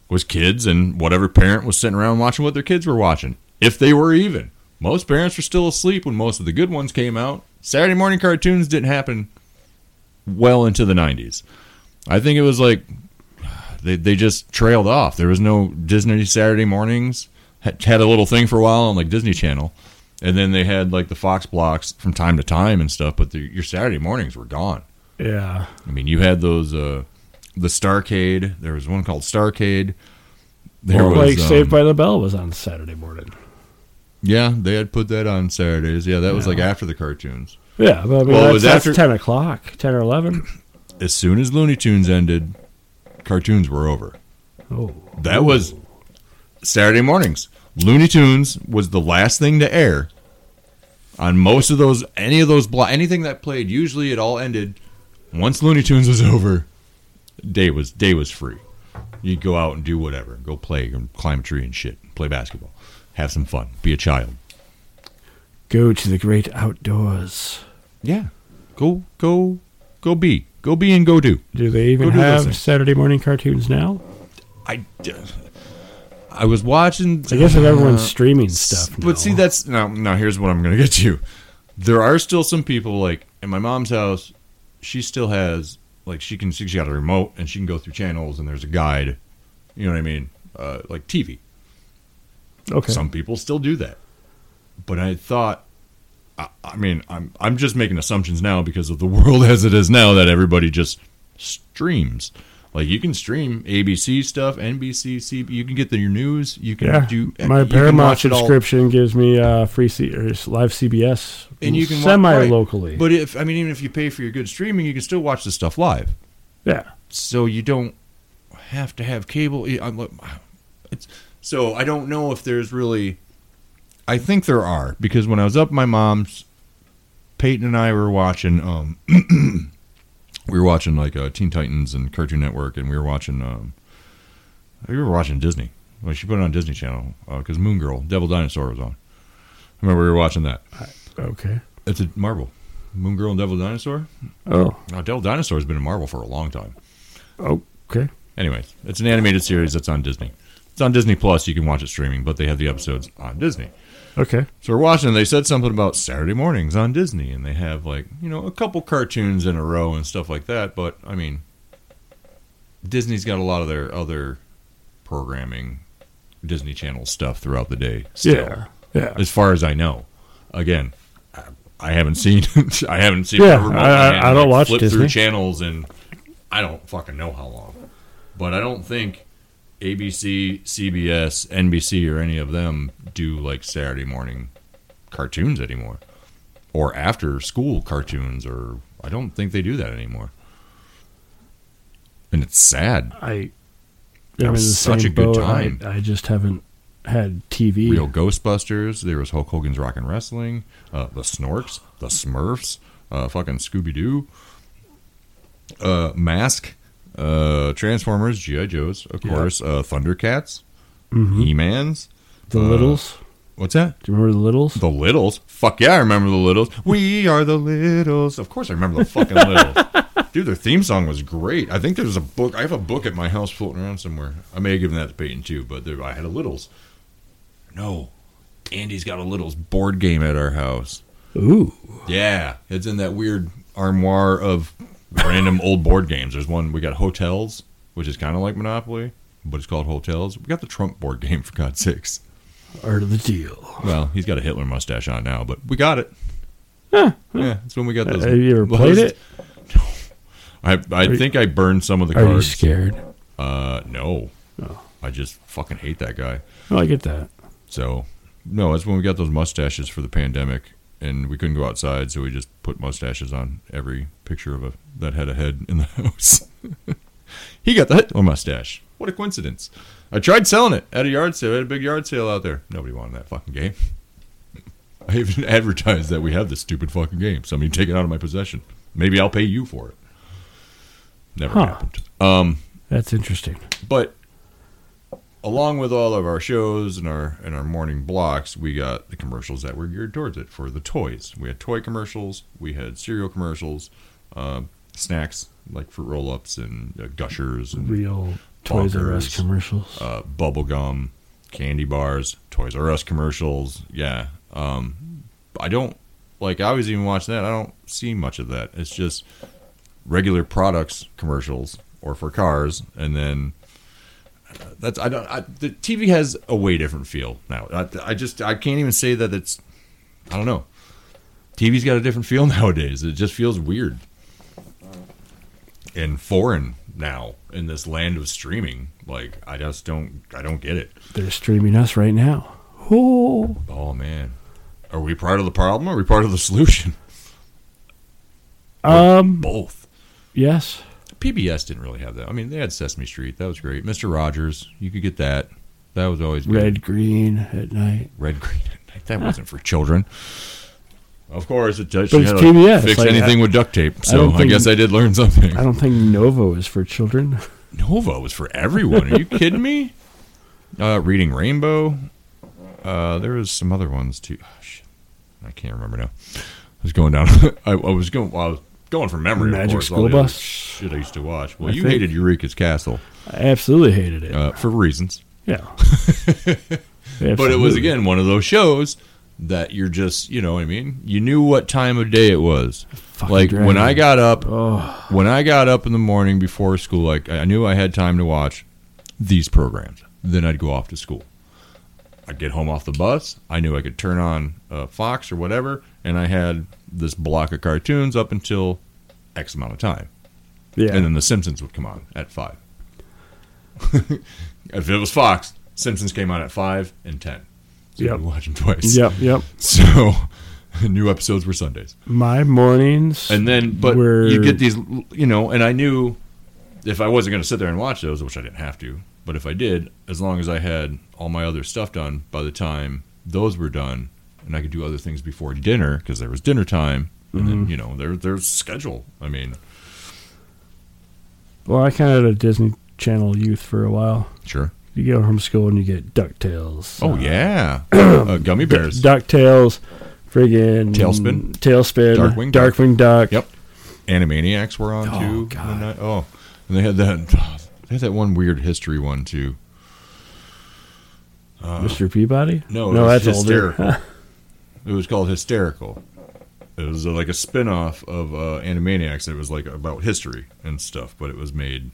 [SPEAKER 3] was kids and whatever parent was sitting around watching what their kids were watching, if they were even. Most parents were still asleep when most of the good ones came out. Saturday morning cartoons didn't happen well into the 90s. I think it was like they they just trailed off. There was no Disney Saturday mornings. Had, had a little thing for a while on like Disney Channel. And then they had like the Fox blocks from time to time and stuff, but the, your Saturday mornings were gone.
[SPEAKER 4] yeah,
[SPEAKER 3] I mean, you had those uh the Starcade. There was one called Starcade. There
[SPEAKER 4] Well, like
[SPEAKER 3] um,
[SPEAKER 4] Saved by the Bell was on Saturday morning.
[SPEAKER 3] yeah, they had put that on Saturdays. Yeah, that was
[SPEAKER 4] Yeah.
[SPEAKER 3] like after the cartoons.
[SPEAKER 4] Yeah, but I mean,
[SPEAKER 3] Well, it
[SPEAKER 4] that's,
[SPEAKER 3] was
[SPEAKER 4] that's
[SPEAKER 3] after-
[SPEAKER 4] ten o'clock, ten or eleven.
[SPEAKER 3] As soon as Looney Tunes ended, cartoons were over.
[SPEAKER 4] Oh,
[SPEAKER 3] That was Saturday mornings. Looney Tunes was the last thing to air on most of those, any of those, blo- anything that played. Usually, it all ended once Looney Tunes was over. Day was day was free. You'd go out and do whatever, go play and climb a tree and shit, play basketball, have some fun, be a child.
[SPEAKER 4] go to the great outdoors.
[SPEAKER 3] Yeah, go go go be go be and go do.
[SPEAKER 4] Do they even
[SPEAKER 3] Go do those
[SPEAKER 4] have
[SPEAKER 3] things.
[SPEAKER 4] Saturday morning cartoons now?
[SPEAKER 3] I I was watching.
[SPEAKER 4] I guess if everyone's streaming stuff.
[SPEAKER 3] Uh, But see,
[SPEAKER 4] now.
[SPEAKER 3] that's now. Now here's what I'm gonna get to. There are still some people like in my mom's house. She still has like she can she got a remote and she can go through channels and there's a guide. You know what I mean? Uh, like TV.
[SPEAKER 4] okay.
[SPEAKER 3] Some people still do that. But I thought, I, I mean, I'm I'm just making assumptions now because of the world as it is now that everybody just streams. Like you can stream ABC stuff, NBC, CB, you can get the, your news. You can
[SPEAKER 4] yeah,
[SPEAKER 3] do
[SPEAKER 4] my
[SPEAKER 3] you can
[SPEAKER 4] Paramount
[SPEAKER 3] watch it all.
[SPEAKER 4] subscription gives me uh, free C- or s- live CBS
[SPEAKER 3] and you can wa-
[SPEAKER 4] semi
[SPEAKER 3] right.
[SPEAKER 4] locally.
[SPEAKER 3] But if I mean, even if you pay for your good streaming, you can still watch the stuff live.
[SPEAKER 4] yeah,
[SPEAKER 3] So you don't have to have cable. I- I'm, like- it's, so I don't know if there's really. I think there are because when I was up, at my mom's, Peyton and I were watching. Um, we were watching like uh, Teen Titans and Cartoon Network, and we were watching. Um, we were watching Disney. Well, she put it on Disney Channel because Moon Girl, Devil Dinosaur was on. I remember we were watching that.
[SPEAKER 4] okay.
[SPEAKER 3] It's a Marvel. Moon Girl and Devil Dinosaur?
[SPEAKER 4] Oh,
[SPEAKER 3] Now, Devil Dinosaur has been in Marvel for a long time.
[SPEAKER 4] okay.
[SPEAKER 3] Anyways, it's an animated series that's on Disney. It's on Disney Plus. You can watch it streaming, but they have the episodes on Disney.
[SPEAKER 4] Okay.
[SPEAKER 3] So we're watching, and they said something about Saturday mornings on Disney, and they have, like, you know, a couple cartoons in a row and stuff like that. But, I mean, Disney's got a lot of their other programming, Disney Channel stuff throughout the day. Still
[SPEAKER 4] Yeah. Yeah.
[SPEAKER 3] as far as I know. Again, I- I haven't seen. I haven't seen.
[SPEAKER 4] Yeah,
[SPEAKER 3] a remote
[SPEAKER 4] I- I-
[SPEAKER 3] hand,
[SPEAKER 4] I don't watch
[SPEAKER 3] flip
[SPEAKER 4] Disney.
[SPEAKER 3] through channels, and I don't fucking know how long. But I don't think ABC, CBS, NBC, or any of them do like Saturday morning cartoons anymore, or after school cartoons, or I don't think they do that anymore. And it's sad.
[SPEAKER 4] I.
[SPEAKER 3] That
[SPEAKER 4] I'm
[SPEAKER 3] was
[SPEAKER 4] in the
[SPEAKER 3] such
[SPEAKER 4] same
[SPEAKER 3] a good
[SPEAKER 4] boat.
[SPEAKER 3] time.
[SPEAKER 4] I, I just haven't had TV.
[SPEAKER 3] Real Ghostbusters. There was Hulk Hogan's Rock and Wrestling, uh, the Snorks, the Smurfs, uh, fucking Scooby Doo, uh, Mask, uh, Transformers, GI Joes, of course, uh, Thundercats, He Man's.
[SPEAKER 4] Mm-hmm. the
[SPEAKER 3] uh,
[SPEAKER 4] Littles.
[SPEAKER 3] Mm-hmm. What's that?
[SPEAKER 4] Do you remember the Littles?
[SPEAKER 3] The Littles. Fuck yeah, I remember the Littles. We are the Littles. Of course, I remember the fucking Littles. Dude, their theme song was great. I think there's a book. I have a book at my house floating around somewhere. I may have given that to Peyton too, but there, I had a Littles. No, Andy's got a little board game at our house.
[SPEAKER 4] Ooh.
[SPEAKER 3] Yeah, it's in that weird armoire of random old board games. There's one we got hotels, which is kind of like Monopoly, but it's called hotels. We got the Trump board game for God's sakes.
[SPEAKER 4] Art of the deal.
[SPEAKER 3] Well, he's got a Hitler mustache on now, but we got it. Yeah, that's when we got those.
[SPEAKER 4] Uh, Have you ever played it?
[SPEAKER 3] I I think I burned some of the
[SPEAKER 4] Are you
[SPEAKER 3] cards.
[SPEAKER 4] scared?
[SPEAKER 3] Uh, no,
[SPEAKER 4] Oh.
[SPEAKER 3] I just fucking hate that guy.
[SPEAKER 4] Oh, I get that.
[SPEAKER 3] So no, that's when we got those mustaches for the pandemic, and we couldn't go outside, so we just put mustaches on every picture of a that had a head in the house. he got the Hitler mustache. What a coincidence! I tried selling it at a yard sale. I had a big yard sale out there. Nobody wanted that fucking game. I even advertised that we have this stupid fucking game. Somebody take it out of my possession. Maybe I'll pay you for it. Never
[SPEAKER 4] Huh.
[SPEAKER 3] happened.
[SPEAKER 4] That's interesting.
[SPEAKER 3] But along with all of our shows and our and our morning blocks, we got the commercials that were geared towards it for the toys. We had toy commercials, we had cereal commercials, uh, snacks like fruit roll-ups and uh, gushers and
[SPEAKER 4] Real Toys R Us
[SPEAKER 3] Bonkers.
[SPEAKER 4] commercials.
[SPEAKER 3] uh, bubble gum, candy bars, Toys R Us commercials. Yeah. Um, I don't like. I was even watching that. I don't see much of that. It's just regular products commercials or for cars, and then that's I don't. I, the TV has a way different feel now. I, I just I can't even say that it's. I don't know. TV's got a different feel nowadays. It just feels weird and foreign now in this land of streaming. Like I just don't I don't get it.
[SPEAKER 4] They're streaming us right now. Oh.
[SPEAKER 3] Oh man. Are we part of the problem or are we part of the solution?
[SPEAKER 4] Um.
[SPEAKER 3] Both.
[SPEAKER 4] Yes.
[SPEAKER 3] PBS didn't really have that. I mean, they had Sesame Street. That was great. Mr. Rogers, you could get that. That was always good.
[SPEAKER 4] Red, green at night.
[SPEAKER 3] red green. at night. That wasn't for children. Of course, it does.
[SPEAKER 4] But
[SPEAKER 3] you
[SPEAKER 4] it's
[SPEAKER 3] had to
[SPEAKER 4] PBS,
[SPEAKER 3] Fix
[SPEAKER 4] like,
[SPEAKER 3] anything with duct tape. So
[SPEAKER 4] don't
[SPEAKER 3] I,
[SPEAKER 4] think-
[SPEAKER 3] guess I did learn something.
[SPEAKER 4] I don't think Novo is for children.
[SPEAKER 3] Nova was for everyone. Are you kidding me? Uh, Reading Rainbow. Uh, there was some other ones too. Oh, shit. I can't remember now. I was going down. I, I was going. Well, I was going from memory. of
[SPEAKER 4] Magic
[SPEAKER 3] course, all
[SPEAKER 4] School
[SPEAKER 3] the other
[SPEAKER 4] Bus?
[SPEAKER 3] Shit, I used to watch. Well,
[SPEAKER 4] I
[SPEAKER 3] you
[SPEAKER 4] think-
[SPEAKER 3] hated Eureka's Castle
[SPEAKER 4] I absolutely hated it.
[SPEAKER 3] uh, for reasons,
[SPEAKER 4] yeah.
[SPEAKER 3] but it was
[SPEAKER 4] Absolutely.
[SPEAKER 3] again one of those shows that you're just, you know what I mean. You knew what time of day it was.
[SPEAKER 4] Fucking
[SPEAKER 3] Like when
[SPEAKER 4] dragon.
[SPEAKER 3] I got up,
[SPEAKER 4] Oh,
[SPEAKER 3] when I got up in the morning before school, like I knew I had time to watch these programs. Then I'd go off to school. I'd get home off the bus. I knew I could turn on uh, Fox or whatever, and I had this block of cartoons up until X amount of time,
[SPEAKER 4] yeah.
[SPEAKER 3] and then The Simpsons would come on at five. if it was Fox, Simpsons came on at five and ten. So
[SPEAKER 4] Yep.
[SPEAKER 3] you watch them twice.
[SPEAKER 4] yep. Yep.
[SPEAKER 3] So new episodes were Sundays.
[SPEAKER 4] My mornings.
[SPEAKER 3] And then, but
[SPEAKER 4] were-
[SPEAKER 3] you get these, you know, and I knew if I wasn't going to sit there and watch those, which I didn't have to, but if I did, as long as I had all my other stuff done by the time those were done, and I could do other things before dinner because there was dinner time, and
[SPEAKER 4] Mm-hmm.
[SPEAKER 3] then you know there there's schedule. I mean,
[SPEAKER 4] well, I kind of had a Disney Channel youth for a while.
[SPEAKER 3] sure.
[SPEAKER 4] You go from school and you get Ducktales.
[SPEAKER 3] Oh yeah, uh, gummy bears.
[SPEAKER 4] Ducktales, friggin'
[SPEAKER 3] Tailspin?
[SPEAKER 4] Tailspin,
[SPEAKER 3] Darkwing
[SPEAKER 4] Darkwing,
[SPEAKER 3] Duck.
[SPEAKER 4] Duck.
[SPEAKER 3] Yep. Animaniacs were on
[SPEAKER 4] Oh,
[SPEAKER 3] too.
[SPEAKER 4] God.
[SPEAKER 3] And I- oh, and they had that. They had that one weird history one too.
[SPEAKER 4] Mr. Peabody.
[SPEAKER 3] No, it
[SPEAKER 4] no,
[SPEAKER 3] was
[SPEAKER 4] that's
[SPEAKER 3] hysterical.
[SPEAKER 4] older.
[SPEAKER 3] It was called Hysterical. It was uh, like a spin-off of uh, Animaniacs. It was like about history and stuff, but it was made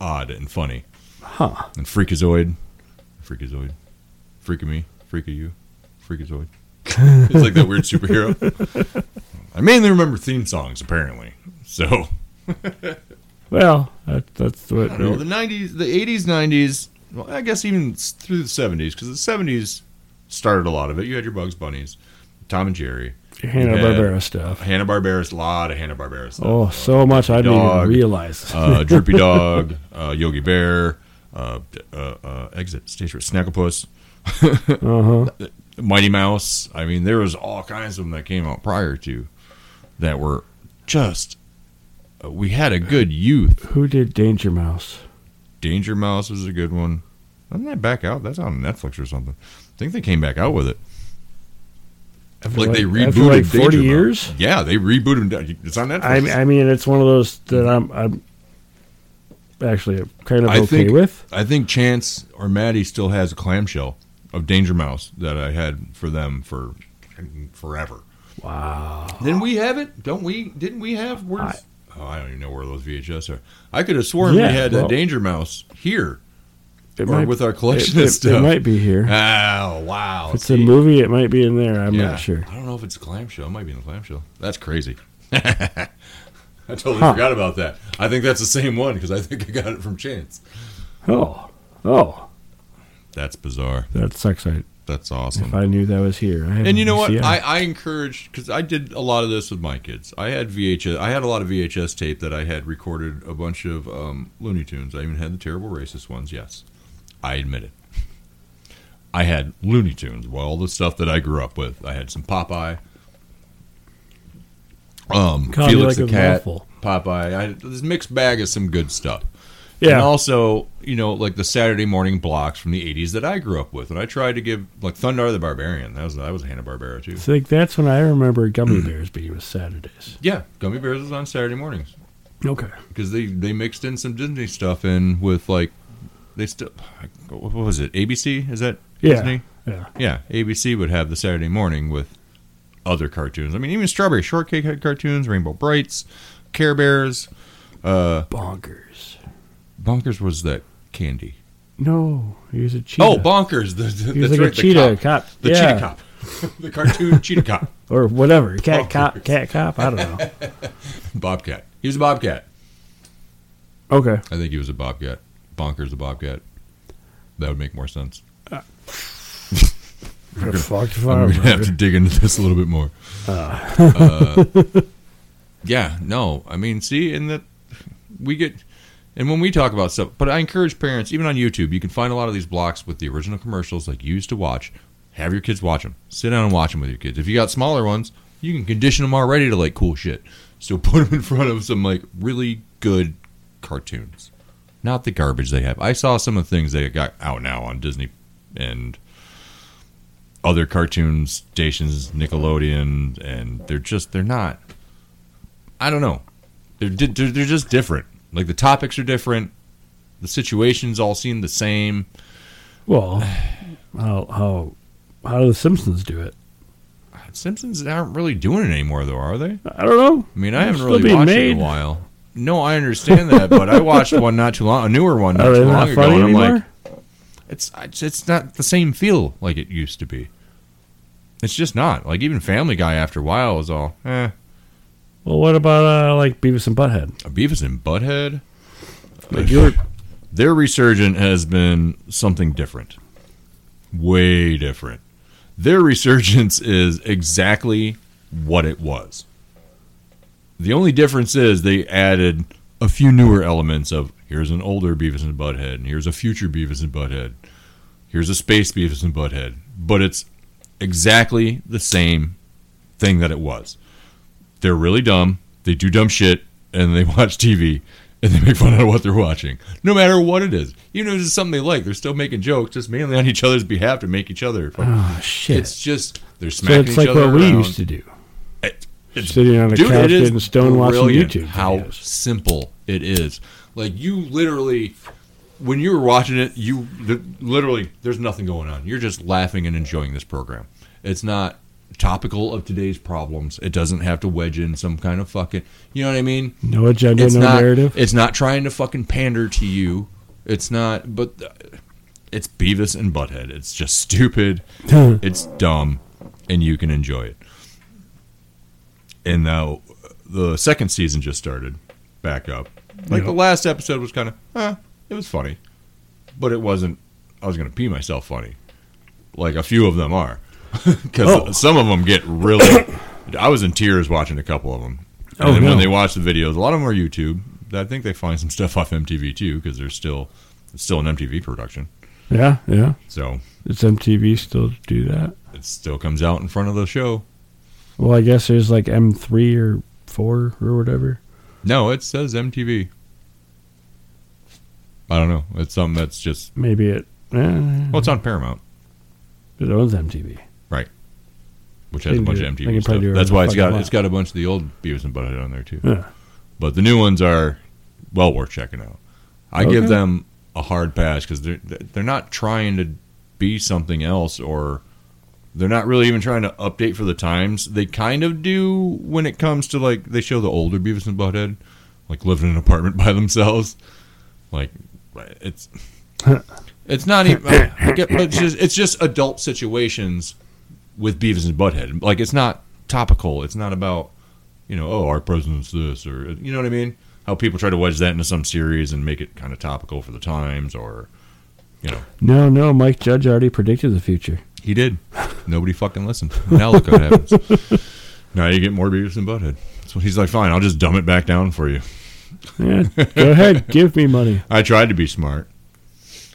[SPEAKER 3] odd and funny.
[SPEAKER 4] huh?
[SPEAKER 3] And Freakazoid, Freakazoid, Freak of me, Freak of you, Freakazoid. it's like that weird superhero. I mainly remember theme songs, apparently. So
[SPEAKER 4] Well, that, that's what.
[SPEAKER 3] I don't know the '90s, the '80s, '90s. Well, I guess even s- through the '70s, because the '70s started a lot of it. You had your Bugs Bunnies, Tom and Jerry,
[SPEAKER 4] Hanna Barbera stuff.
[SPEAKER 3] Hanna Barbera's, a lot of Hanna Barbera stuff.
[SPEAKER 4] Oh, so much I didn't
[SPEAKER 3] Dog.
[SPEAKER 4] even realize.
[SPEAKER 3] uh, Droopy Dog, uh, Yogi Bear, uh, d- uh, uh, Exit Stage for Snagglepuss,
[SPEAKER 4] Uh huh.
[SPEAKER 3] Mighty Mouse. I mean, there was all kinds of them that came out prior to that were just. Uh, we had a good youth.
[SPEAKER 4] Who did Danger Mouse?
[SPEAKER 3] Danger Mouse was a good one. Doesn't that back out? That's on Netflix or something. I think they came back out with it. like, they rebooted
[SPEAKER 4] after like
[SPEAKER 3] Danger
[SPEAKER 4] forty
[SPEAKER 3] Mouse.
[SPEAKER 4] years.
[SPEAKER 3] Yeah, they rebooted. him. It's on Netflix.
[SPEAKER 4] I, I mean, it's one of those that I'm, I'm actually kind of
[SPEAKER 3] I
[SPEAKER 4] okay
[SPEAKER 3] think-
[SPEAKER 4] with.
[SPEAKER 3] I think Chance or Maddie still has a clamshell of Danger Mouse that I had for them for fucking forever.
[SPEAKER 4] Wow.
[SPEAKER 3] Didn't we have it? Don't we? Didn't we have? Where's?
[SPEAKER 4] I-
[SPEAKER 3] oh, I don't even know where those VHS are. I could have sworn
[SPEAKER 4] Yeah,
[SPEAKER 3] we had
[SPEAKER 4] well-
[SPEAKER 3] that Danger Mouse here
[SPEAKER 4] It
[SPEAKER 3] or with our collection
[SPEAKER 4] it,
[SPEAKER 3] of
[SPEAKER 4] it-
[SPEAKER 3] stuff.
[SPEAKER 4] It might be here.
[SPEAKER 3] Oh wow!
[SPEAKER 4] If it's a
[SPEAKER 3] See?
[SPEAKER 4] movie, it might be in there. I'm
[SPEAKER 3] Yeah.
[SPEAKER 4] not sure.
[SPEAKER 3] I don't know if it's a clamshell. It might be in the clamshell. That's crazy. I totally
[SPEAKER 4] Huh.
[SPEAKER 3] forgot about that. I think that's the same one because I think I got it from Chance.
[SPEAKER 4] Oh. Oh.
[SPEAKER 3] That's bizarre.
[SPEAKER 4] That sucks. I,
[SPEAKER 3] That's
[SPEAKER 4] if
[SPEAKER 3] awesome.
[SPEAKER 4] I knew that was here. I
[SPEAKER 3] And you know what?
[SPEAKER 4] see,
[SPEAKER 3] I, I encouraged because I did a lot of this with my kids. I had VHS. I had a lot of VHS tape that I had recorded a bunch of um, Looney Tunes. I even had the terrible racist ones. Yes, I admit it. I had Looney Tunes. Well, all the stuff that I grew up with. I had some Popeye. Um,
[SPEAKER 4] Call me
[SPEAKER 3] Felix
[SPEAKER 4] like
[SPEAKER 3] the
[SPEAKER 4] a
[SPEAKER 3] Cat,
[SPEAKER 4] mouthful.
[SPEAKER 3] Popeye. I, this mixed bag of some good stuff. And
[SPEAKER 4] Yeah.
[SPEAKER 3] also, you know, like the Saturday morning blocks from the '80s that I grew up with, and I tried to give like Thunder the Barbarian. That was that was Hanna Barbera too.
[SPEAKER 4] I think that's when I remember Gummy Bears being with Saturdays.
[SPEAKER 3] Yeah, Gummy Bears was on Saturday mornings
[SPEAKER 4] Okay.
[SPEAKER 3] because they they mixed in some Disney stuff in with like they still what was it ABC is that
[SPEAKER 4] Yeah.
[SPEAKER 3] Disney?
[SPEAKER 4] Yeah.
[SPEAKER 3] Yeah, ABC would have the Saturday morning with other cartoons. I mean, even Strawberry Shortcake had cartoons, Rainbow Brights, Care Bears. Uh,
[SPEAKER 4] Bonkers.
[SPEAKER 3] Bonkers was that candy.
[SPEAKER 4] No, he was a cheetah.
[SPEAKER 3] Oh, Bonkers! The, the,
[SPEAKER 4] he was
[SPEAKER 3] that's
[SPEAKER 4] like
[SPEAKER 3] right, the
[SPEAKER 4] a cheetah
[SPEAKER 3] cop.
[SPEAKER 4] cop.
[SPEAKER 3] The
[SPEAKER 4] yeah.
[SPEAKER 3] cheetah cop. Oh, the cartoon cheetah cop.
[SPEAKER 4] or whatever. Cat cop.
[SPEAKER 3] Bonkers.
[SPEAKER 4] Cat cop. I don't know.
[SPEAKER 3] Bobcat. He was a bobcat.
[SPEAKER 4] Okay.
[SPEAKER 3] I think he was a bobcat. Bonkers the bobcat. That would make more sense.
[SPEAKER 4] Fuck if I
[SPEAKER 3] I'm gonna have
[SPEAKER 4] remember.
[SPEAKER 3] to dig into this a little bit more. Uh, yeah, no, I mean, see, and that we get, and when we talk about stuff, but I encourage parents, even on YouTube, you can find a lot of these blocks with the original commercials like you used to watch. Have your kids watch them. Sit down and watch them with your kids. If you got smaller ones, you can condition them already to like cool shit. So put them in front of some like really good cartoons, not the garbage they have. I saw some of the things they got out now on Disney and other cartoon stations, Nickelodeon, and they're just they're not. I don't know. They're di- they're, they're just different. Like the topics are different. The situations all seem the same.
[SPEAKER 4] Well, how how how do the Simpsons do it?
[SPEAKER 3] Simpsons aren't really doing it anymore, though, are they?
[SPEAKER 4] I don't know.
[SPEAKER 3] I mean, I
[SPEAKER 4] They're
[SPEAKER 3] haven't
[SPEAKER 4] still
[SPEAKER 3] really
[SPEAKER 4] being
[SPEAKER 3] watched it in
[SPEAKER 4] made.
[SPEAKER 3] a while. No, I understand that, but I watched one not too long, a newer one not
[SPEAKER 4] Are
[SPEAKER 3] too
[SPEAKER 4] they
[SPEAKER 3] long
[SPEAKER 4] not
[SPEAKER 3] ago,
[SPEAKER 4] funny
[SPEAKER 3] and I'm
[SPEAKER 4] anymore?
[SPEAKER 3] like, it's it's it's not the same feel like it used to be. It's just not like even Family Guy after a while is all eh.
[SPEAKER 4] well, what about uh, like Beavis and Butthead?
[SPEAKER 3] A Beavis and Butthead.
[SPEAKER 4] Like you were,
[SPEAKER 3] their resurgent has been something different. Way different. Their resurgence is exactly what it was. The only difference is they added a few newer elements of here's an older Beavis and Butthead, and here's a future Beavis and Butthead, here's a space Beavis and Butthead. But it's exactly the same thing that it was. They're really dumb, they do dumb shit, and they watch TV and they make fun out of what they're watching, no matter what it is. Even if it's something they like, they're still making jokes, just mainly on each other's behalf to make each other.
[SPEAKER 4] oh shit!
[SPEAKER 3] It's just they're
[SPEAKER 4] so
[SPEAKER 3] smacking
[SPEAKER 4] it's
[SPEAKER 3] each
[SPEAKER 4] like
[SPEAKER 3] other
[SPEAKER 4] what we
[SPEAKER 3] around.
[SPEAKER 4] used to do.
[SPEAKER 3] It- it's-
[SPEAKER 4] Sitting on the
[SPEAKER 3] dude,
[SPEAKER 4] couch
[SPEAKER 3] it is
[SPEAKER 4] getting stoned watching
[SPEAKER 3] brilliant
[SPEAKER 4] YouTube
[SPEAKER 3] How
[SPEAKER 4] videos.
[SPEAKER 3] simple it is! Like you literally, when you were watching it, you th- literally there's nothing going on. You're just laughing and enjoying this program. It's not topical of today's problems. It doesn't have to wedge in some kind of fucking. You know what I mean?
[SPEAKER 4] No agenda,
[SPEAKER 3] it's
[SPEAKER 4] no
[SPEAKER 3] not
[SPEAKER 4] narrative.
[SPEAKER 3] it's not trying to fucking pander to you it's not but uh, it's beavis and butthead it's just stupid it's dumb and you can enjoy it and now uh, the second season just started back up like
[SPEAKER 4] Yeah.
[SPEAKER 3] the last episode was kind of eh, it was funny but it wasn't i was gonna pee myself funny like a few of them are because
[SPEAKER 4] Oh.
[SPEAKER 3] some of them get really i was in tears watching a couple of them and
[SPEAKER 4] Oh,
[SPEAKER 3] then when
[SPEAKER 4] no.
[SPEAKER 3] they watch the videos a lot of them are youtube i think they find some stuff off mtv too because they're still it's still an mtv production
[SPEAKER 4] Yeah, yeah.
[SPEAKER 3] so
[SPEAKER 4] Does MTV still do that?
[SPEAKER 3] it still comes out in front of the show
[SPEAKER 4] Well, I guess there's like M3 or four or whatever.
[SPEAKER 3] no it says mtv i don't know it's something that's just
[SPEAKER 4] Maybe it. Eh,
[SPEAKER 3] well it's on paramount
[SPEAKER 4] it owns MTV.
[SPEAKER 3] which has a
[SPEAKER 4] They can
[SPEAKER 3] bunch
[SPEAKER 4] do
[SPEAKER 3] of
[SPEAKER 4] it. They can
[SPEAKER 3] mtv
[SPEAKER 4] probably do
[SPEAKER 3] stuff
[SPEAKER 4] it
[SPEAKER 3] that's
[SPEAKER 4] on
[SPEAKER 3] why it's
[SPEAKER 4] fucking
[SPEAKER 3] got
[SPEAKER 4] lot.
[SPEAKER 3] it's got a bunch of the old beavis and butthead on there too
[SPEAKER 4] Yeah.
[SPEAKER 3] but the new ones are well worth checking out. I give
[SPEAKER 4] Okay.
[SPEAKER 3] them a hard pass because they're they're not trying to be something else or they're not really even trying to update for the times. They kind of do when it comes to like they show the older Beavis and Butthead like living in an apartment by themselves. Like it's it's not even uh, I get- but it's just it's just adult situations with Beavis and Butthead. Like it's not topical. It's not about you know, oh, our president's this or you know what I mean? How people try to wedge that into some series and make it kind of topical for the times or you know,
[SPEAKER 4] No, no, Mike Judge already predicted the future.
[SPEAKER 3] he did. Nobody fucking listened. Now look what happens. Now you get more Beavis and Butthead. So he's like, fine, I'll just dumb it back down for you.
[SPEAKER 4] Yeah, go ahead, give me money.
[SPEAKER 3] I tried to be smart.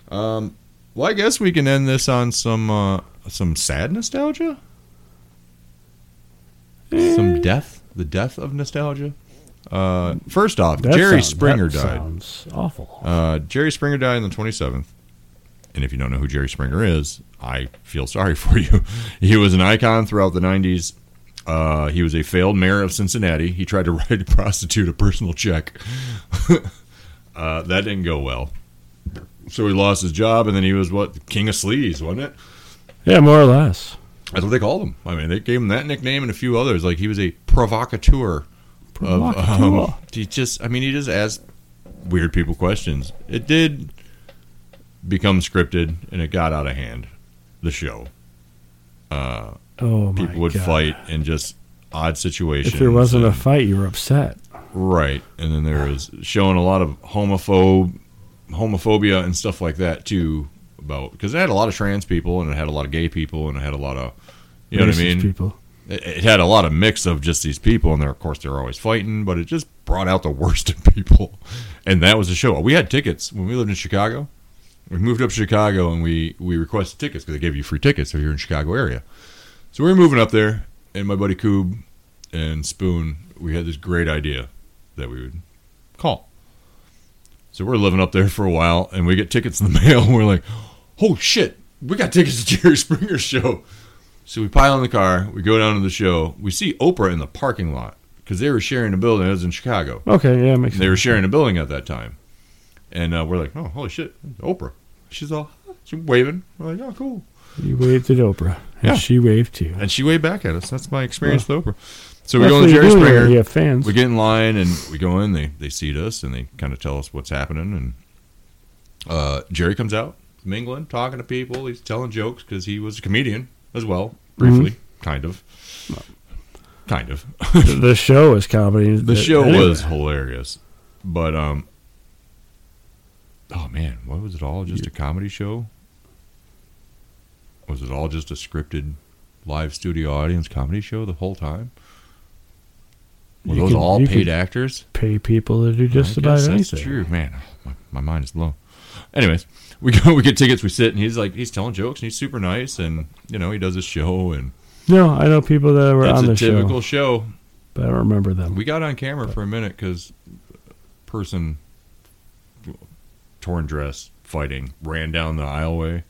[SPEAKER 3] Um, well, I guess we can end this on some uh, some sad nostalgia, some death, the death of nostalgia. Uh, first off,
[SPEAKER 4] That
[SPEAKER 3] Jerry
[SPEAKER 4] sound-
[SPEAKER 3] Springer
[SPEAKER 4] that
[SPEAKER 3] died.
[SPEAKER 4] Sounds awful.
[SPEAKER 3] Uh, Jerry Springer died on the 27th. And if you don't know who Jerry Springer is, I feel sorry for you. He was an icon throughout the 90s. Uh, he was a failed mayor of Cincinnati. He tried to write a prostitute a personal check. uh, that didn't go well. So he lost his job, and then he was what? King of Sleaze, wasn't it?
[SPEAKER 4] Yeah, more or less.
[SPEAKER 3] That's what they called him. I mean, they gave him that nickname and a few others. Like he was a provocateur. Of, um,
[SPEAKER 4] Provocateur.
[SPEAKER 3] he just, I mean, he just asked weird people questions. It did become scripted, and it got out of hand. The show
[SPEAKER 4] Oh my
[SPEAKER 3] people would
[SPEAKER 4] God.
[SPEAKER 3] fight in just odd situations.
[SPEAKER 4] If there wasn't a
[SPEAKER 3] and-
[SPEAKER 4] fight, you were upset.
[SPEAKER 3] right, and then there was showing a lot of homophobe, homophobia and stuff like that too. About because it had a lot of trans people, and it had a lot of gay people, and it had a lot of, you know what I
[SPEAKER 4] Racist
[SPEAKER 3] mean?
[SPEAKER 4] People.
[SPEAKER 3] it, it had a lot of mix of just these people, and they're, of course they're always fighting, but it just brought out the worst in people. And that was the show. We had tickets when we lived in Chicago. We moved up to Chicago, and we we requested tickets because they gave you free tickets if you're in Chicago area. So we were moving up there, and my buddy Coob and Spoon, we had this great idea that we would call. So we're living up there for a while, and we get tickets in the mail. And we're like, "Oh shit, we got tickets to Jerry Springer's show!" So we pile in the car, we go down to the show. We see Oprah in the parking lot because they were sharing a building. It was in Chicago.
[SPEAKER 4] Okay, yeah, makes
[SPEAKER 3] They
[SPEAKER 4] sense.
[SPEAKER 3] were sharing a building at that time, and uh, we're like, "Oh, holy shit, Oprah!" She's all she's waving. We're like, "Oh, cool."
[SPEAKER 4] You waved at Oprah, and
[SPEAKER 3] Yeah.
[SPEAKER 4] she waved to you.
[SPEAKER 3] And she waved back at us. That's my experience with Oprah. So we
[SPEAKER 4] That's
[SPEAKER 3] go to
[SPEAKER 4] what you
[SPEAKER 3] Jerry
[SPEAKER 4] do when
[SPEAKER 3] Springer.
[SPEAKER 4] You have fans.
[SPEAKER 3] We get in line and we go in. They they seat us and they kind of tell us what's happening. And uh, Jerry comes out mingling, talking to people. He's telling jokes because he was a comedian as well, briefly, kind of, kind of.
[SPEAKER 4] the show is comedy.
[SPEAKER 3] the
[SPEAKER 4] Th-
[SPEAKER 3] show
[SPEAKER 4] anyway.
[SPEAKER 3] was hilarious, but um, oh man, what was it all? Just a comedy show? Was it all just a scripted live studio audience comedy show the whole time? Were
[SPEAKER 4] You
[SPEAKER 3] those
[SPEAKER 4] could-
[SPEAKER 3] all
[SPEAKER 4] you
[SPEAKER 3] paid
[SPEAKER 4] could
[SPEAKER 3] actors?
[SPEAKER 4] Pay people to do just
[SPEAKER 3] I
[SPEAKER 4] about
[SPEAKER 3] guess
[SPEAKER 4] anything.
[SPEAKER 3] That's true, man. My, my mind is blown. Anyways, we go, we get tickets, we sit, and he's like, he's telling jokes, and he's super nice, and you know, he does his show, and
[SPEAKER 4] No, I know people that were
[SPEAKER 3] it's
[SPEAKER 4] on
[SPEAKER 3] a
[SPEAKER 4] the
[SPEAKER 3] typical
[SPEAKER 4] show,
[SPEAKER 3] show.
[SPEAKER 4] but I don't remember them.
[SPEAKER 3] We got on camera for a minute because person torn dress fighting ran down the aisleway.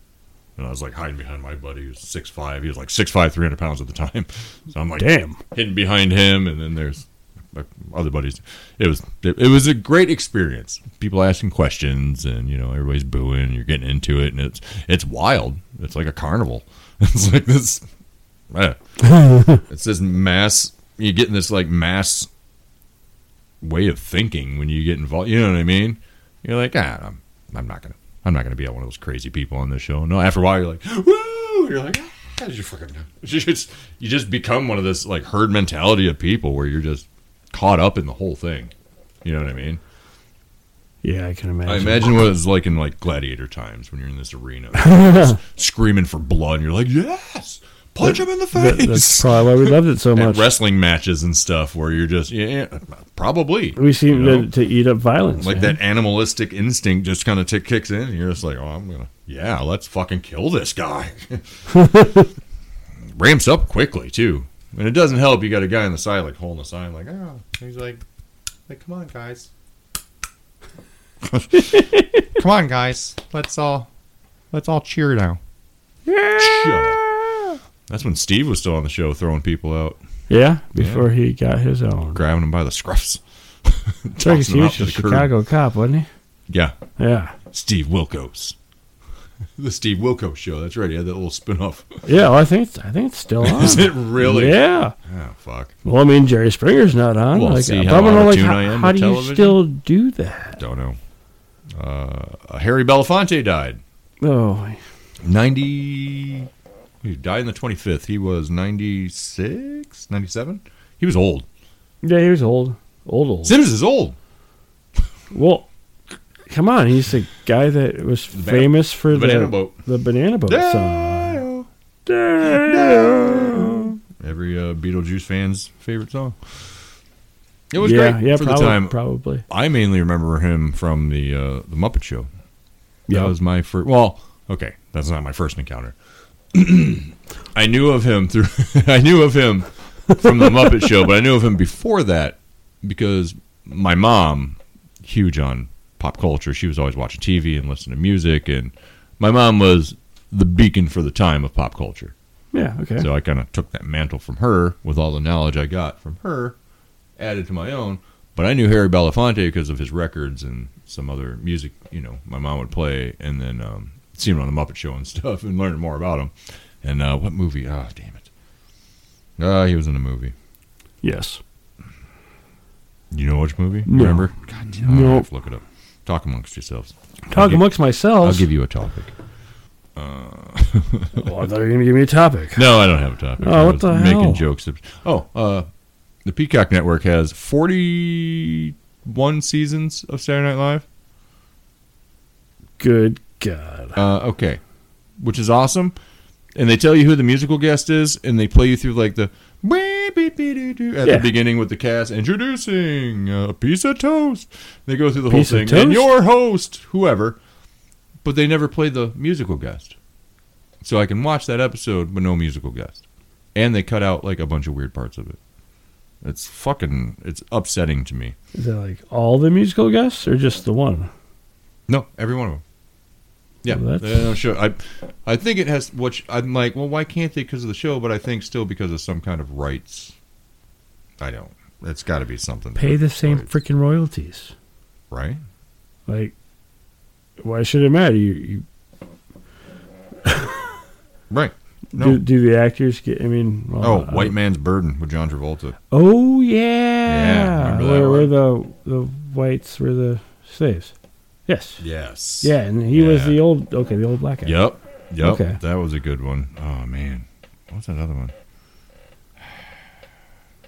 [SPEAKER 3] And I was like hiding behind my buddy who's 6'5. He was like 6'5, 300 pounds at the time. So I'm like
[SPEAKER 4] Damn.
[SPEAKER 3] hidden behind him. And then there's my other buddies. It was it, it was a great experience. People asking questions and, you know, everybody's booing. You're getting into it. And it's it's wild. It's like a carnival. It's like this. eh. it's this mass. You get in this like mass way of thinking when you get involved. You know what I mean? You're like, ah, I'm, I'm not gonna, I'm not gonna be one of those crazy people on this show. No, after a while, you're like, woo! You're like, ah, how did you fucking? You just, you just become one of this like herd mentality of people where you're just caught up in the whole thing. You know what I mean?
[SPEAKER 4] Yeah, I can imagine.
[SPEAKER 3] I imagine what it's like in like gladiator times when you're in this arena, You're just screaming for blood. And you're like, yes, punch him in the face.
[SPEAKER 4] That- that's probably why we loved it so
[SPEAKER 3] and
[SPEAKER 4] much.
[SPEAKER 3] wrestling matches and stuff where you're just yeah, yeah probably
[SPEAKER 4] we seem
[SPEAKER 3] you know?
[SPEAKER 4] to, to eat up violence.
[SPEAKER 3] like
[SPEAKER 4] man.
[SPEAKER 3] that animalistic instinct just kind of t- kicks in and you're just like oh i'm gonna yeah let's fucking kill this guy ramps up quickly too and it doesn't help you got a guy on the side like holding a sign like oh he's like like come on guys
[SPEAKER 5] Come on, guys. Let's all let's all cheer now.
[SPEAKER 3] Shut up. that's when steve was still on the show throwing people out
[SPEAKER 4] Yeah, before he got his own.
[SPEAKER 3] grabbing them by the scruffs
[SPEAKER 4] Turkey,
[SPEAKER 3] tossing
[SPEAKER 4] he
[SPEAKER 3] them out
[SPEAKER 4] was
[SPEAKER 3] to
[SPEAKER 4] a
[SPEAKER 3] the curb.
[SPEAKER 4] Chicago cop, wasn't
[SPEAKER 3] yeah
[SPEAKER 4] he? Yeah.
[SPEAKER 3] steve wilkos The Steve Wilco show. That's right. He had that little spin off.
[SPEAKER 4] Yeah, well, I think it's, I think it's still on.
[SPEAKER 3] Is it really?
[SPEAKER 4] Yeah.
[SPEAKER 3] Oh, fuck.
[SPEAKER 4] Well, I mean, Jerry Springer's not on.
[SPEAKER 3] Well,
[SPEAKER 4] like,
[SPEAKER 3] see
[SPEAKER 4] but
[SPEAKER 3] how
[SPEAKER 4] I'm
[SPEAKER 3] out
[SPEAKER 4] gonna
[SPEAKER 3] of
[SPEAKER 4] like,
[SPEAKER 3] tune
[SPEAKER 4] how,
[SPEAKER 3] I am
[SPEAKER 4] how
[SPEAKER 3] with
[SPEAKER 4] do
[SPEAKER 3] television?
[SPEAKER 4] you still do that?
[SPEAKER 3] Don't know. Uh, Harry Belafonte died.
[SPEAKER 4] Oh,
[SPEAKER 3] 90. He died on the 25th. He was 96, 97. He was old.
[SPEAKER 4] yeah, he was old, old, old.
[SPEAKER 3] Sims is old.
[SPEAKER 4] Well, come on, he's the guy that was
[SPEAKER 3] ba-
[SPEAKER 4] famous for
[SPEAKER 3] the
[SPEAKER 4] the
[SPEAKER 3] banana boat.
[SPEAKER 4] The banana boat song.
[SPEAKER 3] Yeah. Every uh, Beetlejuice fan's favorite song. It was
[SPEAKER 4] yeah,
[SPEAKER 3] great
[SPEAKER 4] yeah,
[SPEAKER 3] for
[SPEAKER 4] probably,
[SPEAKER 3] the time.
[SPEAKER 4] probably.
[SPEAKER 3] I mainly remember him from the uh, the Muppet Show. That
[SPEAKER 4] Yeah.
[SPEAKER 3] was my first. Well, okay, that's not my first encounter. I knew of him through. I knew of him from the Muppet Show, but I knew of him before that because my mom, huge on pop culture, she was always watching TV and listening to music, and my mom was the beacon for the time of pop culture.
[SPEAKER 4] Yeah, okay.
[SPEAKER 3] So I kind of took that mantle from her with all the knowledge I got from her, added to my own. But I knew Harry Belafonte because of his records and some other music, you know, my mom would play, and then um, seeing him on the Muppet Show and stuff, and learning more about him. And uh, what movie? Ah, damn it! Ah, he was in a movie.
[SPEAKER 4] yes.
[SPEAKER 3] You know which movie?
[SPEAKER 4] No.
[SPEAKER 3] Remember? God damn it!
[SPEAKER 4] Nope.
[SPEAKER 3] I have to look it up. Talk amongst yourselves.
[SPEAKER 4] Talk
[SPEAKER 3] give-
[SPEAKER 4] amongst myself.
[SPEAKER 3] I'll give you a topic.
[SPEAKER 4] Oh, I thought you were going to give me a topic.
[SPEAKER 3] No, I don't have a topic.
[SPEAKER 4] Oh,
[SPEAKER 3] I
[SPEAKER 4] what
[SPEAKER 3] was
[SPEAKER 4] the
[SPEAKER 3] making
[SPEAKER 4] hell?
[SPEAKER 3] jokes. Oh, uh, the Peacock Network has 41 seasons of Saturday Night Live.
[SPEAKER 4] Good God.
[SPEAKER 3] Uh, okay, which is awesome. And they tell you who the musical guest is, and they play you through like the at
[SPEAKER 4] Yeah.
[SPEAKER 3] the beginning with the cast introducing a piece of toast. They go through the
[SPEAKER 4] Piece of
[SPEAKER 3] whole thing, and
[SPEAKER 4] toast?
[SPEAKER 3] your host, whoever. But they never play the musical guest, so I can watch that episode, but no musical guest. And they cut out like a bunch of weird parts of it. It's fucking. It's upsetting to me.
[SPEAKER 4] Is that like all the musical guests or just the one?
[SPEAKER 3] No, every one of them. Yeah,
[SPEAKER 4] Well, that's-
[SPEAKER 3] Yeah, no, sure. I, I think it has. Which I'm like, well, why can't they? Because of the show, but I think still because of some kind of rights. I don't. It's got to be something.
[SPEAKER 4] Pay the same
[SPEAKER 3] Right.
[SPEAKER 4] freaking royalties.
[SPEAKER 3] right?
[SPEAKER 4] Like, why should it matter? You, you
[SPEAKER 3] Right. No.
[SPEAKER 4] do, do the actors get? I mean, well,
[SPEAKER 3] oh,
[SPEAKER 4] I-
[SPEAKER 3] White Man's Burden with John Travolta.
[SPEAKER 4] Oh yeah,
[SPEAKER 3] remember that
[SPEAKER 4] where where
[SPEAKER 3] one?
[SPEAKER 4] the the whites were the slaves? Yes.
[SPEAKER 3] Yes.
[SPEAKER 4] Yeah, and he was
[SPEAKER 3] Yeah.
[SPEAKER 4] the old okay, the old black guy.
[SPEAKER 3] Yep. Yep.
[SPEAKER 4] Okay.
[SPEAKER 3] That was a good one. Oh man, what's that other one?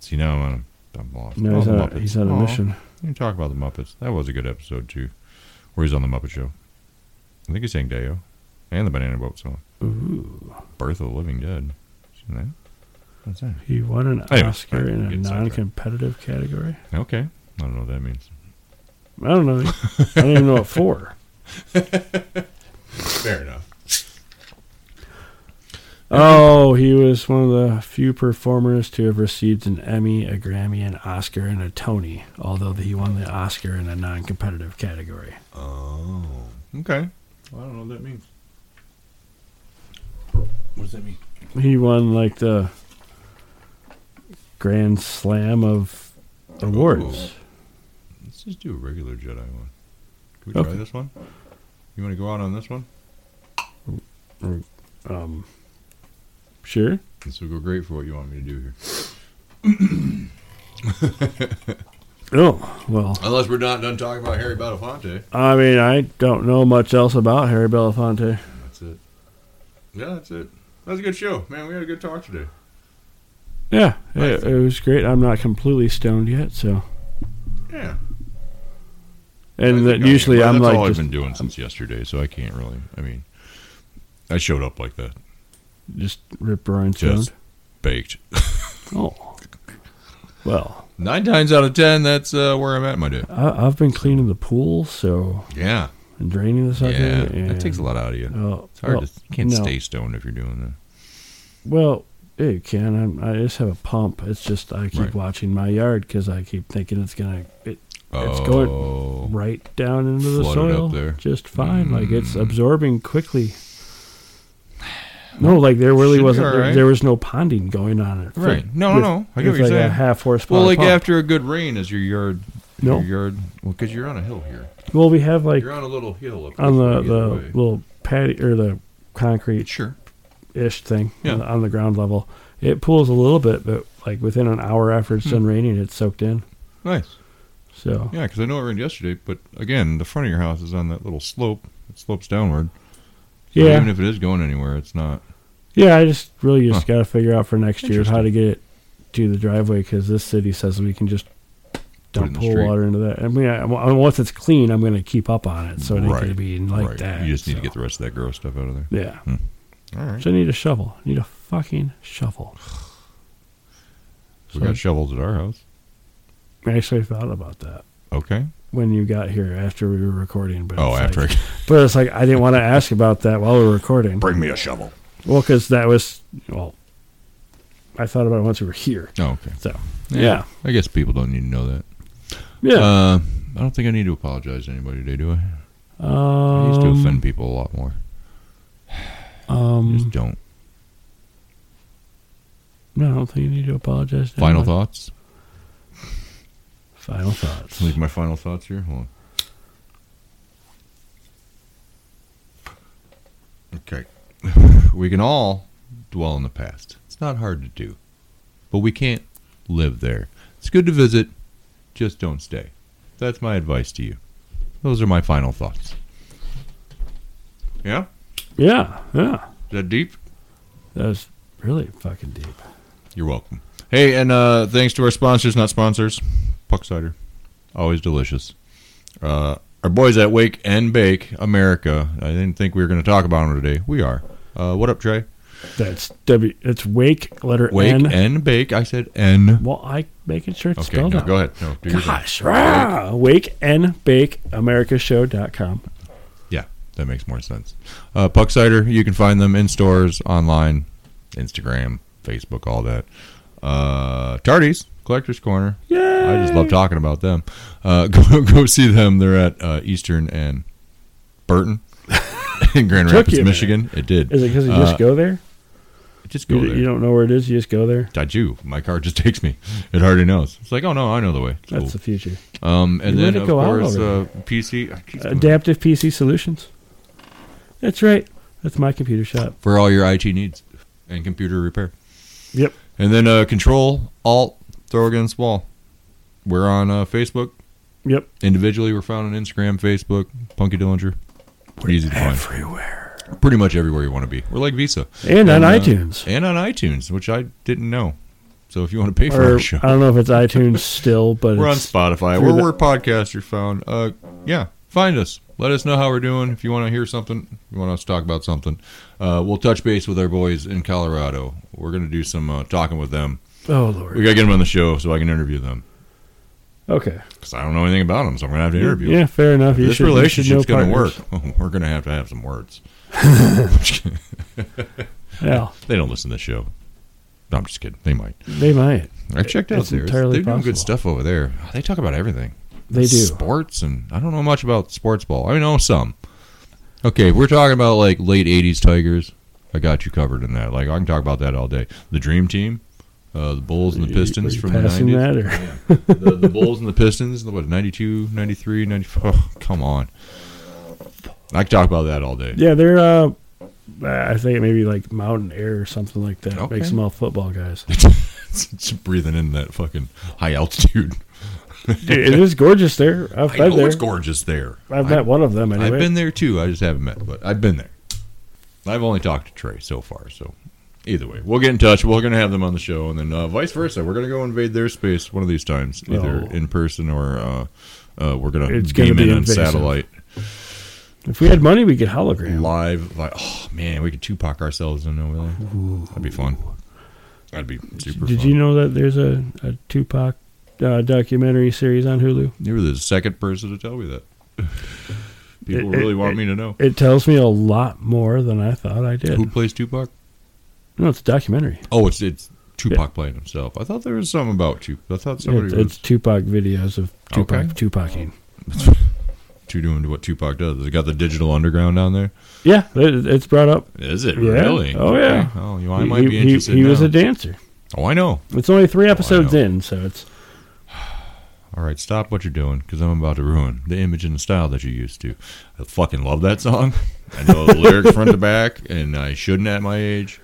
[SPEAKER 3] See now I'm on a, I'm lost.
[SPEAKER 4] No,
[SPEAKER 3] Oh,
[SPEAKER 4] he's
[SPEAKER 3] the
[SPEAKER 4] on, a,
[SPEAKER 3] Muppets.
[SPEAKER 4] he's on a
[SPEAKER 3] Aw.
[SPEAKER 4] mission.
[SPEAKER 3] You can talk about the Muppets. That was a good episode too, where he's on the Muppet Show. I think he sang Deo and the Banana Boat song. Ooh, Birth of the Living Dead. Seen that? What's that?
[SPEAKER 4] He won an
[SPEAKER 3] Anyway,
[SPEAKER 4] Oscar
[SPEAKER 3] alright,
[SPEAKER 4] in a
[SPEAKER 3] good sidetrack.
[SPEAKER 4] non-competitive category.
[SPEAKER 3] Okay, I don't know what that means.
[SPEAKER 4] I don't know. I don't even know what for.
[SPEAKER 3] Fair enough.
[SPEAKER 4] Oh, he was one of the few performers to have received an Emmy, a Grammy, an Oscar, and a Tony. Although he won the Oscar in a non-competitive category.
[SPEAKER 3] Oh, okay. Well, I don't know what that means. What does that mean?
[SPEAKER 4] He won like the Grand Slam of awards.
[SPEAKER 3] Let's just do a regular Jedi one. Can we
[SPEAKER 4] Okay.
[SPEAKER 3] try this one? You want to go out on this one?
[SPEAKER 4] Um, sure.
[SPEAKER 3] This will go great for what you want me to do here.
[SPEAKER 4] Oh well.
[SPEAKER 3] Unless we're not done talking about Harry Belafonte.
[SPEAKER 4] I mean, I don't know much else about Harry Belafonte.
[SPEAKER 3] That's it. Yeah, that's it. That was a good show, man. We had a good talk today.
[SPEAKER 4] Yeah, it, it was great. I'm not completely stoned yet, so.
[SPEAKER 3] Yeah. I
[SPEAKER 4] And
[SPEAKER 3] think
[SPEAKER 4] that
[SPEAKER 3] I am.
[SPEAKER 4] usually
[SPEAKER 3] Well,
[SPEAKER 4] I'm
[SPEAKER 3] that's all
[SPEAKER 4] like
[SPEAKER 3] I've
[SPEAKER 4] just,
[SPEAKER 3] been doing since yesterday, so I can't really. I mean, I showed up like that,
[SPEAKER 4] just rip roaring
[SPEAKER 3] just
[SPEAKER 4] stoned.
[SPEAKER 3] baked.
[SPEAKER 4] Oh. Well,
[SPEAKER 3] Nine times out of ten, that's uh, where I'm at in my day.
[SPEAKER 4] I, I've been cleaning the pool, so
[SPEAKER 3] Yeah,
[SPEAKER 4] and draining the sucker.
[SPEAKER 3] yeah,
[SPEAKER 4] and,
[SPEAKER 3] that takes a lot out of you.
[SPEAKER 4] Oh,
[SPEAKER 3] It's hard to
[SPEAKER 4] well,
[SPEAKER 3] you can't
[SPEAKER 4] no.
[SPEAKER 3] stay stoned if you're doing that.
[SPEAKER 4] Well, it can. I'm, I just have a pump. It's just I keep
[SPEAKER 3] Right.
[SPEAKER 4] watching my yard because I keep thinking it's gonna it, it's going
[SPEAKER 3] oh,
[SPEAKER 4] right down into the
[SPEAKER 3] Flooded up
[SPEAKER 4] soil
[SPEAKER 3] there. Hmm.
[SPEAKER 4] just fine. Like it's absorbing quickly. No, like there
[SPEAKER 3] Should
[SPEAKER 4] really
[SPEAKER 3] be
[SPEAKER 4] wasn't.
[SPEAKER 3] all
[SPEAKER 4] There,
[SPEAKER 3] right.
[SPEAKER 4] there was no ponding going on. At
[SPEAKER 3] Right. No, no, no. I get what
[SPEAKER 4] with
[SPEAKER 3] you're
[SPEAKER 4] like a
[SPEAKER 3] saying.
[SPEAKER 4] half horsepower.
[SPEAKER 3] Well, like
[SPEAKER 4] pump.
[SPEAKER 3] after a good rain, is your yard?
[SPEAKER 4] No.
[SPEAKER 3] Your yard. Well, because you're on a hill here.
[SPEAKER 4] Well, we have like
[SPEAKER 3] You're on a little hill up
[SPEAKER 4] on the
[SPEAKER 3] this
[SPEAKER 4] the
[SPEAKER 3] way, either way.
[SPEAKER 4] little patty or the concrete
[SPEAKER 3] sure.
[SPEAKER 4] ish thing
[SPEAKER 3] Yeah.
[SPEAKER 4] on, the, on the ground level. It pools a little bit, but like within an hour after
[SPEAKER 3] Hmm.
[SPEAKER 4] it's done raining, it's soaked in.
[SPEAKER 3] Nice.
[SPEAKER 4] So
[SPEAKER 3] Yeah, because I know it rained yesterday, but again, the front of your house is on that little slope. It slopes downward. So
[SPEAKER 4] yeah,
[SPEAKER 3] Even if it is going anywhere, it's not.
[SPEAKER 4] yeah. I just really just
[SPEAKER 3] Huh.
[SPEAKER 4] got to figure out for next year how to get it to the driveway because this city says we can just
[SPEAKER 3] Put it in
[SPEAKER 4] dump
[SPEAKER 3] the
[SPEAKER 4] pool
[SPEAKER 3] street.
[SPEAKER 4] water into that. I mean, I, I- once it's clean, I'm going to keep up on it, so it ain't going to be like
[SPEAKER 3] right.
[SPEAKER 4] that.
[SPEAKER 3] You just need to
[SPEAKER 4] so.
[SPEAKER 3] get the rest of that gross stuff out of there.
[SPEAKER 4] Yeah.
[SPEAKER 3] All right.
[SPEAKER 4] So I need a shovel. I need a fucking shovel.
[SPEAKER 3] We
[SPEAKER 4] So-
[SPEAKER 3] got shovels at our house.
[SPEAKER 4] I actually thought about that
[SPEAKER 3] Okay.
[SPEAKER 4] when you got here after we were recording. But
[SPEAKER 3] Oh,
[SPEAKER 4] it's
[SPEAKER 3] after
[SPEAKER 4] like,
[SPEAKER 3] I
[SPEAKER 4] but it's like I didn't want to ask about that while we were recording.
[SPEAKER 3] bring me a shovel.
[SPEAKER 4] Well, because that was well, I thought about it once we were here.
[SPEAKER 3] Oh, okay.
[SPEAKER 4] So yeah,
[SPEAKER 3] I guess people don't need to know that.
[SPEAKER 4] yeah.
[SPEAKER 3] Uh, I don't think I need to apologize to anybody today, do I? Uh, I used to
[SPEAKER 4] um,
[SPEAKER 3] offend people a lot more.
[SPEAKER 4] um, mm,
[SPEAKER 3] Just don't.
[SPEAKER 4] no, I don't think you need to apologize. to
[SPEAKER 3] Final
[SPEAKER 4] anybody.
[SPEAKER 3] thoughts?
[SPEAKER 4] Final thoughts.
[SPEAKER 3] Leave my final thoughts here. Hold on. Okay. we can all dwell on the past. It's not hard to do, but we can't live there. It's good to visit, just don't stay. That's my advice to you. Those are my final thoughts. Yeah?
[SPEAKER 4] Yeah, yeah.
[SPEAKER 3] Is that deep?
[SPEAKER 4] That was really fucking deep.
[SPEAKER 3] You're welcome. Hey, and uh, thanks to our sponsors, not sponsors, Puck Cider. Always delicious. Uh, our boys at Wake and Bake America. I didn't think we were going to talk about them today. We are. Uh, what up, Trey?
[SPEAKER 4] That's W. It's wake letter
[SPEAKER 3] Wake
[SPEAKER 4] N.
[SPEAKER 3] and, Bake. I said N.
[SPEAKER 4] Well, I making sure it's
[SPEAKER 3] Okay,
[SPEAKER 4] spelled
[SPEAKER 3] no,
[SPEAKER 4] out.
[SPEAKER 3] go ahead. No, do your thing.
[SPEAKER 4] Gosh, rah! wake and bake americashow.com.
[SPEAKER 3] Yeah, that makes more sense. Uh, Puck Cider, you can find them in stores, online, Instagram, Facebook, all that. Uh, Tardies, Collector's Corner.
[SPEAKER 4] Yeah,
[SPEAKER 3] I just love talking about them. Uh, go go see them. They're at uh, Eastern and Burton in Grand
[SPEAKER 4] Took
[SPEAKER 3] Rapids,
[SPEAKER 4] you a minute.
[SPEAKER 3] Michigan. It did.
[SPEAKER 4] Is it because you just
[SPEAKER 3] Uh,
[SPEAKER 4] go there?
[SPEAKER 3] Just go
[SPEAKER 4] You,
[SPEAKER 3] there.
[SPEAKER 4] you don't know where it is. You just go there.
[SPEAKER 3] I do. My car just takes me. It already knows. It's like, oh no, I know the way. It's
[SPEAKER 4] That's
[SPEAKER 3] cool.
[SPEAKER 4] the future.
[SPEAKER 3] um, and
[SPEAKER 4] You let
[SPEAKER 3] then
[SPEAKER 4] it
[SPEAKER 3] of
[SPEAKER 4] go out Uh,
[SPEAKER 3] course uh,
[SPEAKER 4] already.
[SPEAKER 3] PC I keep doing that.
[SPEAKER 4] Adaptive PC Solutions. That's right. That's my computer shop.
[SPEAKER 3] for all your IT needs and computer repair.
[SPEAKER 4] Yep.
[SPEAKER 3] And then uh, Control Alt Throw Against Wall. We're on uh, Facebook.
[SPEAKER 4] Yep.
[SPEAKER 3] Individually, we're found on Instagram, Facebook, Punky Dillinger. Easy to find.
[SPEAKER 4] Everywhere.
[SPEAKER 3] Pretty much everywhere you want to be. We're like Visa.
[SPEAKER 4] And on
[SPEAKER 3] uh,
[SPEAKER 4] iTunes.
[SPEAKER 3] and on iTunes, which I didn't know. So if you want to pay for
[SPEAKER 4] Or,
[SPEAKER 3] our show,
[SPEAKER 4] I don't know if it's iTunes still, but
[SPEAKER 3] we're on
[SPEAKER 4] it's,
[SPEAKER 3] Spotify.
[SPEAKER 4] through
[SPEAKER 3] We're
[SPEAKER 4] the-
[SPEAKER 3] where podcasts are found. Uh, yeah, find us. Let us know how we're doing. If you want to hear something, you want us to talk about something, uh, we'll touch base with our boys in Colorado. We're gonna do some uh, talking with them.
[SPEAKER 4] oh
[SPEAKER 3] We
[SPEAKER 4] lord.
[SPEAKER 3] gotta get them on the show so I can interview them
[SPEAKER 4] Okay.
[SPEAKER 3] because I don't know anything about them, so I'm gonna have to interview.
[SPEAKER 4] Yeah,
[SPEAKER 3] them.
[SPEAKER 4] fair enough. You
[SPEAKER 3] this
[SPEAKER 4] should, you should know
[SPEAKER 3] relationship's gonna work.
[SPEAKER 4] partners.
[SPEAKER 3] we're gonna have to have some words.
[SPEAKER 4] Yeah,
[SPEAKER 3] They don't listen to the show. No, I'm just kidding. They might.
[SPEAKER 4] they might.
[SPEAKER 3] I checked out
[SPEAKER 4] It's
[SPEAKER 3] there. They're
[SPEAKER 4] entirely
[SPEAKER 3] doing good
[SPEAKER 4] possible.
[SPEAKER 3] stuff over there. They talk about everything.
[SPEAKER 4] They do.
[SPEAKER 3] sports and I don't know much about sports ball. I know some. Okay, if we're talking about like late '80s Tigers. I got you covered in that. Like I can talk about that all day. The Dream Team, uh, the Bulls and the
[SPEAKER 4] Were you- were
[SPEAKER 3] Pistons
[SPEAKER 4] you
[SPEAKER 3] from the
[SPEAKER 4] passing
[SPEAKER 3] '90s.
[SPEAKER 4] that, or-
[SPEAKER 3] The, the Bulls and the Pistons. What 92, 93, 94. Oh, come on. I can talk about that all day.
[SPEAKER 4] Yeah, they're. Uh, I think maybe like mountain air or something like that.
[SPEAKER 3] Okay.
[SPEAKER 4] Makes them all football guys.
[SPEAKER 3] Just breathing in that fucking high altitude.
[SPEAKER 4] Dude, it is gorgeous there. I've
[SPEAKER 3] I
[SPEAKER 4] been
[SPEAKER 3] know
[SPEAKER 4] there.
[SPEAKER 3] it's gorgeous there.
[SPEAKER 4] I've
[SPEAKER 3] I-
[SPEAKER 4] met one of them anyway.
[SPEAKER 3] I've been there too. I just haven't met, but I've been there. I've only talked to Trey so far. So either way, we'll get in touch. We're going to have them on the show, and then uh, vice versa. We're going to go invade their space one of these times, either
[SPEAKER 4] Oh.
[SPEAKER 3] in person or uh, uh, we're going to
[SPEAKER 4] It's
[SPEAKER 3] beam
[SPEAKER 4] gonna
[SPEAKER 3] in
[SPEAKER 4] be
[SPEAKER 3] on
[SPEAKER 4] invasive.
[SPEAKER 3] satellite
[SPEAKER 4] If we had money, we could hologram.
[SPEAKER 3] live. Like, oh man, we could Tupac ourselves in over there. That'd be fun. That'd be super.
[SPEAKER 4] Did
[SPEAKER 3] fun.
[SPEAKER 4] you know that there's a, a Tupac uh, documentary series on Hulu?
[SPEAKER 3] You were the second person to tell me that. People
[SPEAKER 4] It- it-
[SPEAKER 3] really want
[SPEAKER 4] it-
[SPEAKER 3] me to know
[SPEAKER 4] It tells me a lot more than I thought I did.
[SPEAKER 3] who plays Tupac.
[SPEAKER 4] No, it's a documentary.
[SPEAKER 3] Oh, it's it's Tupac playing himself. I thought there was something about Tupac. I thought somebody
[SPEAKER 4] It's,
[SPEAKER 3] was
[SPEAKER 4] it's Tupac videos of Tupac
[SPEAKER 3] Okay.
[SPEAKER 4] Tupacing.
[SPEAKER 3] to doing what Tupac does. They got the digital underground down there.
[SPEAKER 4] Yeah, it, it's brought up.
[SPEAKER 3] Is it
[SPEAKER 4] Yeah.
[SPEAKER 3] really?
[SPEAKER 4] Oh, yeah.
[SPEAKER 3] Okay. Oh, you, I
[SPEAKER 4] He-
[SPEAKER 3] might
[SPEAKER 4] he,
[SPEAKER 3] be
[SPEAKER 4] he-
[SPEAKER 3] interested.
[SPEAKER 4] he was
[SPEAKER 3] now.
[SPEAKER 4] a dancer.
[SPEAKER 3] oh, I know.
[SPEAKER 4] It's only three episodes in, so it's
[SPEAKER 3] All right, stop what you're doing because I'm about to ruin the image and the style that you're used to. I fucking love that song. I know the lyrics front to back, and I shouldn't at my age,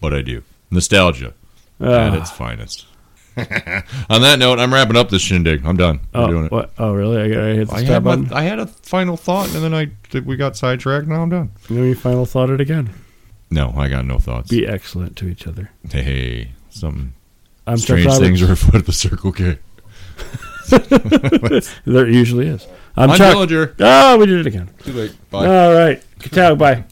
[SPEAKER 3] but I do. Nostalgia
[SPEAKER 4] uh, Ah.
[SPEAKER 3] at its finest. On that note, I'm wrapping up this shindig. I'm done. I'm
[SPEAKER 4] oh,
[SPEAKER 3] doing it.
[SPEAKER 4] What? oh, really? I gotta hit the
[SPEAKER 3] I
[SPEAKER 4] stop
[SPEAKER 3] had, my,
[SPEAKER 4] button.
[SPEAKER 3] I had a final thought, and then I we got sidetracked. Now I'm done.
[SPEAKER 4] Let me final thought it again.
[SPEAKER 3] No, I got no thoughts.
[SPEAKER 4] Be excellent to each other.
[SPEAKER 3] hey, something
[SPEAKER 4] I'm Chuck
[SPEAKER 3] strange
[SPEAKER 4] Roberts.
[SPEAKER 3] things are afoot at the Circle K.
[SPEAKER 4] There usually is. I'm,
[SPEAKER 3] I'm
[SPEAKER 4] Chuck.
[SPEAKER 3] Dillinger.
[SPEAKER 4] Ah, we did it again.
[SPEAKER 3] Too late. Bye.
[SPEAKER 4] All right. Good talk. Bye.